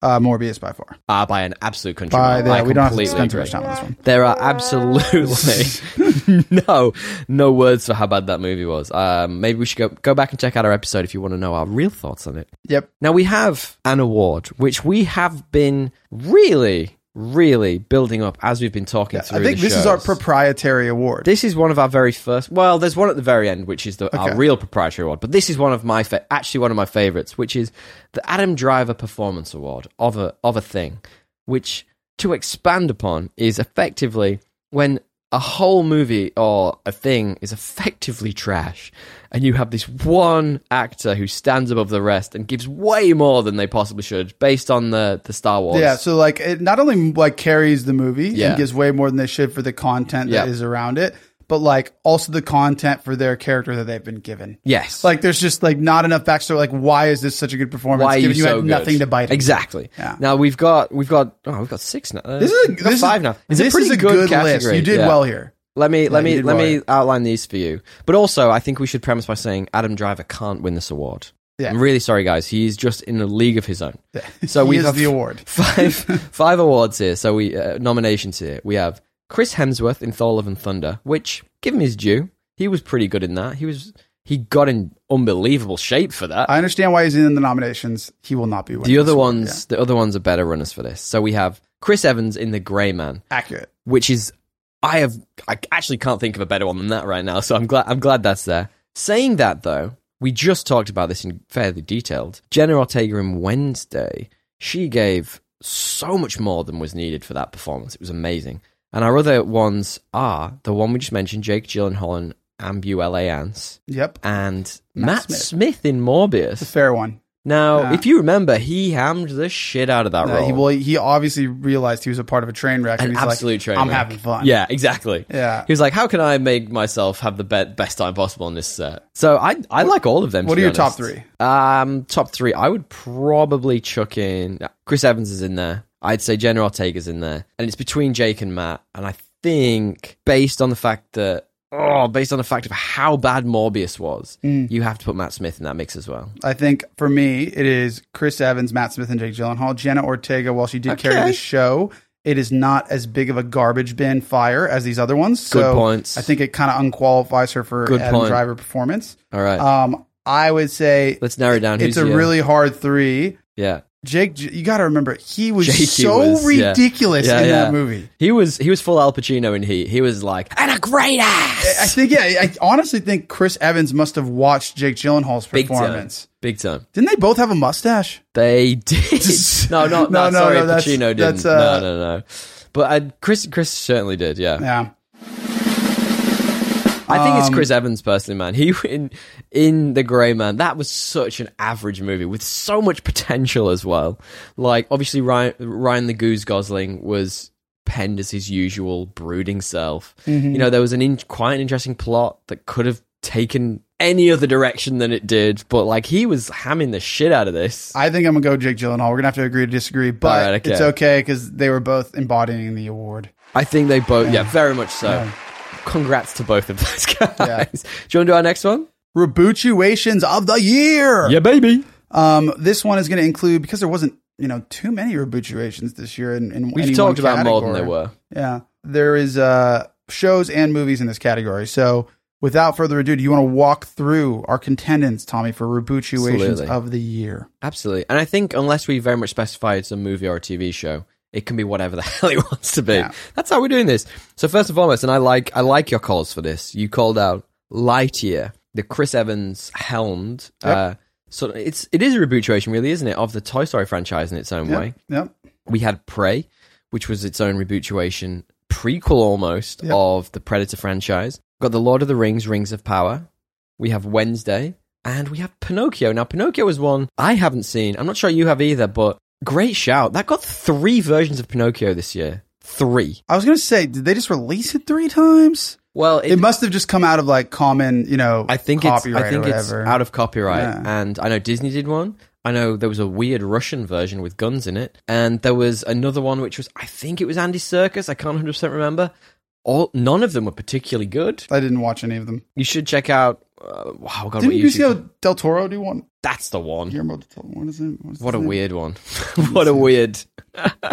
Speaker 2: Uh, Morbius by far.
Speaker 1: Ah, by an absolute country.
Speaker 2: By
Speaker 1: mile.
Speaker 2: the,
Speaker 1: I
Speaker 2: we don't have to
Speaker 1: completely
Speaker 2: spend too
Speaker 1: agree.
Speaker 2: much time on this one.
Speaker 1: There are absolutely no no words for how bad that movie was. Um, maybe we should go go back and check out our episode if you want to know our real thoughts on it.
Speaker 2: Yep.
Speaker 1: Now we have an award which we have been really really building up as we've been talking through.
Speaker 2: I think
Speaker 1: the
Speaker 2: this is our
Speaker 1: shows.
Speaker 2: proprietary award.
Speaker 1: This is one of our very first. Well, there's one at the very end, which is the, our
Speaker 2: Okay.
Speaker 1: real proprietary award. But this is one of my fa- actually one of my favorites, which is the Adam Driver Performance Award of a of a thing, which to expand upon is effectively when a whole movie or a thing is effectively trash, and you have this one actor who stands above the rest and gives way more than they possibly should, based on the the Star Wars.
Speaker 2: Yeah, so like it not only like carries the movie
Speaker 1: Yeah.
Speaker 2: and gives way more than they should for the content
Speaker 1: Yep.
Speaker 2: that is around it, but like also the content for their character that they've been given.
Speaker 1: Yes.
Speaker 2: Like there's just like not enough backstory. Like why is this such a good performance?
Speaker 1: why are you,
Speaker 2: given
Speaker 1: so
Speaker 2: had
Speaker 1: good?
Speaker 2: nothing to bite. into?
Speaker 1: Exactly.
Speaker 2: Yeah.
Speaker 1: Now we've got we've got oh we've got six now.
Speaker 2: This is a,
Speaker 1: We've got
Speaker 2: this is-
Speaker 1: five now. It's
Speaker 2: this
Speaker 1: a pretty
Speaker 2: is a
Speaker 1: good,
Speaker 2: good,
Speaker 1: category.
Speaker 2: list. You did
Speaker 1: Yeah.
Speaker 2: well here.
Speaker 1: Let me let
Speaker 2: you
Speaker 1: me
Speaker 2: did
Speaker 1: let
Speaker 2: well
Speaker 1: me
Speaker 2: here.
Speaker 1: outline these for you. But also, I think we should premise by saying Adam Driver can't win this award.
Speaker 2: Yeah.
Speaker 1: I'm really sorry, guys. He's just in a league of his own. So
Speaker 2: He
Speaker 1: we
Speaker 2: is
Speaker 1: have
Speaker 2: the award.
Speaker 1: five five awards here. So we uh, nominations here. We have Chris Hemsworth in Thor: Love and Thunder, which give him his due. He was pretty good in that. He was he got in unbelievable shape for that.
Speaker 2: I understand why he's in the nominations. He will not be winning.
Speaker 1: The other
Speaker 2: this one.
Speaker 1: ones, the other ones are better runners for this. So we have Chris Evans in The Gray Man,
Speaker 2: Yeah. accurate.
Speaker 1: which is I have I actually can't think of a better one than that right now. So I'm glad I'm glad that's there. Saying that though, we just talked about this in fairly detailed. Jenna Ortega in Wednesday, she gave so much more than was needed for that performance. It was amazing. And our other ones are the one we just mentioned, Jake Gyllenhaal and Ambu Ance,
Speaker 2: Yep,
Speaker 1: and Matt,
Speaker 2: Matt
Speaker 1: Smith.
Speaker 2: Smith.
Speaker 1: in Morbius.
Speaker 2: the fair one.
Speaker 1: Now,
Speaker 2: Yeah.
Speaker 1: if you remember, he hammed the shit out of that
Speaker 2: Uh,
Speaker 1: role.
Speaker 2: he, well, he obviously realized he was a part of a train wreck,
Speaker 1: An
Speaker 2: and he's
Speaker 1: absolute
Speaker 2: like,
Speaker 1: train
Speaker 2: "I'm
Speaker 1: wreck."
Speaker 2: having fun."
Speaker 1: yeah, exactly.
Speaker 2: yeah.
Speaker 1: He was like, "How can I make myself have the be- best time possible on this set?" So I, I like all of them. to
Speaker 2: what are
Speaker 1: be
Speaker 2: your top
Speaker 1: honest.
Speaker 2: three?
Speaker 1: Um, top three. I would probably chuck in uh, Chris Evans is in there. I'd say Jenna Ortega's in there, and it's between Jake and Matt. And I think based on the fact that. Oh, based on the fact of how bad Morbius was,
Speaker 2: Mm.
Speaker 1: you have to put Matt Smith in that mix as well.
Speaker 2: I think for me, it is Chris Evans, Matt Smith, and Jake Gyllenhaal. Jenna Ortega, while she did carry
Speaker 1: Okay.
Speaker 2: the show, it is not as big of a garbage bin fire as these other ones. So
Speaker 1: Good points.
Speaker 2: I think it kind of unqualifies her for
Speaker 1: Good
Speaker 2: Adam
Speaker 1: point.
Speaker 2: Driver performance.
Speaker 1: All right,
Speaker 2: Um, I would say
Speaker 1: let's narrow it down.
Speaker 2: it's
Speaker 1: Who's
Speaker 2: a
Speaker 1: your-
Speaker 2: really hard three.
Speaker 1: yeah.
Speaker 2: Jake, Gy- you got to remember, he was
Speaker 1: Jake, he
Speaker 2: so
Speaker 1: was, yeah.
Speaker 2: ridiculous
Speaker 1: Yeah,
Speaker 2: in
Speaker 1: yeah.
Speaker 2: that movie.
Speaker 1: He was he was full Al Pacino in Heat. He was like, and a great
Speaker 2: I
Speaker 1: ass,
Speaker 2: think, yeah, I honestly think Chris Evans must have watched Jake Gyllenhaal's
Speaker 1: Big time.
Speaker 2: performance.
Speaker 1: big time.
Speaker 2: Didn't they both have a mustache?
Speaker 1: They did. No, not, no, no,
Speaker 2: No, no,
Speaker 1: sorry,
Speaker 2: no, that's-
Speaker 1: Pacino didn't.
Speaker 2: that's,
Speaker 1: no,
Speaker 2: uh,
Speaker 1: no, no. But I, Chris Chris certainly did. Yeah,
Speaker 2: Yeah.
Speaker 1: I think it's Chris Evans personally, man. He in in the Gray Man. That was such an average movie with so much potential as well. Like obviously Ryan Ryan the Goose Gosling was penned as his usual brooding self. You know, there was an in, quite an interesting plot that could have taken any other direction than it did, but like he was hamming the shit out of this.
Speaker 2: I think I'm gonna go Jake Gyllenhaal. We're gonna have to agree to disagree, but
Speaker 1: All right, okay.
Speaker 2: it's okay because they were both embodying the award.
Speaker 1: I think they both, yeah, very much so. Congrats to both of those guys.
Speaker 2: Yeah.
Speaker 1: Do you want to do our next one?
Speaker 2: Rebutuations of the year.
Speaker 1: baby.
Speaker 2: Um, this one is gonna include because there wasn't you know too many rebuturations this year. In, in
Speaker 1: We've
Speaker 2: any
Speaker 1: talked
Speaker 2: one
Speaker 1: about more than
Speaker 2: category.
Speaker 1: there were.
Speaker 2: Yeah, there is uh, shows and movies in this category. So without further ado, do you want to walk through our contendants, Tommy, for rebuturations
Speaker 1: Absolutely.
Speaker 2: of the year?
Speaker 1: Absolutely. And I think unless we very much specify it's a movie or a TV show, it can be whatever the hell it wants to be.
Speaker 2: Yeah.
Speaker 1: That's how we're doing this. So first and foremost, and I like I like your calls for this. You called out Lightyear, the Chris Evans helmed. Uh, so it's it is a rebutuation, really, isn't it, of the Toy Story franchise in its own way.
Speaker 2: Yep.
Speaker 1: We had Prey, which was its own rebutuation prequel almost of the Predator franchise. Got the Lord of the Rings, Rings of Power. We have Wednesday, and we have Pinocchio. Now, Pinocchio is one I haven't seen. I'm not sure you have either, but great shout. That got three versions of Pinocchio this year. Three.
Speaker 2: I was gonna say, did they just release it three times?
Speaker 1: Well,
Speaker 2: It, must have just come out of like common, you know.
Speaker 1: I think it's
Speaker 2: copyright
Speaker 1: I think
Speaker 2: or
Speaker 1: it's
Speaker 2: whatever.
Speaker 1: out of copyright,
Speaker 2: Yeah.
Speaker 1: and I know Disney did one. I know there was a weird Russian version with guns in it, and there was another one which was I think it was Andy Circus. I can't hundred percent remember. All none of them were particularly good.
Speaker 2: I didn't watch any of them.
Speaker 1: You should check out. Uh, wow, God, what
Speaker 2: Didn't
Speaker 1: YouTube-
Speaker 2: Guillermo del Toro do one?
Speaker 1: That's the one.
Speaker 2: Guillermo del Toro. What is it? What, is
Speaker 1: What a
Speaker 2: his name?
Speaker 1: weird one. what a weird.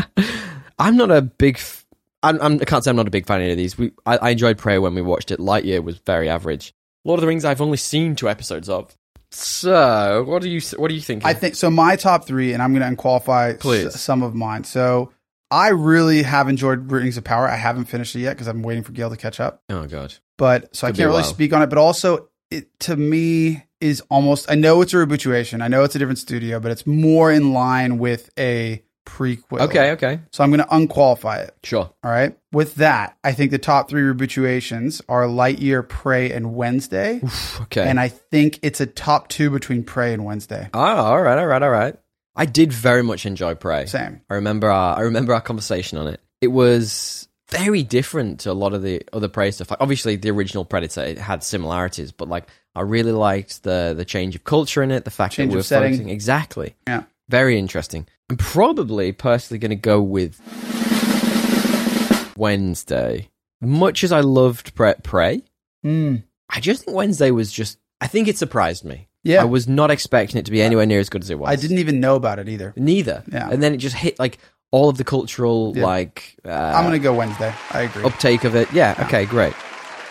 Speaker 1: I'm not a big. F- I'm, I'm, I can't say I'm not a big fan of any of these. We, I, I enjoyed Prey when we watched it. Lightyear was very average. Lord of the Rings, I've only seen two episodes of. So, what do you s- what do you think?
Speaker 2: I think so. My top three, and I'm going to unqualify s-
Speaker 1: Please.
Speaker 2: some of mine. So I really have enjoyed Rings of Power. I haven't finished it yet because I'm waiting for Gail to catch up.
Speaker 1: oh god,
Speaker 2: But so I
Speaker 1: Could be
Speaker 2: can't
Speaker 1: a
Speaker 2: really
Speaker 1: while.
Speaker 2: speak on it. But also, it to me is almost. I know it's a rebutuation. I know it's a different studio, but it's more in line with a prequel.
Speaker 1: okay, okay,
Speaker 2: So I'm going to unqualify it.
Speaker 1: sure.
Speaker 2: All right. With that, I think the top three rebutuations are Lightyear, Prey, and Wednesday.
Speaker 1: Okay.
Speaker 2: And I think it's a top two between Prey and Wednesday.
Speaker 1: oh, all right, all right, all right. I did very much enjoy Prey.
Speaker 2: Same.
Speaker 1: I remember our I remember our conversation on it. It was very different to a lot of the other prey stuff. Like obviously the original Predator it had similarities, but like I really liked the the change of culture in it, the fact
Speaker 2: Change
Speaker 1: that
Speaker 2: of
Speaker 1: we're
Speaker 2: setting.
Speaker 1: focusing exactly.
Speaker 2: Yeah.
Speaker 1: Very interesting. I'm probably personally going to go with Wednesday. Much as I loved Pre- Prey, Hmm.
Speaker 2: Mm.
Speaker 1: I just think Wednesday was just I think it surprised me.
Speaker 2: Yeah.
Speaker 1: I was not expecting it to be anywhere near as good as it was.
Speaker 2: I didn't even know about it either.
Speaker 1: Neither.
Speaker 2: Yeah.
Speaker 1: And then it just hit like all of the cultural
Speaker 2: Yeah.
Speaker 1: like uh,
Speaker 2: I'm gonna go Wednesday. I agree.
Speaker 1: uptake of it. Yeah, Okay. Great.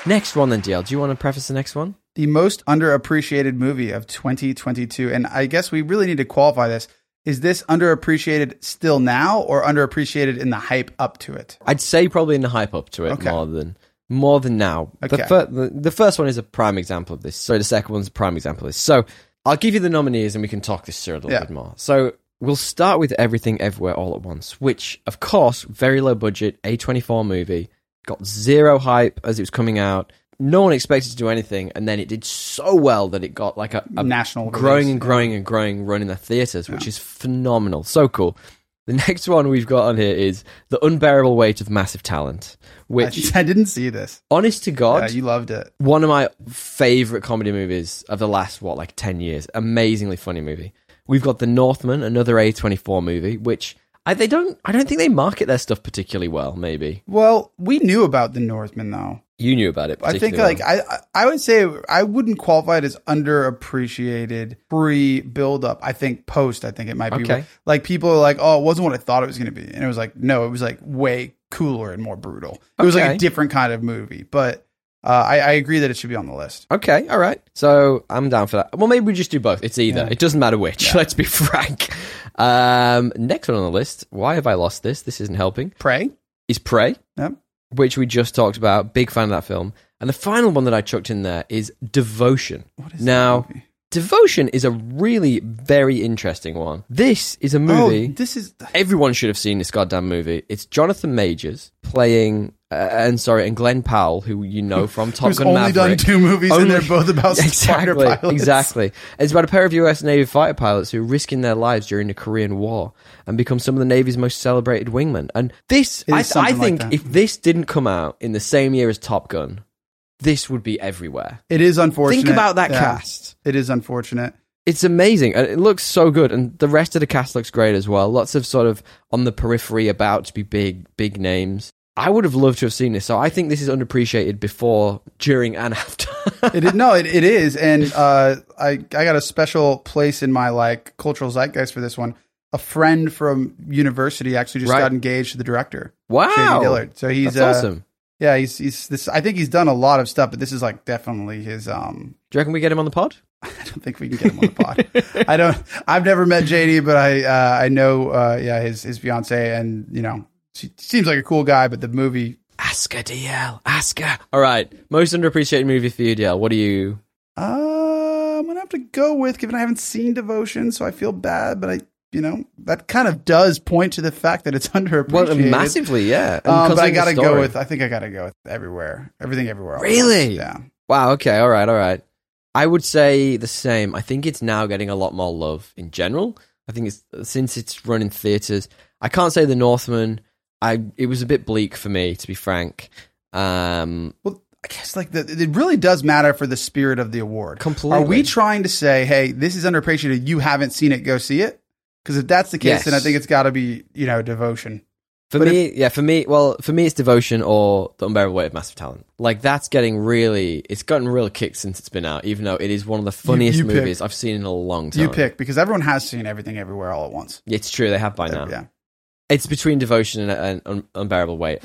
Speaker 1: Next one then, DL. Do you want to preface the next one?
Speaker 2: The most underappreciated movie of 2022, and I guess we really need to qualify this. Is this underappreciated still now, or underappreciated in the hype up to it?
Speaker 1: I'd say probably in the hype up to it
Speaker 2: Okay.
Speaker 1: more than more than now. The,
Speaker 2: Okay.
Speaker 1: fir- the, the first one is a prime example of this. So the second one's a prime example of this. So I'll give you the nominees and we can talk this through a little
Speaker 2: Yeah.
Speaker 1: bit more. So we'll start with Everything Everywhere All at Once, which of course, very low budget, A24 movie, got zero hype as it was coming out. No one expected to do anything, and then it did so well that it got like a, a
Speaker 2: National
Speaker 1: growing
Speaker 2: release.
Speaker 1: and growing and growing run in the theaters, which is phenomenal. So cool. The next one we've got on here is the unbearable weight of massive talent, which,
Speaker 2: I didn't see this.
Speaker 1: honest to
Speaker 2: Yeah,
Speaker 1: God,
Speaker 2: you loved it.
Speaker 1: one of my favorite comedy movies of the last what like 10 years amazingly funny movie we've got the northman another a24 movie which I, they don't i don't think they market their stuff particularly well maybe
Speaker 2: Well, we knew about the Northman, though.
Speaker 1: you knew about it
Speaker 2: I think,
Speaker 1: particularly
Speaker 2: like, I I- I would say I wouldn't qualify it as underappreciated pre build up. I think post. I think it might be
Speaker 1: Okay.
Speaker 2: like people are like, oh, it wasn't what I thought it was going to be, and it was like, no, it was like way cooler and more brutal. It was like
Speaker 1: Okay.
Speaker 2: a different kind of movie, but uh, I, I agree that it should be on the list.
Speaker 1: well. okay all right so i'm down for that well maybe we just do both it's either
Speaker 2: Yeah.
Speaker 1: it doesn't matter which let's be frank um next one on the list why have i lost this this isn't helping
Speaker 2: Prey.
Speaker 1: is prey
Speaker 2: Yep.
Speaker 1: which we just talked about big fan of that film and the final one that i chucked in there is devotion
Speaker 2: What is
Speaker 1: Now-
Speaker 2: that movie?
Speaker 1: Devotion is a really very interesting one. This is a
Speaker 2: Oh,
Speaker 1: movie.
Speaker 2: this is
Speaker 1: Everyone should have seen this goddamn movie. It's Jonathan Majors playing, uh, and sorry, and Glenn Powell, who you know from Top
Speaker 2: who's
Speaker 1: Gun
Speaker 2: only done
Speaker 1: Maverick.
Speaker 2: two movies, and
Speaker 1: Only-
Speaker 2: they're both about fighter
Speaker 1: exactly,
Speaker 2: pilots.
Speaker 1: exactly. It's about a pair of U.S. Navy fighter pilots who are risking their lives during the Korean War and become some of the Navy's most celebrated wingmen. And this,
Speaker 2: It
Speaker 1: I,
Speaker 2: is
Speaker 1: I
Speaker 2: something like
Speaker 1: think,
Speaker 2: that.
Speaker 1: if this didn't come out in the same year as Top Gun, this would be everywhere.
Speaker 2: It is unfortunate.
Speaker 1: Think about that
Speaker 2: Yeah.
Speaker 1: cast.
Speaker 2: It is unfortunate.
Speaker 1: it's amazing and it looks so good and the rest of the cast looks great as well lots of sort of on the periphery about to be big big names i would have loved to have seen this so i think this is underappreciated before during and after
Speaker 2: it is no, it, it is, and uh, I I got a special place in my like cultural zeitgeist for this one. A a friend from university actually just
Speaker 1: Right.
Speaker 2: got engaged to the director, Jamie
Speaker 1: Wow,
Speaker 2: Dillard. So he's
Speaker 1: that's
Speaker 2: uh,
Speaker 1: awesome.
Speaker 2: Yeah, he's he's this. I think he's done a lot of stuff, but this is like definitely his. Um,
Speaker 1: Do you reckon we get him on the pod?
Speaker 2: I don't think we can get him on the pod. I don't. I've never met JD, but I uh, I know. Uh, yeah, his his fiance, and you know, she seems like a cool guy, but the movie.
Speaker 1: Asker DL, Asker. All right, most underappreciated movie for you, DL. What do you?
Speaker 2: Uh, I'm gonna have to go with, given I haven't seen Devotion, so I feel bad, but I. You know that kind of does point to the fact that it's underappreciated.
Speaker 1: Well, massively, yeah. And
Speaker 2: Um, but I
Speaker 1: considering the
Speaker 2: gotta go
Speaker 1: story.
Speaker 2: with. I think I gotta go with everywhere, everything, everywhere. All at
Speaker 1: Really?
Speaker 2: Once. Yeah.
Speaker 1: Wow. Okay. All right. All right. I would say the same. I think it's now getting a lot more love in general. I think it's since it's run in theaters. I can't say The Northman. I it was a bit bleak for me to be frank. Um,
Speaker 2: Well, I guess like the, it really does matter for the spirit of the award.
Speaker 1: Completely.
Speaker 2: Are we trying to say, hey, this is underappreciated? You haven't seen it, go see it. Because if that's the case,
Speaker 1: Yes.
Speaker 2: then I think it's got to be you know devotion.
Speaker 1: for
Speaker 2: But
Speaker 1: me, yeah, for me, well, for me, it's Devotion or The Unbearable Weight of Massive Talent. Like that's getting really, it's gotten real kick since it's been out. Even though it is one of the funniest
Speaker 2: you pick.
Speaker 1: movies I've seen in a long time.
Speaker 2: You pick because everyone has seen everything everywhere all at once.
Speaker 1: It's true. They have by now.
Speaker 2: Uh, Yeah,
Speaker 1: It's between devotion and, and un- unbearable weight.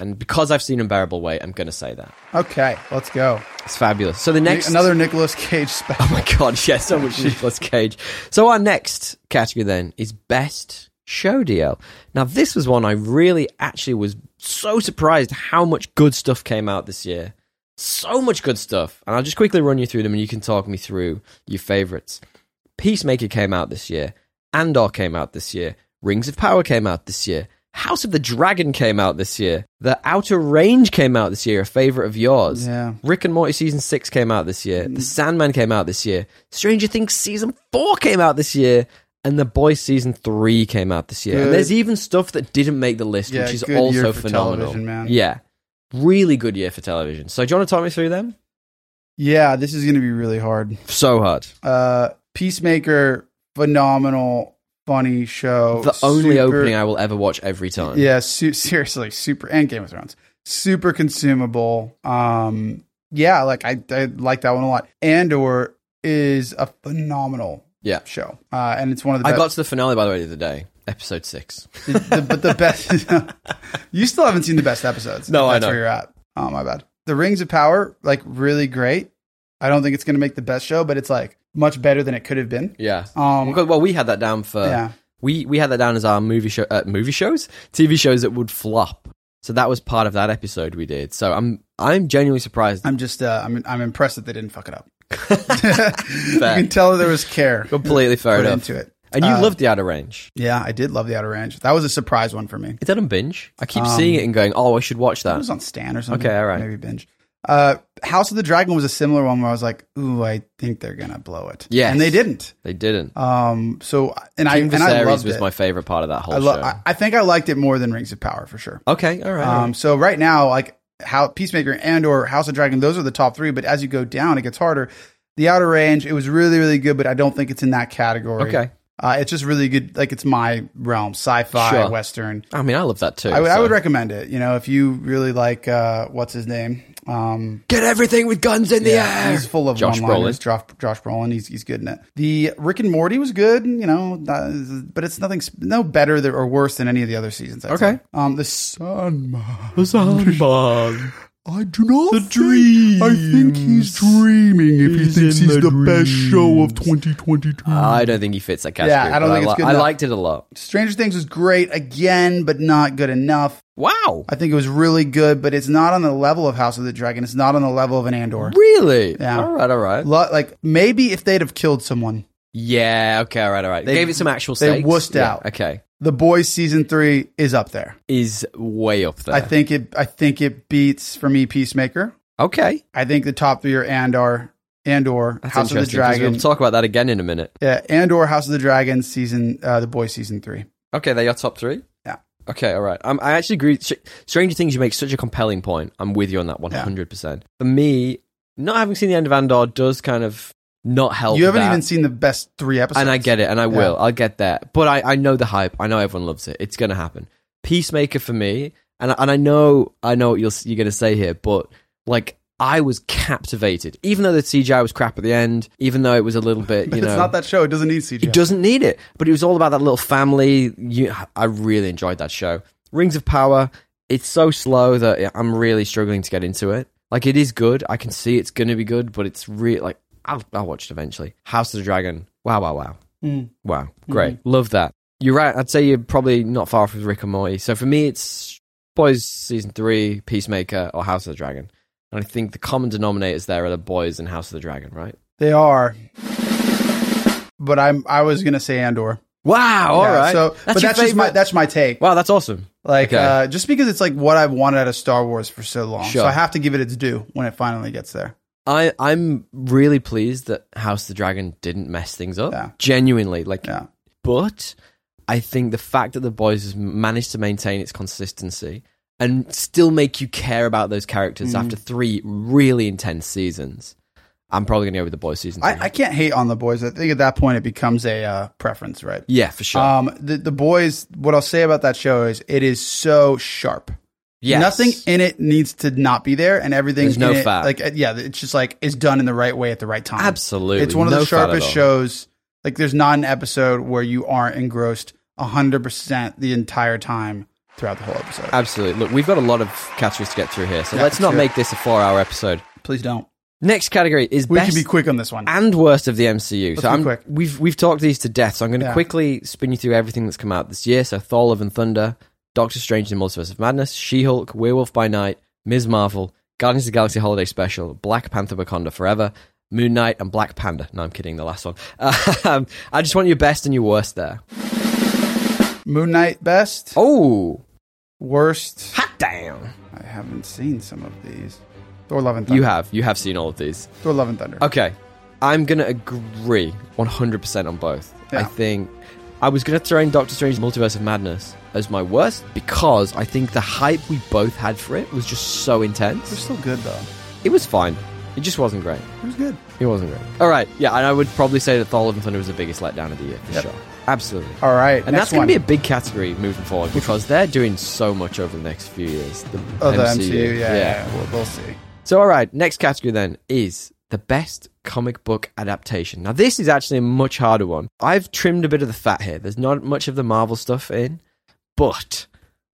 Speaker 1: And because I've seen unbearable weight, I'm going to say that
Speaker 2: okay, let's go.
Speaker 1: it's fabulous. So the next,
Speaker 2: Another Nicolas Cage special.
Speaker 1: oh my god, yeah, so much Nicolas Cage. So our next category then is best show DL. Now this was one I really actually was so surprised how much good stuff came out this year. So much good stuff, and I'll just quickly run you through them, and you can talk me through your favorites. Peacemaker came out this year. Andor came out this year. Rings of Power came out this year. House of the Dragon came out this year. The Outer Range came out this year, a favorite of yours.
Speaker 2: Yeah.
Speaker 1: Rick and Morty season six came out this year. The Sandman came out this year. Stranger Things season four came out this year. And The Boys season three came out this year. And
Speaker 2: Good.
Speaker 1: there's even stuff that didn't make the list,
Speaker 2: Yeah,
Speaker 1: which is
Speaker 2: good year
Speaker 1: also
Speaker 2: for
Speaker 1: phenomenal.
Speaker 2: television, man.
Speaker 1: Yeah. Really good year for television. So do you want to talk me through them?
Speaker 2: Yeah, this is going to be really hard.
Speaker 1: So hard.
Speaker 2: Uh, Peacemaker, phenomenal, funny show.
Speaker 1: The only
Speaker 2: Super-
Speaker 1: opening I will ever watch every time.
Speaker 2: Yeah, su- seriously, super and Game of Thrones, super consumable. Um, yeah, like I, I like that one a lot. Andor is a phenomenal
Speaker 1: Yeah.
Speaker 2: show, uh, and it's one of the
Speaker 1: I
Speaker 2: best,
Speaker 1: got to the finale by the way the other day, episode six.
Speaker 2: the, the, but the best. you still haven't seen the best episodes.
Speaker 1: No,
Speaker 2: if
Speaker 1: I
Speaker 2: that's
Speaker 1: know.
Speaker 2: where you're at. Oh my bad. The Rings of Power, like really great. I don't think it's going to make the best show, but it's like much better than it could have been.
Speaker 1: Yeah.
Speaker 2: Um,
Speaker 1: Oh, Well, we had that down for
Speaker 2: yeah,
Speaker 1: we we had that down as our movie show uh, movie shows TV shows that would flop. So that was part of that episode we did. So I'm I'm genuinely surprised.
Speaker 2: I'm just uh, I'm I'm impressed that they didn't fuck it up. you can tell there was care
Speaker 1: Completely fair
Speaker 2: put
Speaker 1: enough.
Speaker 2: into it.
Speaker 1: And you
Speaker 2: Uh,
Speaker 1: loved the Outer Range.
Speaker 2: Yeah, I did love the Outer Range. That was a surprise one for me.
Speaker 1: Is that on binge? I keep
Speaker 2: um,
Speaker 1: seeing it and going, oh, I should watch
Speaker 2: It
Speaker 1: that.
Speaker 2: was on Stan or something.
Speaker 1: Okay, all right.
Speaker 2: Maybe binge. Uh, House of the Dragon was a similar one where I was like, "Ooh, I think they're gonna blow it."
Speaker 1: Yes.
Speaker 2: and they didn't.
Speaker 1: They didn't.
Speaker 2: Um, so and I
Speaker 1: King
Speaker 2: and I
Speaker 1: Viserys
Speaker 2: loved
Speaker 1: was
Speaker 2: it.
Speaker 1: my favorite part of that whole
Speaker 2: I, lo-
Speaker 1: show.
Speaker 2: I, I think I liked it more than Rings of Power for sure.
Speaker 1: okay, all right.
Speaker 2: Um, so right now, like how Peacemaker and or House of Dragon, those are the top three. But as you go down, it gets harder. The Outer Range, it was really really good, but I don't think it's in that category.
Speaker 1: okay.
Speaker 2: uh, it's just really good. Like it's my realm, sci-fi,
Speaker 1: Sure.
Speaker 2: western.
Speaker 1: I mean, I love that too.
Speaker 2: I would I
Speaker 1: so-
Speaker 2: would recommend it. You know, if you really like uh, what's his name, um,
Speaker 1: get everything with guns in the air.
Speaker 2: he's full of
Speaker 1: Josh
Speaker 2: one-liners. Josh, Josh Brolin, he's he's good in it. The Rick and Morty was good. You know, not- but it's nothing sp- no better than, or worse than any of the other seasons. I'd
Speaker 1: Okay.
Speaker 2: say. Um, the Sandman.
Speaker 1: Brolin.
Speaker 2: I do not. The
Speaker 1: dreams.
Speaker 2: I think he's dreaming if
Speaker 1: He's
Speaker 2: he thinks
Speaker 1: in
Speaker 2: he's the,
Speaker 1: the
Speaker 2: best show of 2022.
Speaker 1: I don't think he fits that category.
Speaker 2: Yeah, I don't
Speaker 1: but
Speaker 2: think it's
Speaker 1: li-
Speaker 2: good
Speaker 1: I
Speaker 2: enough.
Speaker 1: liked it a lot.
Speaker 2: Stranger Things was great again, but not good enough.
Speaker 1: Wow,
Speaker 2: I think it was really good, but it's not on the level of House of the Dragon. It's not on the level of an Andor.
Speaker 1: really?
Speaker 2: Yeah.
Speaker 1: All right, all right.
Speaker 2: Lo- like maybe if they'd have killed someone.
Speaker 1: Yeah. Okay. All right. All right.
Speaker 2: They-
Speaker 1: Gave it some actual.
Speaker 2: they
Speaker 1: stakes.
Speaker 2: wussed
Speaker 1: Yeah,
Speaker 2: out.
Speaker 1: Okay.
Speaker 2: The Boys season three is up there.
Speaker 1: Is way up there.
Speaker 2: I think it. I think it beats for me Peacemaker.
Speaker 1: okay.
Speaker 2: I think the top three are Andor, Andor,
Speaker 1: That's
Speaker 2: House of the
Speaker 1: interesting. 'cause
Speaker 2: Dragon,
Speaker 1: We'll talk about that again in a minute.
Speaker 2: yeah, Andor, House of the Dragon season, uh, the Boys season three.
Speaker 1: Okay. They're your top three.
Speaker 2: Yeah.
Speaker 1: Okay. All right. Um, I actually agree. Str- Stranger Things. You make such a compelling point. I'm with you on that one
Speaker 2: Yeah.
Speaker 1: hundred percent. For me, not having seen the end of Andor does kind of not help.
Speaker 2: You haven't
Speaker 1: that.
Speaker 2: even seen the best three episodes,
Speaker 1: and I get it, and I
Speaker 2: Yeah.
Speaker 1: will. I'll get that. But I, I know the hype. I know everyone loves it. It's going to happen. Peacemaker for me, and I- and I know I know what you're you're going to say here, but like I was captivated, even though the CGI was crap at the end, even though it was a little bit, you
Speaker 2: it's
Speaker 1: know,
Speaker 2: not that show. It doesn't need CGI.
Speaker 1: it doesn't need it. But it was all about that little family. You, I really enjoyed that show. Rings of Power. It's so slow that I'm really struggling to get into it. Like it is good. I can see it's going to be good, but it's really like I'll, I'll watch it eventually. House of the Dragon. Wow, wow, wow.
Speaker 2: Mm.
Speaker 1: Wow, great. Love that. You're right. I'd say you're probably not far off with Rick and Morty. So for me, it's Boys Season 3, Peacemaker, or House of the Dragon. And I think the common denominators there are the Boys and House of the Dragon, right?
Speaker 2: They are. But I'm. I was gonna say Andor.
Speaker 1: Wow, all right.
Speaker 2: Yeah, So, but
Speaker 1: your
Speaker 2: that's just my
Speaker 1: favorite-
Speaker 2: that's my take.
Speaker 1: Wow, that's awesome.
Speaker 2: Like,
Speaker 1: Okay.
Speaker 2: uh, just because it's like what I've wanted out of Star Wars for so long,
Speaker 1: Sure.
Speaker 2: so I have to give it its due when it finally gets there.
Speaker 1: I, I'm really pleased that House of the Dragon didn't mess things up.
Speaker 2: Yeah.
Speaker 1: Genuinely. Like,
Speaker 2: Yeah.
Speaker 1: but I think the fact that the boys has managed to maintain its consistency and still make you care about those characters
Speaker 2: Mm.
Speaker 1: after three really intense seasons. I'm probably going to go with the boys season. three.
Speaker 2: I, I can't hate on the boys. I think at that point it becomes a uh, preference, right?
Speaker 1: yeah, for sure.
Speaker 2: Um, the the boys. What I'll say about that show is it is so sharp.
Speaker 1: yes.
Speaker 2: Nothing in it needs to not be there, and everything.
Speaker 1: There's no
Speaker 2: in it-
Speaker 1: fat.
Speaker 2: Like, uh, yeah, it's just like it's done in the right way at the right time.
Speaker 1: Absolutely.
Speaker 2: It's one of
Speaker 1: No
Speaker 2: the
Speaker 1: fat at
Speaker 2: sharpest
Speaker 1: all.
Speaker 2: shows. Like, there's not an episode where you aren't engrossed 100% the entire time throughout the whole episode.
Speaker 1: Absolutely. Look, we've got a lot of categories to get through here, so
Speaker 2: Yeah,
Speaker 1: let's not
Speaker 2: sure.
Speaker 1: make this a four-hour episode.
Speaker 2: Please don't.
Speaker 1: Next category is
Speaker 2: We
Speaker 1: best
Speaker 2: should be quick on this one.
Speaker 1: and worst of the MCU. so
Speaker 2: be
Speaker 1: I'm,
Speaker 2: quick.
Speaker 1: we've we've talked these to death. So I'm going to
Speaker 2: Yeah.
Speaker 1: quickly spin you through everything that's come out this year. So Thor: Love and Thunder, Doctor Strange in the Multiverse of Madness, She-Hulk, Werewolf by Night, Ms. Marvel, Guardians of the Galaxy Holiday Special, Black Panther: Wakanda Forever, Moon Knight, and Black Panda. No, I'm kidding. The last one. Um, I just want your best and your worst there.
Speaker 2: Moon Knight best,
Speaker 1: Oh,
Speaker 2: worst.
Speaker 1: hot damn!
Speaker 2: I haven't seen some of these. Thor Love and Thunder.
Speaker 1: You have you have seen all of these.
Speaker 2: Thor Love and Thunder.
Speaker 1: Okay. I'm going to agree 100% on both.
Speaker 2: Yeah.
Speaker 1: I think I was going to throw in Doctor Strange Multiverse of Madness as my worst because I think the hype we both had for it was just so
Speaker 2: They're
Speaker 1: intense.
Speaker 2: still good, though.
Speaker 1: It was fine. It just wasn't great.
Speaker 2: It was good.
Speaker 1: It wasn't great. All right. Yeah, and I would probably say that Thor Love and Thunder was the biggest letdown of the year, for
Speaker 2: Yep.
Speaker 1: sure. Absolutely.
Speaker 2: All right.
Speaker 1: And that's going to be a big category moving forward because they're doing so much over the next few years. The
Speaker 2: Oh, the MCU. Yeah, yeah. yeah. We'll, we'll see.
Speaker 1: so, all right, next category then is the best comic book adaptation. Now, this is actually a much harder one. I've trimmed a bit of the fat here. There's not much of the Marvel stuff in, but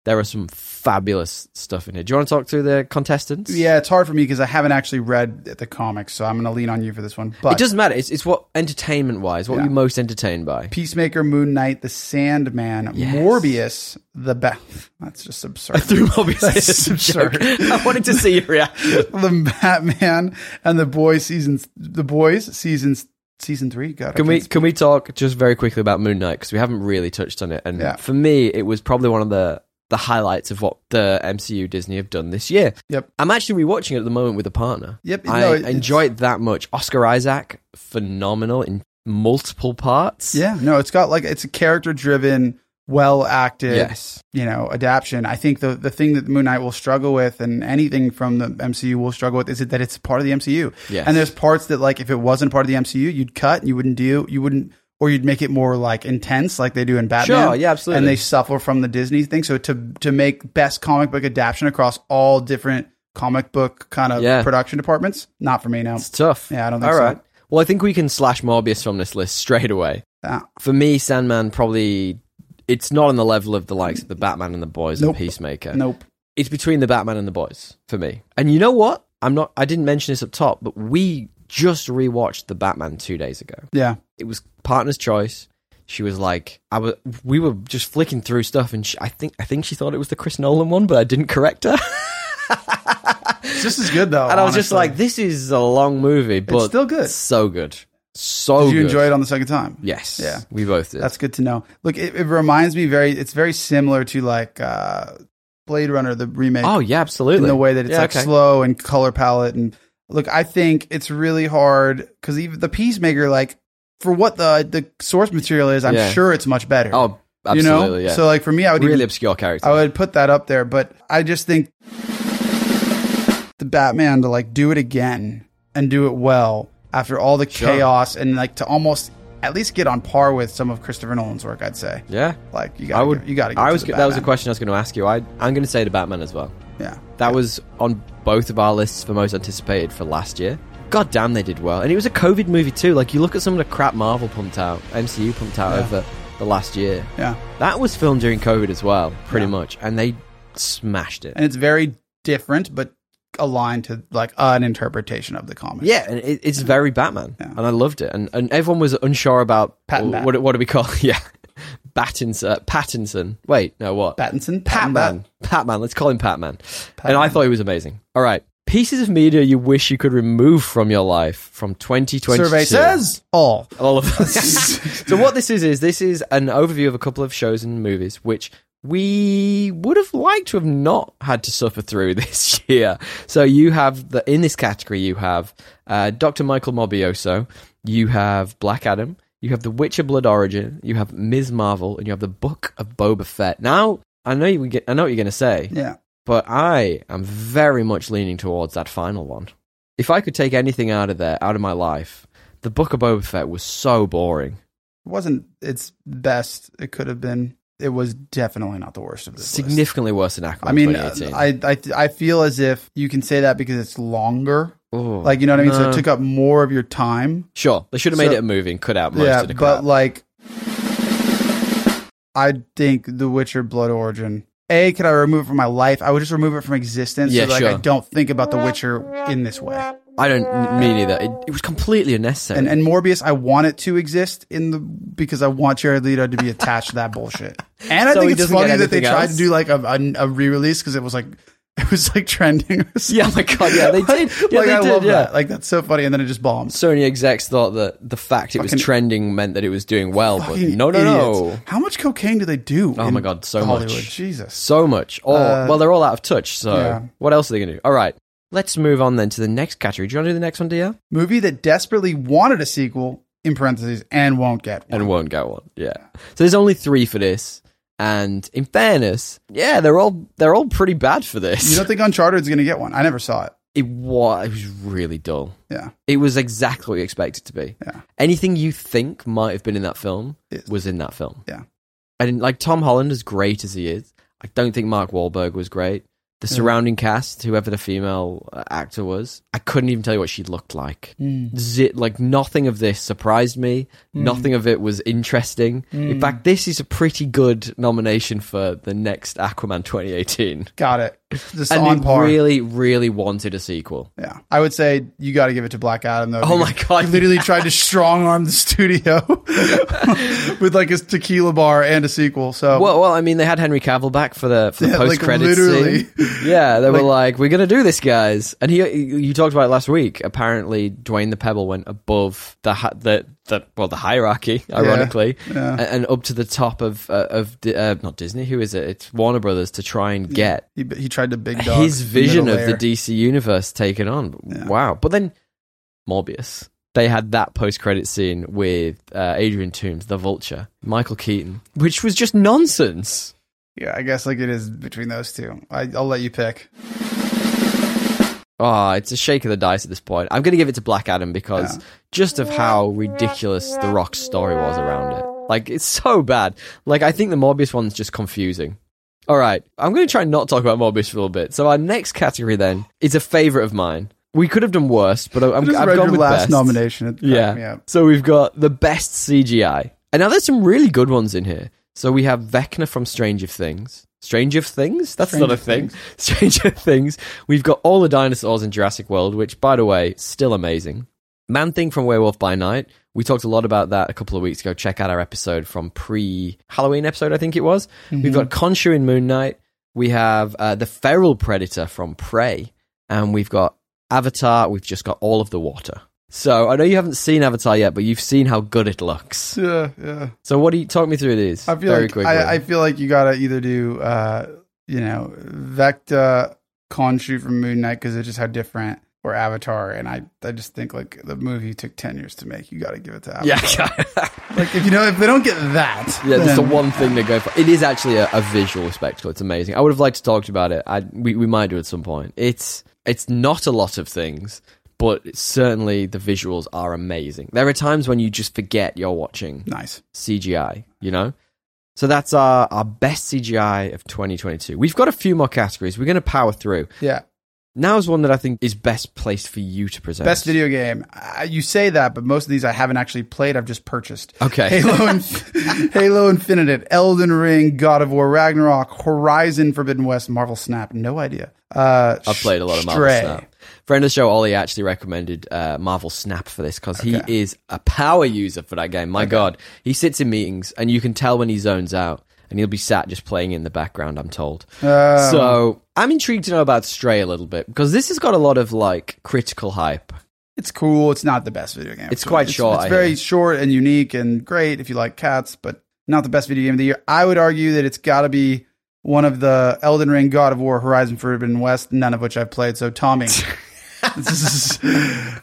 Speaker 1: there are some fabulous stuff in here. Do you want to talk through the contestants?
Speaker 2: Yeah, it's hard for me because I haven't actually read the comics, so I'm going to lean on you for this one. But
Speaker 1: It doesn't matter. It's, it's what entertainment wise, what were
Speaker 2: Yeah.
Speaker 1: you most entertained by?
Speaker 2: Peacemaker, Moon Knight, The Sandman,
Speaker 1: Yes.
Speaker 2: Morbius, The Bat. That's just absurd.
Speaker 1: Through Bobby's
Speaker 2: That's
Speaker 1: as a joke.
Speaker 2: absurd.
Speaker 1: I wanted to see your reaction.
Speaker 2: the Batman and the Boys seasons. The Boys seasons season three. God, I
Speaker 1: Can we
Speaker 2: can't-
Speaker 1: can we talk just very quickly about Moon Knight because we haven't really touched on it? And
Speaker 2: Yeah.
Speaker 1: for me, it was probably one of the the highlights of what the MCU Disney have done this year.
Speaker 2: Yep.
Speaker 1: I'm actually rewatching it at the moment with a partner.
Speaker 2: Yep,
Speaker 1: I
Speaker 2: no, it- it's-
Speaker 1: enjoy it that much. Oscar Isaac, phenomenal in multiple parts.
Speaker 2: Yeah, no, it's got like it's a character driven, well acted,
Speaker 1: Yes.
Speaker 2: you know, adaptation. I think the the thing that Moon Knight will struggle with, and anything from the MCU will struggle with, is it that it's part of the MCU.
Speaker 1: Yes.
Speaker 2: And there's parts that like if it wasn't part of the MCU, you'd cut, you wouldn't do, you wouldn't. Or you'd make it more like intense, like they do in Batman.
Speaker 1: Sure, yeah, absolutely.
Speaker 2: And they suffer from the Disney thing. So to to make best comic book adaptation across all different comic book kind of
Speaker 1: Yeah.
Speaker 2: production departments, not for me now.
Speaker 1: It's tough.
Speaker 2: Yeah, I don't think
Speaker 1: All
Speaker 2: so.
Speaker 1: right. Well, I think we can slash Morbius from this list straight away.
Speaker 2: Ah.
Speaker 1: For me, Sandman probably it's not on the level of the likes of the Batman and the Boys
Speaker 2: Nope.
Speaker 1: and Peacemaker.
Speaker 2: Nope.
Speaker 1: it's between the Batman and the boys for me. And you know what? I'm not. I didn't mention this up top, but we just rewatched the Batman two days ago.
Speaker 2: Yeah.
Speaker 1: It was partner's choice. She was like, I was. We were just flicking through stuff, and she, I think I think she thought it was the Chris Nolan one, but I didn't correct her.
Speaker 2: This is good though.
Speaker 1: and I was just
Speaker 2: honestly.
Speaker 1: like, this is a long movie, but
Speaker 2: still good.
Speaker 1: So good. So
Speaker 2: Did you
Speaker 1: Oh, good.
Speaker 2: enjoy it on the second time?
Speaker 1: Yes.
Speaker 2: Yeah.
Speaker 1: We both did.
Speaker 2: That's good to know. Look, it, it reminds me very. It's very similar to like uh, Blade Runner, the remake,
Speaker 1: oh yeah, absolutely.
Speaker 2: in the way that it's
Speaker 1: Yeah,
Speaker 2: like
Speaker 1: okay.
Speaker 2: slow and color palette. And look, I think it's really hard because even the Peacemaker, like for what the the source material is, I'm
Speaker 1: Yeah.
Speaker 2: sure it's much better.
Speaker 1: Oh,
Speaker 2: you
Speaker 1: absolutely.
Speaker 2: know.
Speaker 1: yeah.
Speaker 2: So like for me, I would
Speaker 1: really
Speaker 2: even-
Speaker 1: obscure character.
Speaker 2: I would put that up there, but I just think the Batman to like do it again and do it well after all the
Speaker 1: Sure.
Speaker 2: chaos and like to almost at least get on par with some of Christopher Nolan's work. I'd say
Speaker 1: yeah.
Speaker 2: like you
Speaker 1: I
Speaker 2: got
Speaker 1: would.
Speaker 2: you got to.
Speaker 1: I was.
Speaker 2: the
Speaker 1: That was a
Speaker 2: Batman.
Speaker 1: question I was going to ask you. I, I'm going to say the Batman as well.
Speaker 2: Yeah.
Speaker 1: That was on both of our lists for most anticipated for last year. God damn, they did well. And it was a COVID movie too. Like you look at some of the crap Marvel pumped out, MCU pumped out
Speaker 2: Yeah.
Speaker 1: over the last year.
Speaker 2: Yeah.
Speaker 1: That was filmed during COVID as well, pretty
Speaker 2: Yeah.
Speaker 1: much, and they smashed it.
Speaker 2: And it's very different, but aligned to like an interpretation of the comic.
Speaker 1: yeah, and it, it's very Batman,
Speaker 2: Yeah.
Speaker 1: and I loved it. And and everyone was unsure about
Speaker 2: Pat and
Speaker 1: wh-
Speaker 2: Bat.
Speaker 1: what what do we call? Yeah, Pattinson. Uh, Pattinson. Wait, no, what?
Speaker 2: Pattinson.
Speaker 1: Patman. Patman. Let's call him Patman. And I thought he was amazing. All right. Pieces of media you wish you could remove from your life from 2022.
Speaker 2: Survey says all.
Speaker 1: All of us. so what this is is this is an overview of a couple of shows and movies which we would have liked to have not had to suffer through this year. So you have the in this category you have uh, Dr. Michael Mobioso, you have Black Adam, you have The Witcher Blood Origin, you have Ms. Marvel, and you have the Book of Boba Fett. Now I know you get, I know what you're going to say,
Speaker 2: Yeah.
Speaker 1: but I am very much leaning towards that final one. If I could take anything out of there, out of my life, the Book of Boba Fett was so boring.
Speaker 2: It wasn't its best it could have been. It was definitely not the worst of this. list.
Speaker 1: Significantly worse than Aquaman
Speaker 2: I mean, uh,
Speaker 1: 2018.
Speaker 2: I, I I feel as if you can say that because it's longer.
Speaker 1: Ooh.
Speaker 2: Like you know what I mean. So
Speaker 1: No.
Speaker 2: it took up more of your time.
Speaker 1: sure, they should have made
Speaker 2: So-
Speaker 1: it a movie and cut out most
Speaker 2: yeah,
Speaker 1: of the crap.
Speaker 2: but like, I think The Witcher Blood Origin. A, could I remove it from my life? I would just remove it from existence.
Speaker 1: Yeah,
Speaker 2: so like
Speaker 1: sure.
Speaker 2: I don't think about The Witcher in this way.
Speaker 1: I don't mean either. It, it was completely unnecessary.
Speaker 2: And and Morbius, I want it to exist in the because I want Jared Leto to be attached to that bullshit. And I
Speaker 1: So he
Speaker 2: think it's
Speaker 1: doesn't get
Speaker 2: funny that they
Speaker 1: anything
Speaker 2: tried
Speaker 1: else?
Speaker 2: to do like a, a, a re-release because it was like it was like trending. Or something.
Speaker 1: yeah, oh my god, yeah, they did. Yeah,
Speaker 2: like
Speaker 1: they
Speaker 2: I
Speaker 1: did.
Speaker 2: love
Speaker 1: yeah.
Speaker 2: that. Like that's so funny. And then it just bombs.
Speaker 1: Sony execs thought that the fact it was
Speaker 2: Fucking-
Speaker 1: trending meant that it was doing well, but
Speaker 2: Fucking
Speaker 1: no, no, no.
Speaker 2: idiots. How much cocaine do they do?
Speaker 1: Oh
Speaker 2: in
Speaker 1: my God, so
Speaker 2: Hollywood?
Speaker 1: much.
Speaker 2: Jesus.
Speaker 1: So much. Or
Speaker 2: Uh,
Speaker 1: well, they're all out of touch. So
Speaker 2: yeah.
Speaker 1: what else are they gonna do? All right, let's move on then to the next category. Do you want to do the next one, Dia?
Speaker 2: Movie that desperately wanted a sequel in parentheses and won't get one.
Speaker 1: And won't get one. Yeah. So there's only three for this. And in fairness, yeah, they're all they're all pretty bad for this.
Speaker 2: you don't think Uncharted is going to get one? I never saw it.
Speaker 1: it was it was really dull.
Speaker 2: Yeah.
Speaker 1: It was exactly what you expect it to be.
Speaker 2: Yeah.
Speaker 1: Anything you think might have been in that film
Speaker 2: Yes.
Speaker 1: was in that film.
Speaker 2: Yeah.
Speaker 1: I didn't like Tom Holland as great as he is. I don't think Mark Wahlberg was great. The
Speaker 2: Yeah.
Speaker 1: surrounding cast, whoever the female uh, actor was, I couldn't even tell you what she looked like.
Speaker 2: Mm.
Speaker 1: Zit, like nothing of this surprised me. Nothing of it was interesting.
Speaker 2: Mm.
Speaker 1: In fact, this is a pretty good nomination for the next Aquaman 2018.
Speaker 2: Got it. Just
Speaker 1: And
Speaker 2: on
Speaker 1: it
Speaker 2: par.
Speaker 1: really, really wanted a sequel.
Speaker 2: Yeah, I would say you got to give it to Black Adam though.
Speaker 1: Oh my
Speaker 2: because
Speaker 1: God.
Speaker 2: He literally tried to strong arm the studio with like his tequila bar and a sequel. So
Speaker 1: Well, well, I mean, they had Henry Cavill back for the, for the
Speaker 2: Yeah, like,
Speaker 1: post credits
Speaker 2: literally.
Speaker 1: scene. Yeah, they were like, "We're gonna do this, guys." And he, you talked about it last week. Apparently, Dwayne the Pebble went above the hi- the, the well, the hierarchy, ironically,
Speaker 2: yeah.
Speaker 1: a- and up to the top of uh, of Di- uh, not Disney. Who is it? It's Warner Brothers to try and get
Speaker 2: he, he tried to big dog
Speaker 1: his
Speaker 2: the
Speaker 1: vision
Speaker 2: middle
Speaker 1: of the
Speaker 2: layer.
Speaker 1: DC universe taken on. Wow! But then Morbius. They had that post credit scene with uh, Adrian Toomes, the Vulture, Michael Keaton, which was just nonsense.
Speaker 2: Yeah, I guess like it is between those two. I, I'll let you pick.
Speaker 1: Ah, it's a shake of the dice at this point. I'm going to give it to Black Adam because just of how ridiculous The Rock's story was around it. Like, it's so bad. Like, I think the Morbius one's just confusing. All right, I'm going to try and not talk about Morbius for a little bit. So, our next category then is a favorite of mine. We could have done worse, but I- I'm,
Speaker 2: I just
Speaker 1: I've
Speaker 2: read
Speaker 1: gone
Speaker 2: your
Speaker 1: with
Speaker 2: last
Speaker 1: best.
Speaker 2: nomination. It
Speaker 1: Yeah.
Speaker 2: cracked me up.
Speaker 1: So we've got the best CGI. And now there's some really good ones in here. So we have Vecna from Stranger Things. Stranger Things? That's not
Speaker 2: Stranger
Speaker 1: a thing. Stranger Things. We've got all the dinosaurs in Jurassic World, which, by the way, still amazing. Man Thing from Werewolf by Night. We talked a lot about that a couple of weeks ago. Check out our episode from pre Halloween episode, I think it was.
Speaker 2: Mm-hmm.
Speaker 1: We've got Khonshu in Moon Knight. We have uh, the Feral Predator from Prey. And we've got Avatar. We've just got all of the water. So I know you haven't seen Avatar yet, but you've seen how good it looks.
Speaker 2: Yeah, yeah.
Speaker 1: So what do you talk me through these
Speaker 2: I feel
Speaker 1: very
Speaker 2: like
Speaker 1: quickly?
Speaker 2: I, I feel like you gotta either do uh you know Vecta Khonshu from Moon Knight because it's just how different or Avatar and I I just think like the movie took ten years to make you gotta give it to Avatar.
Speaker 1: yeah,
Speaker 2: like if you know if they don't get that
Speaker 1: yeah. That's the
Speaker 2: then-
Speaker 1: one thing they go for. It is actually a, a visual spectacle. It's amazing. I would have liked to talk about it. I, we we might do at some point. It's it's not a lot of things, but certainly the visuals are amazing. There are times when you just forget you're watching
Speaker 2: nice
Speaker 1: CGI. You know, So that's our, our best CGI of 2022. We've got a few more categories. We're going to power through.
Speaker 2: Yeah.
Speaker 1: Now is one that I think is best placed for you to present.
Speaker 2: Best video game. Uh, you say that, but most of these I haven't actually played. I've just purchased.
Speaker 1: Okay.
Speaker 2: Halo, and Halo Infinite, Elden Ring, God of War, Ragnarok, Horizon, Forbidden West, Marvel Snap. No idea. Uh,
Speaker 1: I've played a lot of Marvel
Speaker 2: Stray.
Speaker 1: Snap. Friend of the show, Ollie, actually recommended uh, Marvel Snap for this because he is a power user for that game. My God. He sits in meetings and you can tell when he zones out and he'll be sat just playing in the background, I'm told.
Speaker 2: Um.
Speaker 1: so I'm intrigued to know about Stray a little bit because this has got a lot of like critical hype.
Speaker 2: It's cool. It's not the best video game.
Speaker 1: It's quite short,
Speaker 2: It's
Speaker 1: I
Speaker 2: very
Speaker 1: hear.
Speaker 2: short and unique and great if you like cats, but not the best video game of the year. I would argue that it's got to be one of the Elden Ring, God of War, Horizon Forbidden West, none of which I've played. So Tommy, this is,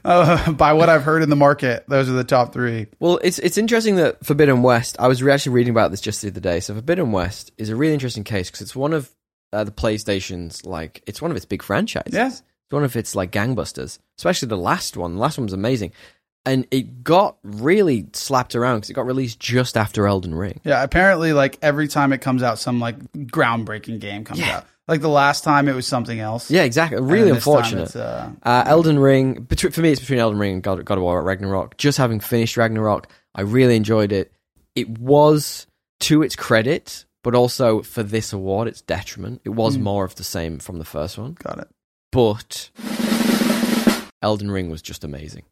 Speaker 2: uh, by what I've heard in the market, those are the top three.
Speaker 1: Well, it's it's interesting that Forbidden West. I was re- actually reading about this just the other day. So Forbidden West is a really interesting case because it's one of uh, the PlayStation's like it's one of its big franchises.
Speaker 2: Yeah.
Speaker 1: It's one of its like gangbusters, especially the last one. The last one was amazing, and it got really slapped around because it got released just after Elden Ring.
Speaker 2: Yeah, apparently, like every time it comes out, some like groundbreaking game comes out. Like the last time, it was something else.
Speaker 1: Yeah, exactly.
Speaker 2: And
Speaker 1: Really
Speaker 2: this time
Speaker 1: unfortunate.
Speaker 2: it's, uh,
Speaker 1: Uh, Elden Ring, between, for me, it's between Elden Ring and God, God of War Ragnarok. Just having finished Ragnarok, I really enjoyed it. It was to its credit, but also for this award, its detriment. It
Speaker 2: Hmm.
Speaker 1: was more of the same from the first one,
Speaker 2: got it.
Speaker 1: but Elden Ring was just amazing.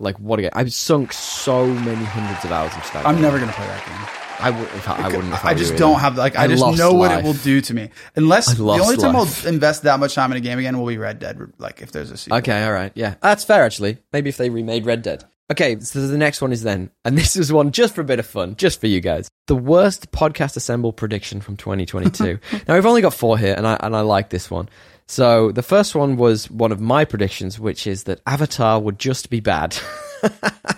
Speaker 1: Like what a game! I've sunk so many hundreds of hours into that.
Speaker 2: I'm
Speaker 1: game.
Speaker 2: never gonna play that game.
Speaker 1: I would. If I, I wouldn't. If Mm, I,
Speaker 2: I
Speaker 1: were
Speaker 2: just
Speaker 1: you
Speaker 2: don't
Speaker 1: either.
Speaker 2: have like I,
Speaker 1: I
Speaker 2: just
Speaker 1: lost
Speaker 2: know what
Speaker 1: life.
Speaker 2: it will do to me. Unless
Speaker 1: I
Speaker 2: the
Speaker 1: lost
Speaker 2: only time
Speaker 1: life.
Speaker 2: I'll invest that much time in a game again will be Red Dead. Like if there's a sequel.
Speaker 1: Okay, all right. Yeah, that's fair, actually. Maybe if they remade Red Dead. Okay, so the next one is then, and this is one just for a bit of fun, just for you guys. The worst podcast assemble prediction from 2022. now, we've only got four here, and I, and I like this one. So, the first one was one of my predictions, which is that Avatar would just be bad.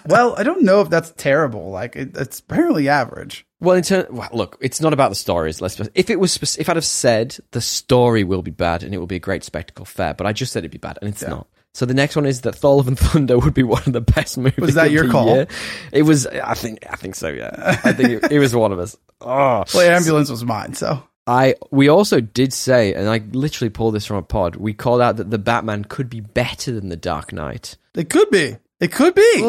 Speaker 2: Well, I don't know if that's terrible. Like it, it's apparently average.
Speaker 1: Well, in turn, well, look, it's not about the stories. Let's if it was spec- if I'd have said the story will be bad and it will be a great spectacle, fair. But I just said it'd be bad, and it's not. So the next one is that Thor Love and Thunder would be one of the best movies.
Speaker 2: Was that
Speaker 1: of
Speaker 2: your
Speaker 1: the
Speaker 2: call?
Speaker 1: year. It was. I think. I think so. Yeah. I think it, it was one of us. Oh,
Speaker 2: Well, ambulance was mine. So
Speaker 1: I. We also did say, and I literally pulled this from a pod. We called out that the Batman could be better than the Dark Knight.
Speaker 2: it could be. It could be.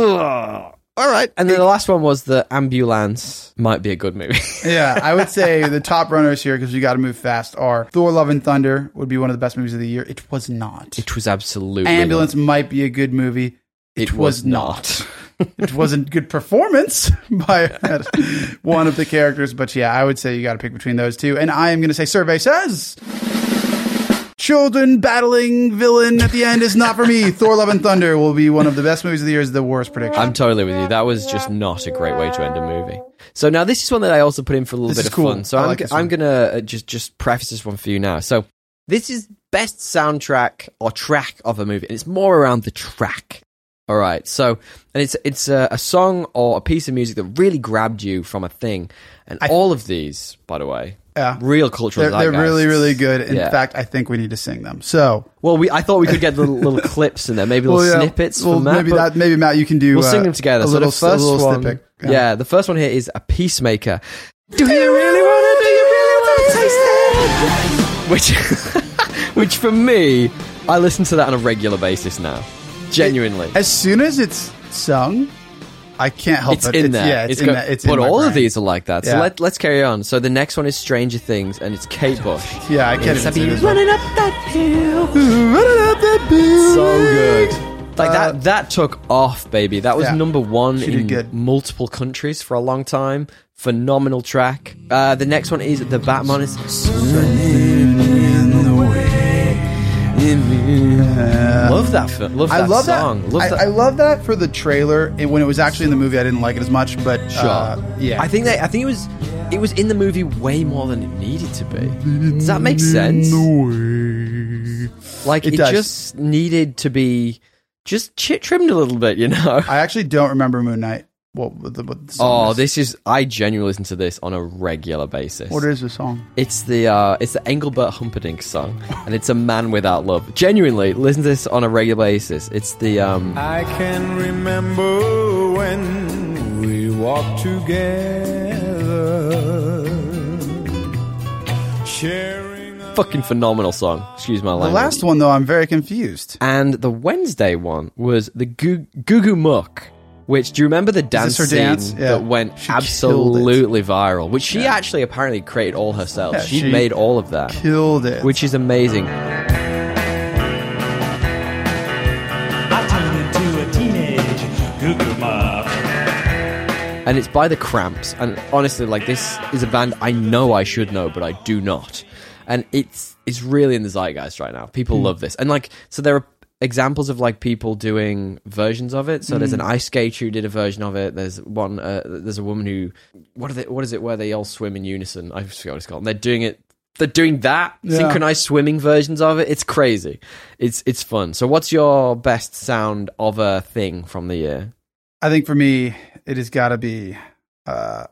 Speaker 1: All right. And then the last one was that Ambulance might be a good movie.
Speaker 2: yeah, I would say the top runners here because you got to move fast are Thor: Love and Thunder would be one of the best movies of the year. It was not.
Speaker 1: it was absolutely not.
Speaker 2: ambulance might be a good movie. It, was, not. it wasn't good performance by one of the characters, but yeah, I would say you got to pick between those two. And I am going to say survey says children battling villain at the end is not for me. Thor: Love and Thunder will be one of the best movies of the year. Is the worst prediction.
Speaker 1: I'm totally with you. That was just not a great way to end a movie. So now this is one that I also put in for a little
Speaker 2: This
Speaker 1: bit
Speaker 2: is
Speaker 1: of
Speaker 2: cool.
Speaker 1: fun. So
Speaker 2: I
Speaker 1: I'm,
Speaker 2: like
Speaker 1: g-
Speaker 2: this
Speaker 1: I'm
Speaker 2: one.
Speaker 1: gonna uh, just just preface this one for you now. So this is best soundtrack or track of a movie, and it's more around the track. All right. So and it's it's a, a song or a piece of music that really grabbed you from a thing, and all of these, by the way,
Speaker 2: Yeah.
Speaker 1: real cultural.
Speaker 2: they're, they're really,
Speaker 1: zeitgeists.
Speaker 2: really good. In
Speaker 1: Yeah.
Speaker 2: fact, I think we need to sing them. So,
Speaker 1: Well, we I thought we could get little, little clips in there, maybe little
Speaker 2: well, yeah,
Speaker 1: snippets.
Speaker 2: well,
Speaker 1: from that,
Speaker 2: maybe
Speaker 1: but-
Speaker 2: that. Maybe Matt, you can do.
Speaker 1: We'll
Speaker 2: uh,
Speaker 1: sing them together.
Speaker 2: A
Speaker 1: So
Speaker 2: little,
Speaker 1: the first
Speaker 2: a little
Speaker 1: one,
Speaker 2: snippet.
Speaker 1: Yeah. the first one here is a peacemaker. Do you really wanna? Do you really wanna taste it? Which, which for me, I listen to that on a regular basis now. Genuinely,
Speaker 2: As soon as it's sung, I can't help
Speaker 1: it's
Speaker 2: but
Speaker 1: in there.
Speaker 2: Yeah, it's, in
Speaker 1: go-
Speaker 2: there. It's in
Speaker 1: but
Speaker 2: my
Speaker 1: all of
Speaker 2: brain.
Speaker 1: these are like that. So
Speaker 2: Yeah.
Speaker 1: let, let's carry on. So the next one is Stranger Things, and it's Kate Bush.
Speaker 2: Yeah, I can't even
Speaker 1: Except
Speaker 2: do
Speaker 1: you
Speaker 2: this one.
Speaker 1: up that hill.
Speaker 2: Running up that bill.
Speaker 1: so good. Like
Speaker 2: Uh,
Speaker 1: that that took off, baby. That was
Speaker 2: Yeah.
Speaker 1: number one
Speaker 2: did
Speaker 1: in
Speaker 2: good.
Speaker 1: multiple countries for a long time. Phenomenal track. Uh, the next one is the Batman is love that fi- love
Speaker 2: I
Speaker 1: that
Speaker 2: love
Speaker 1: song.
Speaker 2: that.
Speaker 1: Love
Speaker 2: I,
Speaker 1: that.
Speaker 2: I love that for the trailer. It, when it was actually in the movie, I didn't like it as much. But
Speaker 1: Sure.
Speaker 2: uh, yeah,
Speaker 1: I think they, I think it was it was in the movie way more than it needed to be. Does that make sense? Like it,
Speaker 2: It does.
Speaker 1: just needed to be just chit trimmed a little bit, you know.
Speaker 2: I actually don't remember Moon Knight. What, what, the, what the song
Speaker 1: Oh,
Speaker 2: is.
Speaker 1: this is I genuinely listen to this on a regular basis.
Speaker 2: What is the song?
Speaker 1: It's the uh, it's the Engelbert Humperdinck song, and it's a man without love. Genuinely, listen to this on a regular basis. It's the um,
Speaker 2: Uh,
Speaker 3: I can remember when we walked together.
Speaker 1: Fucking phenomenal song. Excuse my
Speaker 2: The
Speaker 1: language.
Speaker 2: last one, though, I'm very confused.
Speaker 1: and the Wednesday one was the Goo Goo Goo Muck, which do you remember the dance
Speaker 2: this her
Speaker 1: scene
Speaker 2: dance? Yeah.
Speaker 1: that went
Speaker 2: She killed it.
Speaker 1: absolutely viral? Which she actually apparently created all herself.
Speaker 2: Yeah,
Speaker 1: she,
Speaker 2: she
Speaker 1: made all of that,
Speaker 2: Killed it.
Speaker 1: which is amazing.
Speaker 3: I turned into a teenage goo goo muck.
Speaker 1: And it's by the Cramps. And honestly, like this is a band I know I should know, but I do not. And it's it's really in the zeitgeist right now. People love this. And like so there are examples of like people doing versions of it. So there's an ice skate who did a version of it. There's one uh, there's a woman who what are they, what is it where they all swim in unison? I forgot what it's called. And they're doing it they're doing that
Speaker 2: Yeah.
Speaker 1: synchronized swimming versions of it. It's crazy. It's it's fun. So what's your best sound of a thing from the year?
Speaker 2: I think for me, it has got to be. Uh,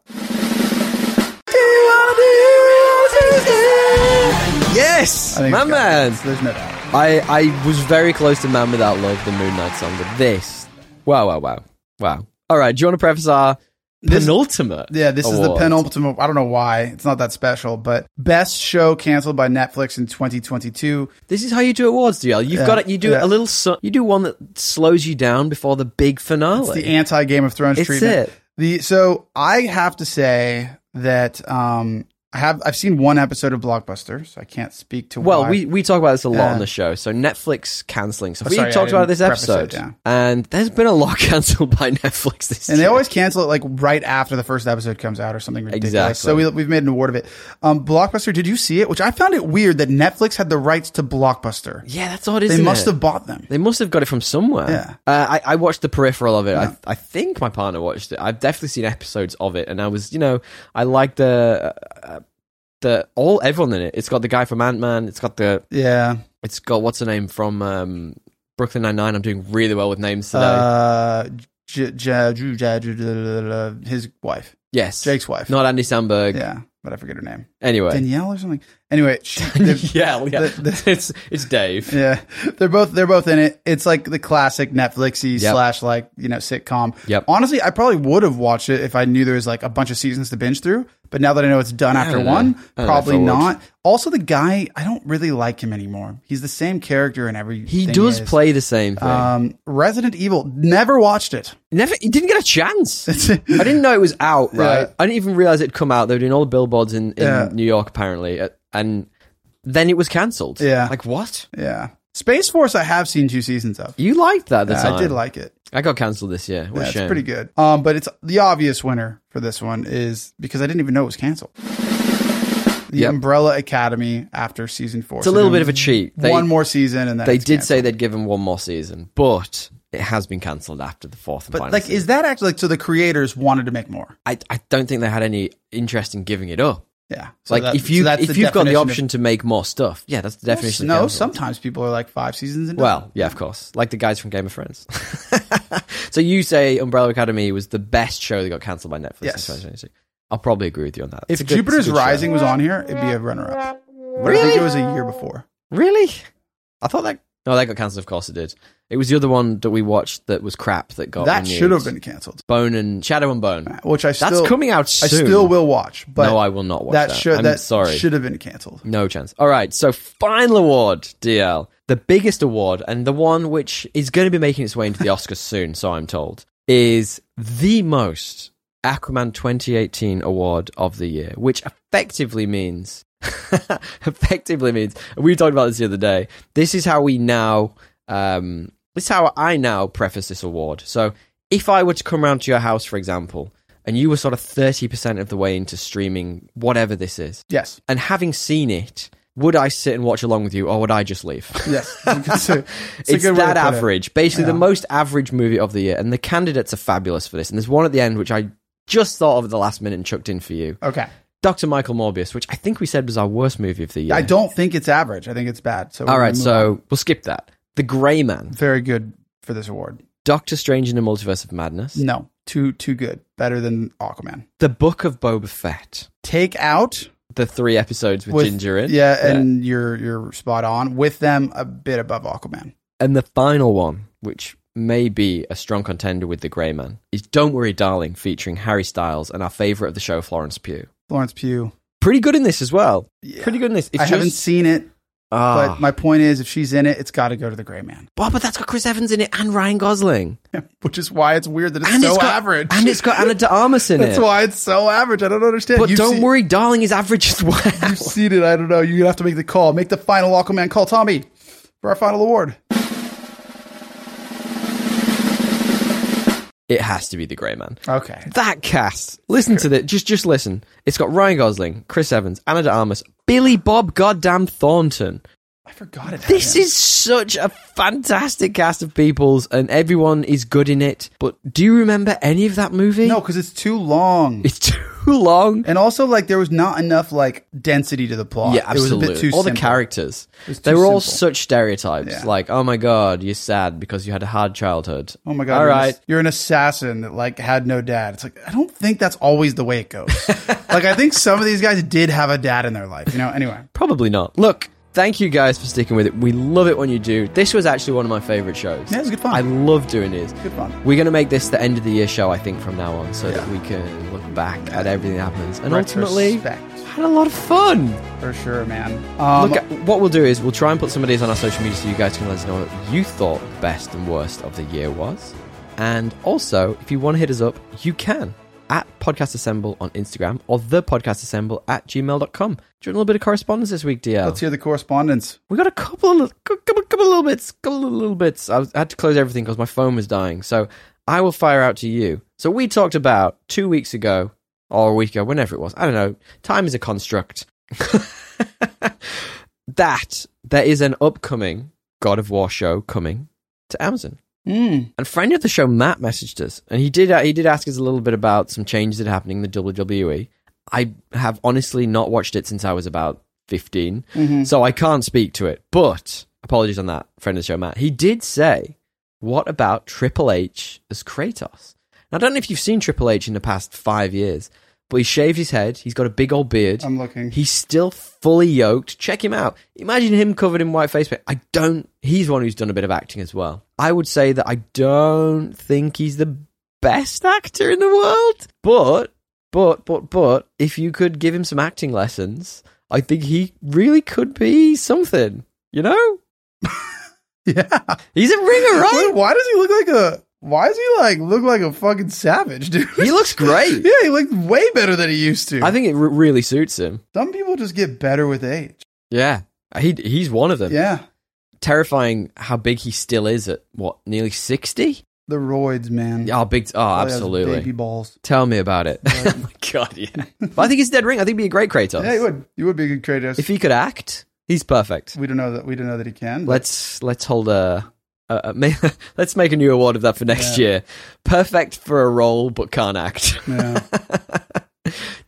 Speaker 1: Yes,
Speaker 2: I think
Speaker 1: my
Speaker 2: it's gotta be-
Speaker 1: man.
Speaker 2: There's no doubt.
Speaker 1: I, I was very close to Man Without Love, the Moon Knight song, but this, wow, wow, wow, wow. All right, do you want to preface our
Speaker 2: This-
Speaker 1: penultimate?
Speaker 2: Yeah, this is the
Speaker 1: award?
Speaker 2: penultimate. I don't know why. It's not that special, but best show canceled by Netflix in 2022.
Speaker 1: This is how you do awards, DL. You've
Speaker 2: Yeah,
Speaker 1: got it. You do
Speaker 2: yeah.
Speaker 1: a little. Su- you do one that slows you down before the big finale.
Speaker 2: It's the anti Game of Thrones
Speaker 1: It's
Speaker 2: treatment.
Speaker 1: it.
Speaker 2: The so I have to say that um, I have I've seen one episode of Blockbuster, so I can't speak to
Speaker 1: well,
Speaker 2: why.
Speaker 1: we, we talk about this a lot
Speaker 2: Yeah.
Speaker 1: on the show. So Netflix canceling stuff.
Speaker 2: Oh,
Speaker 1: we
Speaker 2: sorry, I
Speaker 1: talked about this
Speaker 2: didn't preface it,
Speaker 1: episode,
Speaker 2: yeah.
Speaker 1: and there's been a lot cancelled by Netflix this
Speaker 2: and they
Speaker 1: year.
Speaker 2: always cancel it like right after the first episode comes out or something ridiculous.
Speaker 1: Exactly.
Speaker 2: So we, we've made an award of it. Um, Blockbuster, did you see it? Which I found it weird that Netflix had the rights to Blockbuster.
Speaker 1: yeah, that's odd, isn't
Speaker 2: they must
Speaker 1: it?
Speaker 2: have bought them.
Speaker 1: They must have got it from somewhere.
Speaker 2: Yeah.
Speaker 1: Uh, I, I watched the peripheral of it. I, I think my partner watched it. I've definitely seen episodes of it, and I was, you know, I like the uh, the all everyone in it. It's got the guy from Ant Man. It's got the
Speaker 2: Yeah.
Speaker 1: it's got what's her name from um, Brooklyn Nine Nine. I'm doing really well with names today.
Speaker 2: Uh, J- J- Drew- J- Drew- blah, blah, blah, blah, his wife,
Speaker 1: yes,
Speaker 2: Jake's wife.
Speaker 1: not Andy Samberg.
Speaker 2: Yeah, but I forget her name.
Speaker 1: Anyway,
Speaker 2: Danielle or something. Anyway, she- they-
Speaker 1: yeah, yeah.
Speaker 2: the- the-
Speaker 1: it's it's Dave.
Speaker 2: yeah, they're both they're both in it. It's like the classic Netflixy
Speaker 1: Yep.
Speaker 2: slash like you know sitcom.
Speaker 1: Yep.
Speaker 2: Honestly, I probably would have watched it if I knew there was like a bunch of seasons to binge through. But now that I know it's done after
Speaker 1: don't know. I
Speaker 2: one,
Speaker 1: don't know if I
Speaker 2: probably
Speaker 1: would.
Speaker 2: not. Also, the guy I don't really like him anymore. He's the same character in every.
Speaker 1: He does play the same thing.
Speaker 2: Um, Resident Evil. Never watched it.
Speaker 1: Never, he didn't get a chance. I didn't know it was out, right?
Speaker 2: Yeah.
Speaker 1: I didn't even realize it'd come out. They were doing all the billboards in, in
Speaker 2: Yeah.
Speaker 1: New York, apparently, uh, and then it was cancelled.
Speaker 2: Yeah.
Speaker 1: like what?
Speaker 2: Yeah. Space Force, I have seen two seasons of.
Speaker 1: You liked that? At the time.
Speaker 2: I did like it.
Speaker 1: I got cancelled this year. What a
Speaker 2: That's
Speaker 1: shame.
Speaker 2: pretty good. Um, but it's the obvious winner for this one is because I didn't even know it was canceled. The
Speaker 1: Yep.
Speaker 2: Umbrella Academy after season four.
Speaker 1: It's a little bit of a cheat. They,
Speaker 2: one more season, and then
Speaker 1: they
Speaker 2: it's
Speaker 1: did
Speaker 2: canceled.
Speaker 1: say they'd give him one more season, but it has been cancelled after the fourth and
Speaker 2: But
Speaker 1: final.
Speaker 2: like,
Speaker 1: season.
Speaker 2: is that actually like, so? The creators wanted to make more.
Speaker 1: I, I don't think they had any interest in giving it up.
Speaker 2: Yeah. So
Speaker 1: Like
Speaker 2: that-
Speaker 1: if you
Speaker 2: so that's
Speaker 1: if you've got the
Speaker 2: definition of-
Speaker 1: option to make more stuff, yeah, that's the definition.
Speaker 2: No,
Speaker 1: of cancelled.
Speaker 2: sometimes people are like five seasons. And
Speaker 1: Well, yeah, of course. Like the guys from Game of Thrones. so you say Umbrella Academy was the best show that got cancelled by Netflix
Speaker 2: Yes.
Speaker 1: in 2022. I'll probably agree with you on that. It's
Speaker 2: if
Speaker 1: a good-
Speaker 2: Jupiter's
Speaker 1: it's a good show.
Speaker 2: Rising was on here, it'd be a runner-up. But I think
Speaker 1: Really?
Speaker 2: it was a year before.
Speaker 1: Really? I thought that. No, that got cancelled, of course it did. It was the other one that we watched that was crap that got.
Speaker 2: that
Speaker 1: renewed.
Speaker 2: should have been canceled.
Speaker 1: Bone and Shadow and Bone.
Speaker 2: Which I still
Speaker 1: That's coming out
Speaker 2: I
Speaker 1: soon.
Speaker 2: still will watch. But
Speaker 1: no, I will not watch that.
Speaker 2: that should
Speaker 1: I'm
Speaker 2: that
Speaker 1: sorry. Mm.
Speaker 2: should have been canceled.
Speaker 1: No chance. All right, so final award, DL. The biggest award, and the one which is going to be making its way into the Oscars soon, so I'm told, is the most Aquaman 2018 award of the year, which effectively means, effectively means, we talked about this the other day. This is how we now, um, this is how I now preface this award. So if I were to come round to your house, for example, and you were sort of 30% of the way into streaming whatever this is,
Speaker 2: Yes.
Speaker 1: and having seen it, would I sit and watch along with you, or would I just leave?
Speaker 2: Yes. it's a-
Speaker 1: It's,
Speaker 2: a good way
Speaker 1: that
Speaker 2: to put it.
Speaker 1: average, basically the most average movie of the year, and the candidates are fabulous for this. And there's one at the end which I just thought of at the last minute and chucked in for you,
Speaker 2: Okay.
Speaker 1: Doctor Michael Morbius, which I think we said was our worst movie of the year.
Speaker 2: I don't think it's average. I think it's bad. So
Speaker 1: All
Speaker 2: we're
Speaker 1: right,
Speaker 2: gonna move
Speaker 1: so we'll skip that. The Grey Man,
Speaker 2: on. very good for this award.
Speaker 1: Doctor Strange in the Multiverse of Madness,
Speaker 2: No, too too good. Better than Aquaman.
Speaker 1: The Book of Boba Fett,
Speaker 2: Take out
Speaker 1: the three episodes with,
Speaker 2: with
Speaker 1: Ginger in,
Speaker 2: Yeah, and you're you're spot on with them a bit above Aquaman.
Speaker 1: And the final one, which may be a strong contender with The Grey Man, is Don't Worry Darling featuring Harry Styles and our favourite of the show, Florence Pugh.
Speaker 2: Florence Pugh.
Speaker 1: Pretty good in this as well.
Speaker 2: Yeah.
Speaker 1: Pretty good in this. It's
Speaker 2: I
Speaker 1: just,
Speaker 2: haven't seen it,
Speaker 1: Ah.
Speaker 2: but my point is, if she's in it, it's got to go to the Gray Man,
Speaker 1: Well, but that's got Chris Evans in it and Ryan Gosling,
Speaker 2: which is why it's weird that it's
Speaker 1: and
Speaker 2: so
Speaker 1: it's got
Speaker 2: average.
Speaker 1: and it's got Anna de Armas in
Speaker 2: That's
Speaker 1: it.
Speaker 2: why it's so average. I don't understand.
Speaker 1: but
Speaker 2: You've
Speaker 1: don't
Speaker 2: seen-
Speaker 1: worry, darling, is average as well.
Speaker 2: You've seen it. I don't know. You have to make the call. Make the final Aquaman call, Tommy, for our final award.
Speaker 1: It has to be the Grey Man.
Speaker 2: Okay.
Speaker 1: That cast. Listen to this. Just, just listen. It's got Ryan Gosling, Chris Evans, Anna de Armas, Billy Bob, goddamn Thornton.
Speaker 2: I forgot it. had
Speaker 1: This
Speaker 2: him.
Speaker 1: is such a fantastic cast of peoples, and everyone is good in it. But do you remember any of that movie?
Speaker 2: no, because it's too long.
Speaker 1: It's too long.
Speaker 2: And also, like, there was not enough like density to the plot.
Speaker 1: Yeah, absolutely.
Speaker 2: It was a bit too
Speaker 1: all the
Speaker 2: simple.
Speaker 1: characters.
Speaker 2: was too
Speaker 1: They were all
Speaker 2: simple.
Speaker 1: such stereotypes.
Speaker 2: Yeah.
Speaker 1: Like, oh my god, you're sad because you had a hard childhood.
Speaker 2: Oh my god!
Speaker 1: All
Speaker 2: you're an-
Speaker 1: right.
Speaker 2: you're an assassin that like had no dad. It's like I don't think that's always the way it goes. like I think some of these guys did have a dad in their life. You know. Anyway,
Speaker 1: Probably not. Look, thank you guys for sticking with it. We love it when you do. This was actually one of my favorite shows.
Speaker 2: Yeah, it was good fun.
Speaker 1: I love doing these.
Speaker 2: Good fun.
Speaker 1: We're going to make this the end of the year show, I think, from now on, so that we can look back at everything that happens. And ultimately,
Speaker 2: Retrospect.
Speaker 1: had a lot of fun.
Speaker 2: for sure, man. Um,
Speaker 1: Look, what we'll do is we'll try and put some of these on our social media so you guys can let us know what you thought the best and worst of the year was. And also, if you want to hit us up, you can at Podcast Assemble on Instagram or the Podcast Assemble at gmail.com. Do you want a little bit of correspondence this week, DL?
Speaker 2: let's hear the correspondence.
Speaker 1: we got a couple of li- cou- couple, couple of little bits, couple of little bits. I, was, I had to close everything because my phone was dying. So I will fire out to you. So we talked about two weeks ago or a week ago, whenever it was. I don't know. Time is a construct. that there is an upcoming God of War show coming to Amazon.
Speaker 2: Mm.
Speaker 1: And friend of the show, Matt, messaged us, and he did he did ask us a little bit about some changes that are happening in the WWE. I have honestly not watched it since I was about 15 so I can't speak to it. But apologies on that, friend of the show, Matt. He did say, "What about Triple H as Kratos?" Now, I don't know if you've seen Triple H in the past five years, but he shaved his head. He's got a big old beard.
Speaker 2: I'm looking.
Speaker 1: He's still fully yoked. Check him out. Imagine him covered in white face paint. I don't. He's one who's done a bit of acting as well. I would say that I don't think he's the best actor in the world, but but but but if you could give him some acting lessons, I think he really could be something. You know,
Speaker 2: yeah.
Speaker 1: he's a ringer,
Speaker 2: Why,
Speaker 1: right?
Speaker 2: why does he look like a? Why does he like look like a fucking savage, dude?
Speaker 1: He looks great.
Speaker 2: yeah, he looked way better than he used to.
Speaker 1: I think it r- really suits him.
Speaker 2: Some people just get better with age.
Speaker 1: Yeah, he he's one of them.
Speaker 2: Yeah,
Speaker 1: Terrifying how big he still is at what nearly sixty.
Speaker 2: the roids, man.
Speaker 1: Yeah, Oh, big. Oh,
Speaker 2: All those
Speaker 1: absolutely.
Speaker 2: Baby balls.
Speaker 1: Tell me about it. oh my god, yeah. But I think he's a dead ring. I think he'd be a great Kratos.
Speaker 2: Yeah, you would. You would be a good Kratos.
Speaker 1: If he could act, he's perfect.
Speaker 2: we don't know that. We don't know that he can. but-
Speaker 1: Let's let's hold a. a, a ma- let's make a new award of that for next year. Perfect for a role, but can't act.
Speaker 2: yeah.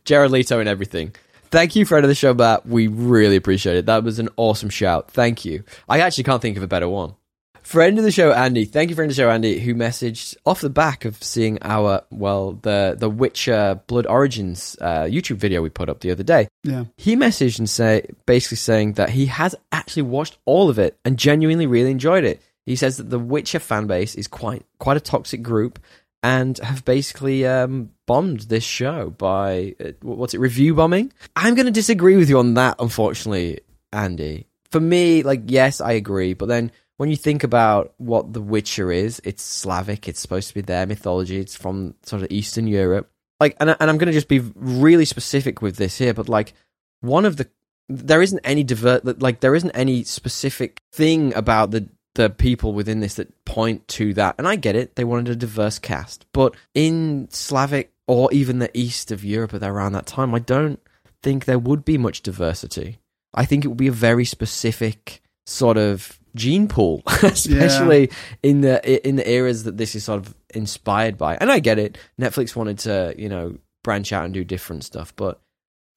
Speaker 1: Jared Leto and everything. Thank you, friend of the show, Matt. We really appreciate it. That was an awesome shout. Thank you. I actually can't think of a better one. Friend of the show, Andy. Thank you, friend of the show, Andy, who messaged off the back of seeing our well, the the Witcher Blood Origins uh, YouTube video we put up the other day.
Speaker 2: Yeah.
Speaker 1: He messaged and say basically saying that he has actually watched all of it and genuinely really enjoyed it. He says that the Witcher fan base is quite quite a toxic group and have basically um, bombed this show by uh, what's it review bombing. I'm going to disagree with you on that, unfortunately, Andy. For me, like yes, I agree, but then when you think about what the Witcher is, it's Slavic. It's supposed to be their mythology. It's from sort of Eastern Europe. Like, and, I- and I'm going to just be really specific with this here, but like one of the there isn't any divert like there isn't any specific thing about the the people within this that point to that and i get it they wanted a diverse cast but in slavic or even the east of europe at around that time i don't think there would be much diversity i think it would be a very specific sort of gene pool especially in the in the eras that this is sort of inspired by and i get it netflix wanted to you know branch out and do different stuff but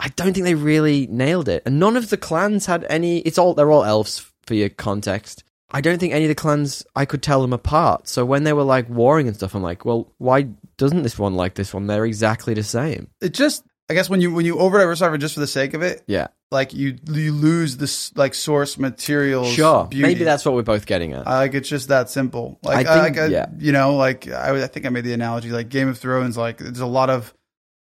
Speaker 1: I don't think they really nailed it. And none of the clans had any. It's all they're all elves for your context. I don't think any of the clans I could tell them apart. So when they were like warring and stuff, I'm like, well, why doesn't this one like this one? They're exactly the same.
Speaker 2: It just. I guess when you when you overdiversify just for the sake of it,
Speaker 1: Yeah,
Speaker 2: like you you lose this like source material.
Speaker 1: sure.
Speaker 2: Beauty. Uh,
Speaker 1: Maybe that's what we're both getting at.
Speaker 2: I like it's just that simple. Like
Speaker 1: I
Speaker 2: I,
Speaker 1: think-
Speaker 2: like I,
Speaker 1: yeah.
Speaker 2: you know, like I, I think I made the analogy like Game of Thrones. Like there's a lot of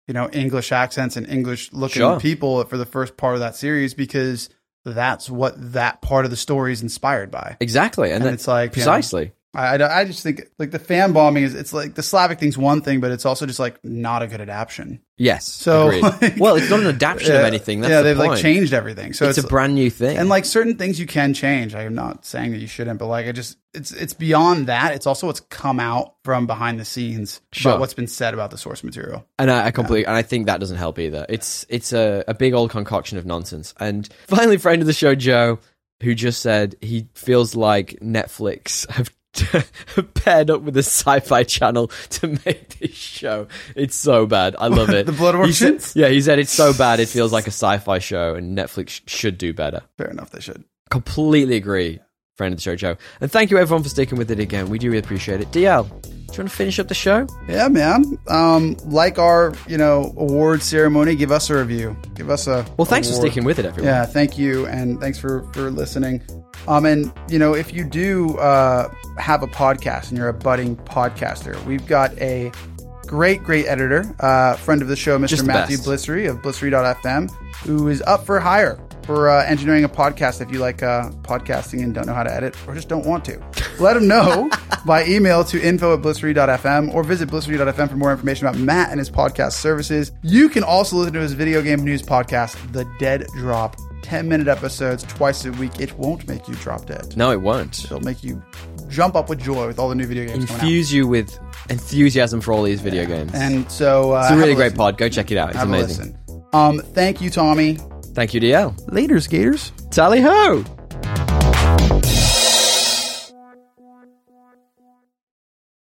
Speaker 2: you know English accents and English looking
Speaker 1: Sure.
Speaker 2: people for the first part of that series because that's what that part of the story is inspired by.
Speaker 1: Exactly. And,
Speaker 2: And
Speaker 1: then
Speaker 2: it's like, you know,
Speaker 1: precisely.
Speaker 2: I, I don't- I just think like the fan bombing is it's like the Slavic thing's one thing, but it's also just like not a good adaptation.
Speaker 1: Yes.
Speaker 2: So,
Speaker 1: agreed.
Speaker 2: like-
Speaker 1: well, it's not an adaptation of anything. That's
Speaker 2: yeah,
Speaker 1: the
Speaker 2: they've
Speaker 1: point.
Speaker 2: like changed everything. So
Speaker 1: it's,
Speaker 2: it's,
Speaker 1: a brand new thing.
Speaker 2: and like certain things you can change. I am not saying that you shouldn't, but like I just it's it's beyond that. It's also what's come out from behind the scenes
Speaker 1: Sure.
Speaker 2: about what's been said about the source material.
Speaker 1: And I, I completely, and I think that doesn't help either. It's it's a, a big old concoction of nonsense. And finally, friend of the show, Joe, who just said he feels like Netflix have paired up with a sci-fi channel to make this show. It's so bad. I love it.
Speaker 2: The Blood
Speaker 1: He said-
Speaker 2: Orphans?
Speaker 1: Yeah, he said it's so bad. It feels like a sci-fi show, and Netflix sh- should do better.
Speaker 2: Fair enough, they should.
Speaker 1: Completely agree, friend of the show, Joe. And thank you everyone for sticking with it again. We do really appreciate it. DL, do you want to finish up the show?
Speaker 2: Yeah, man. Um, like our you know award ceremony, give us a review. Give us a
Speaker 1: Well, thanks for
Speaker 2: award.
Speaker 1: sticking with it, everyone.
Speaker 2: Yeah, thank you, and thanks for for listening. Um, and you know, if you do uh, have a podcast and you're a budding podcaster, we've got a great, great editor, uh, friend of the show, Mr.
Speaker 1: Just the
Speaker 2: Matthew
Speaker 1: best.
Speaker 2: Blissery of Blissery.fm, who is up for hire for uh, engineering a podcast. If you like uh, podcasting and don't know how to edit, or just don't want to, let him know by email to info at blissery.fm or visit blissery.fm for more information about Matt and his podcast services. You can also listen to his video game news podcast, The Dead Drop. 10 minute episodes twice a week. It won't make you drop dead.
Speaker 1: No, it won't.
Speaker 2: It'll make you jump up with joy with all the new video games coming out.
Speaker 1: infuse you with enthusiasm for all these video games.
Speaker 2: And so, uh,
Speaker 1: it's a really great
Speaker 2: podcast.
Speaker 1: pod. Go check it out. It's
Speaker 2: Have a
Speaker 1: amazing.
Speaker 2: listen. Um, thank you, Tommy.
Speaker 1: Thank you, DL.
Speaker 2: Later, skaters.
Speaker 1: Tally ho!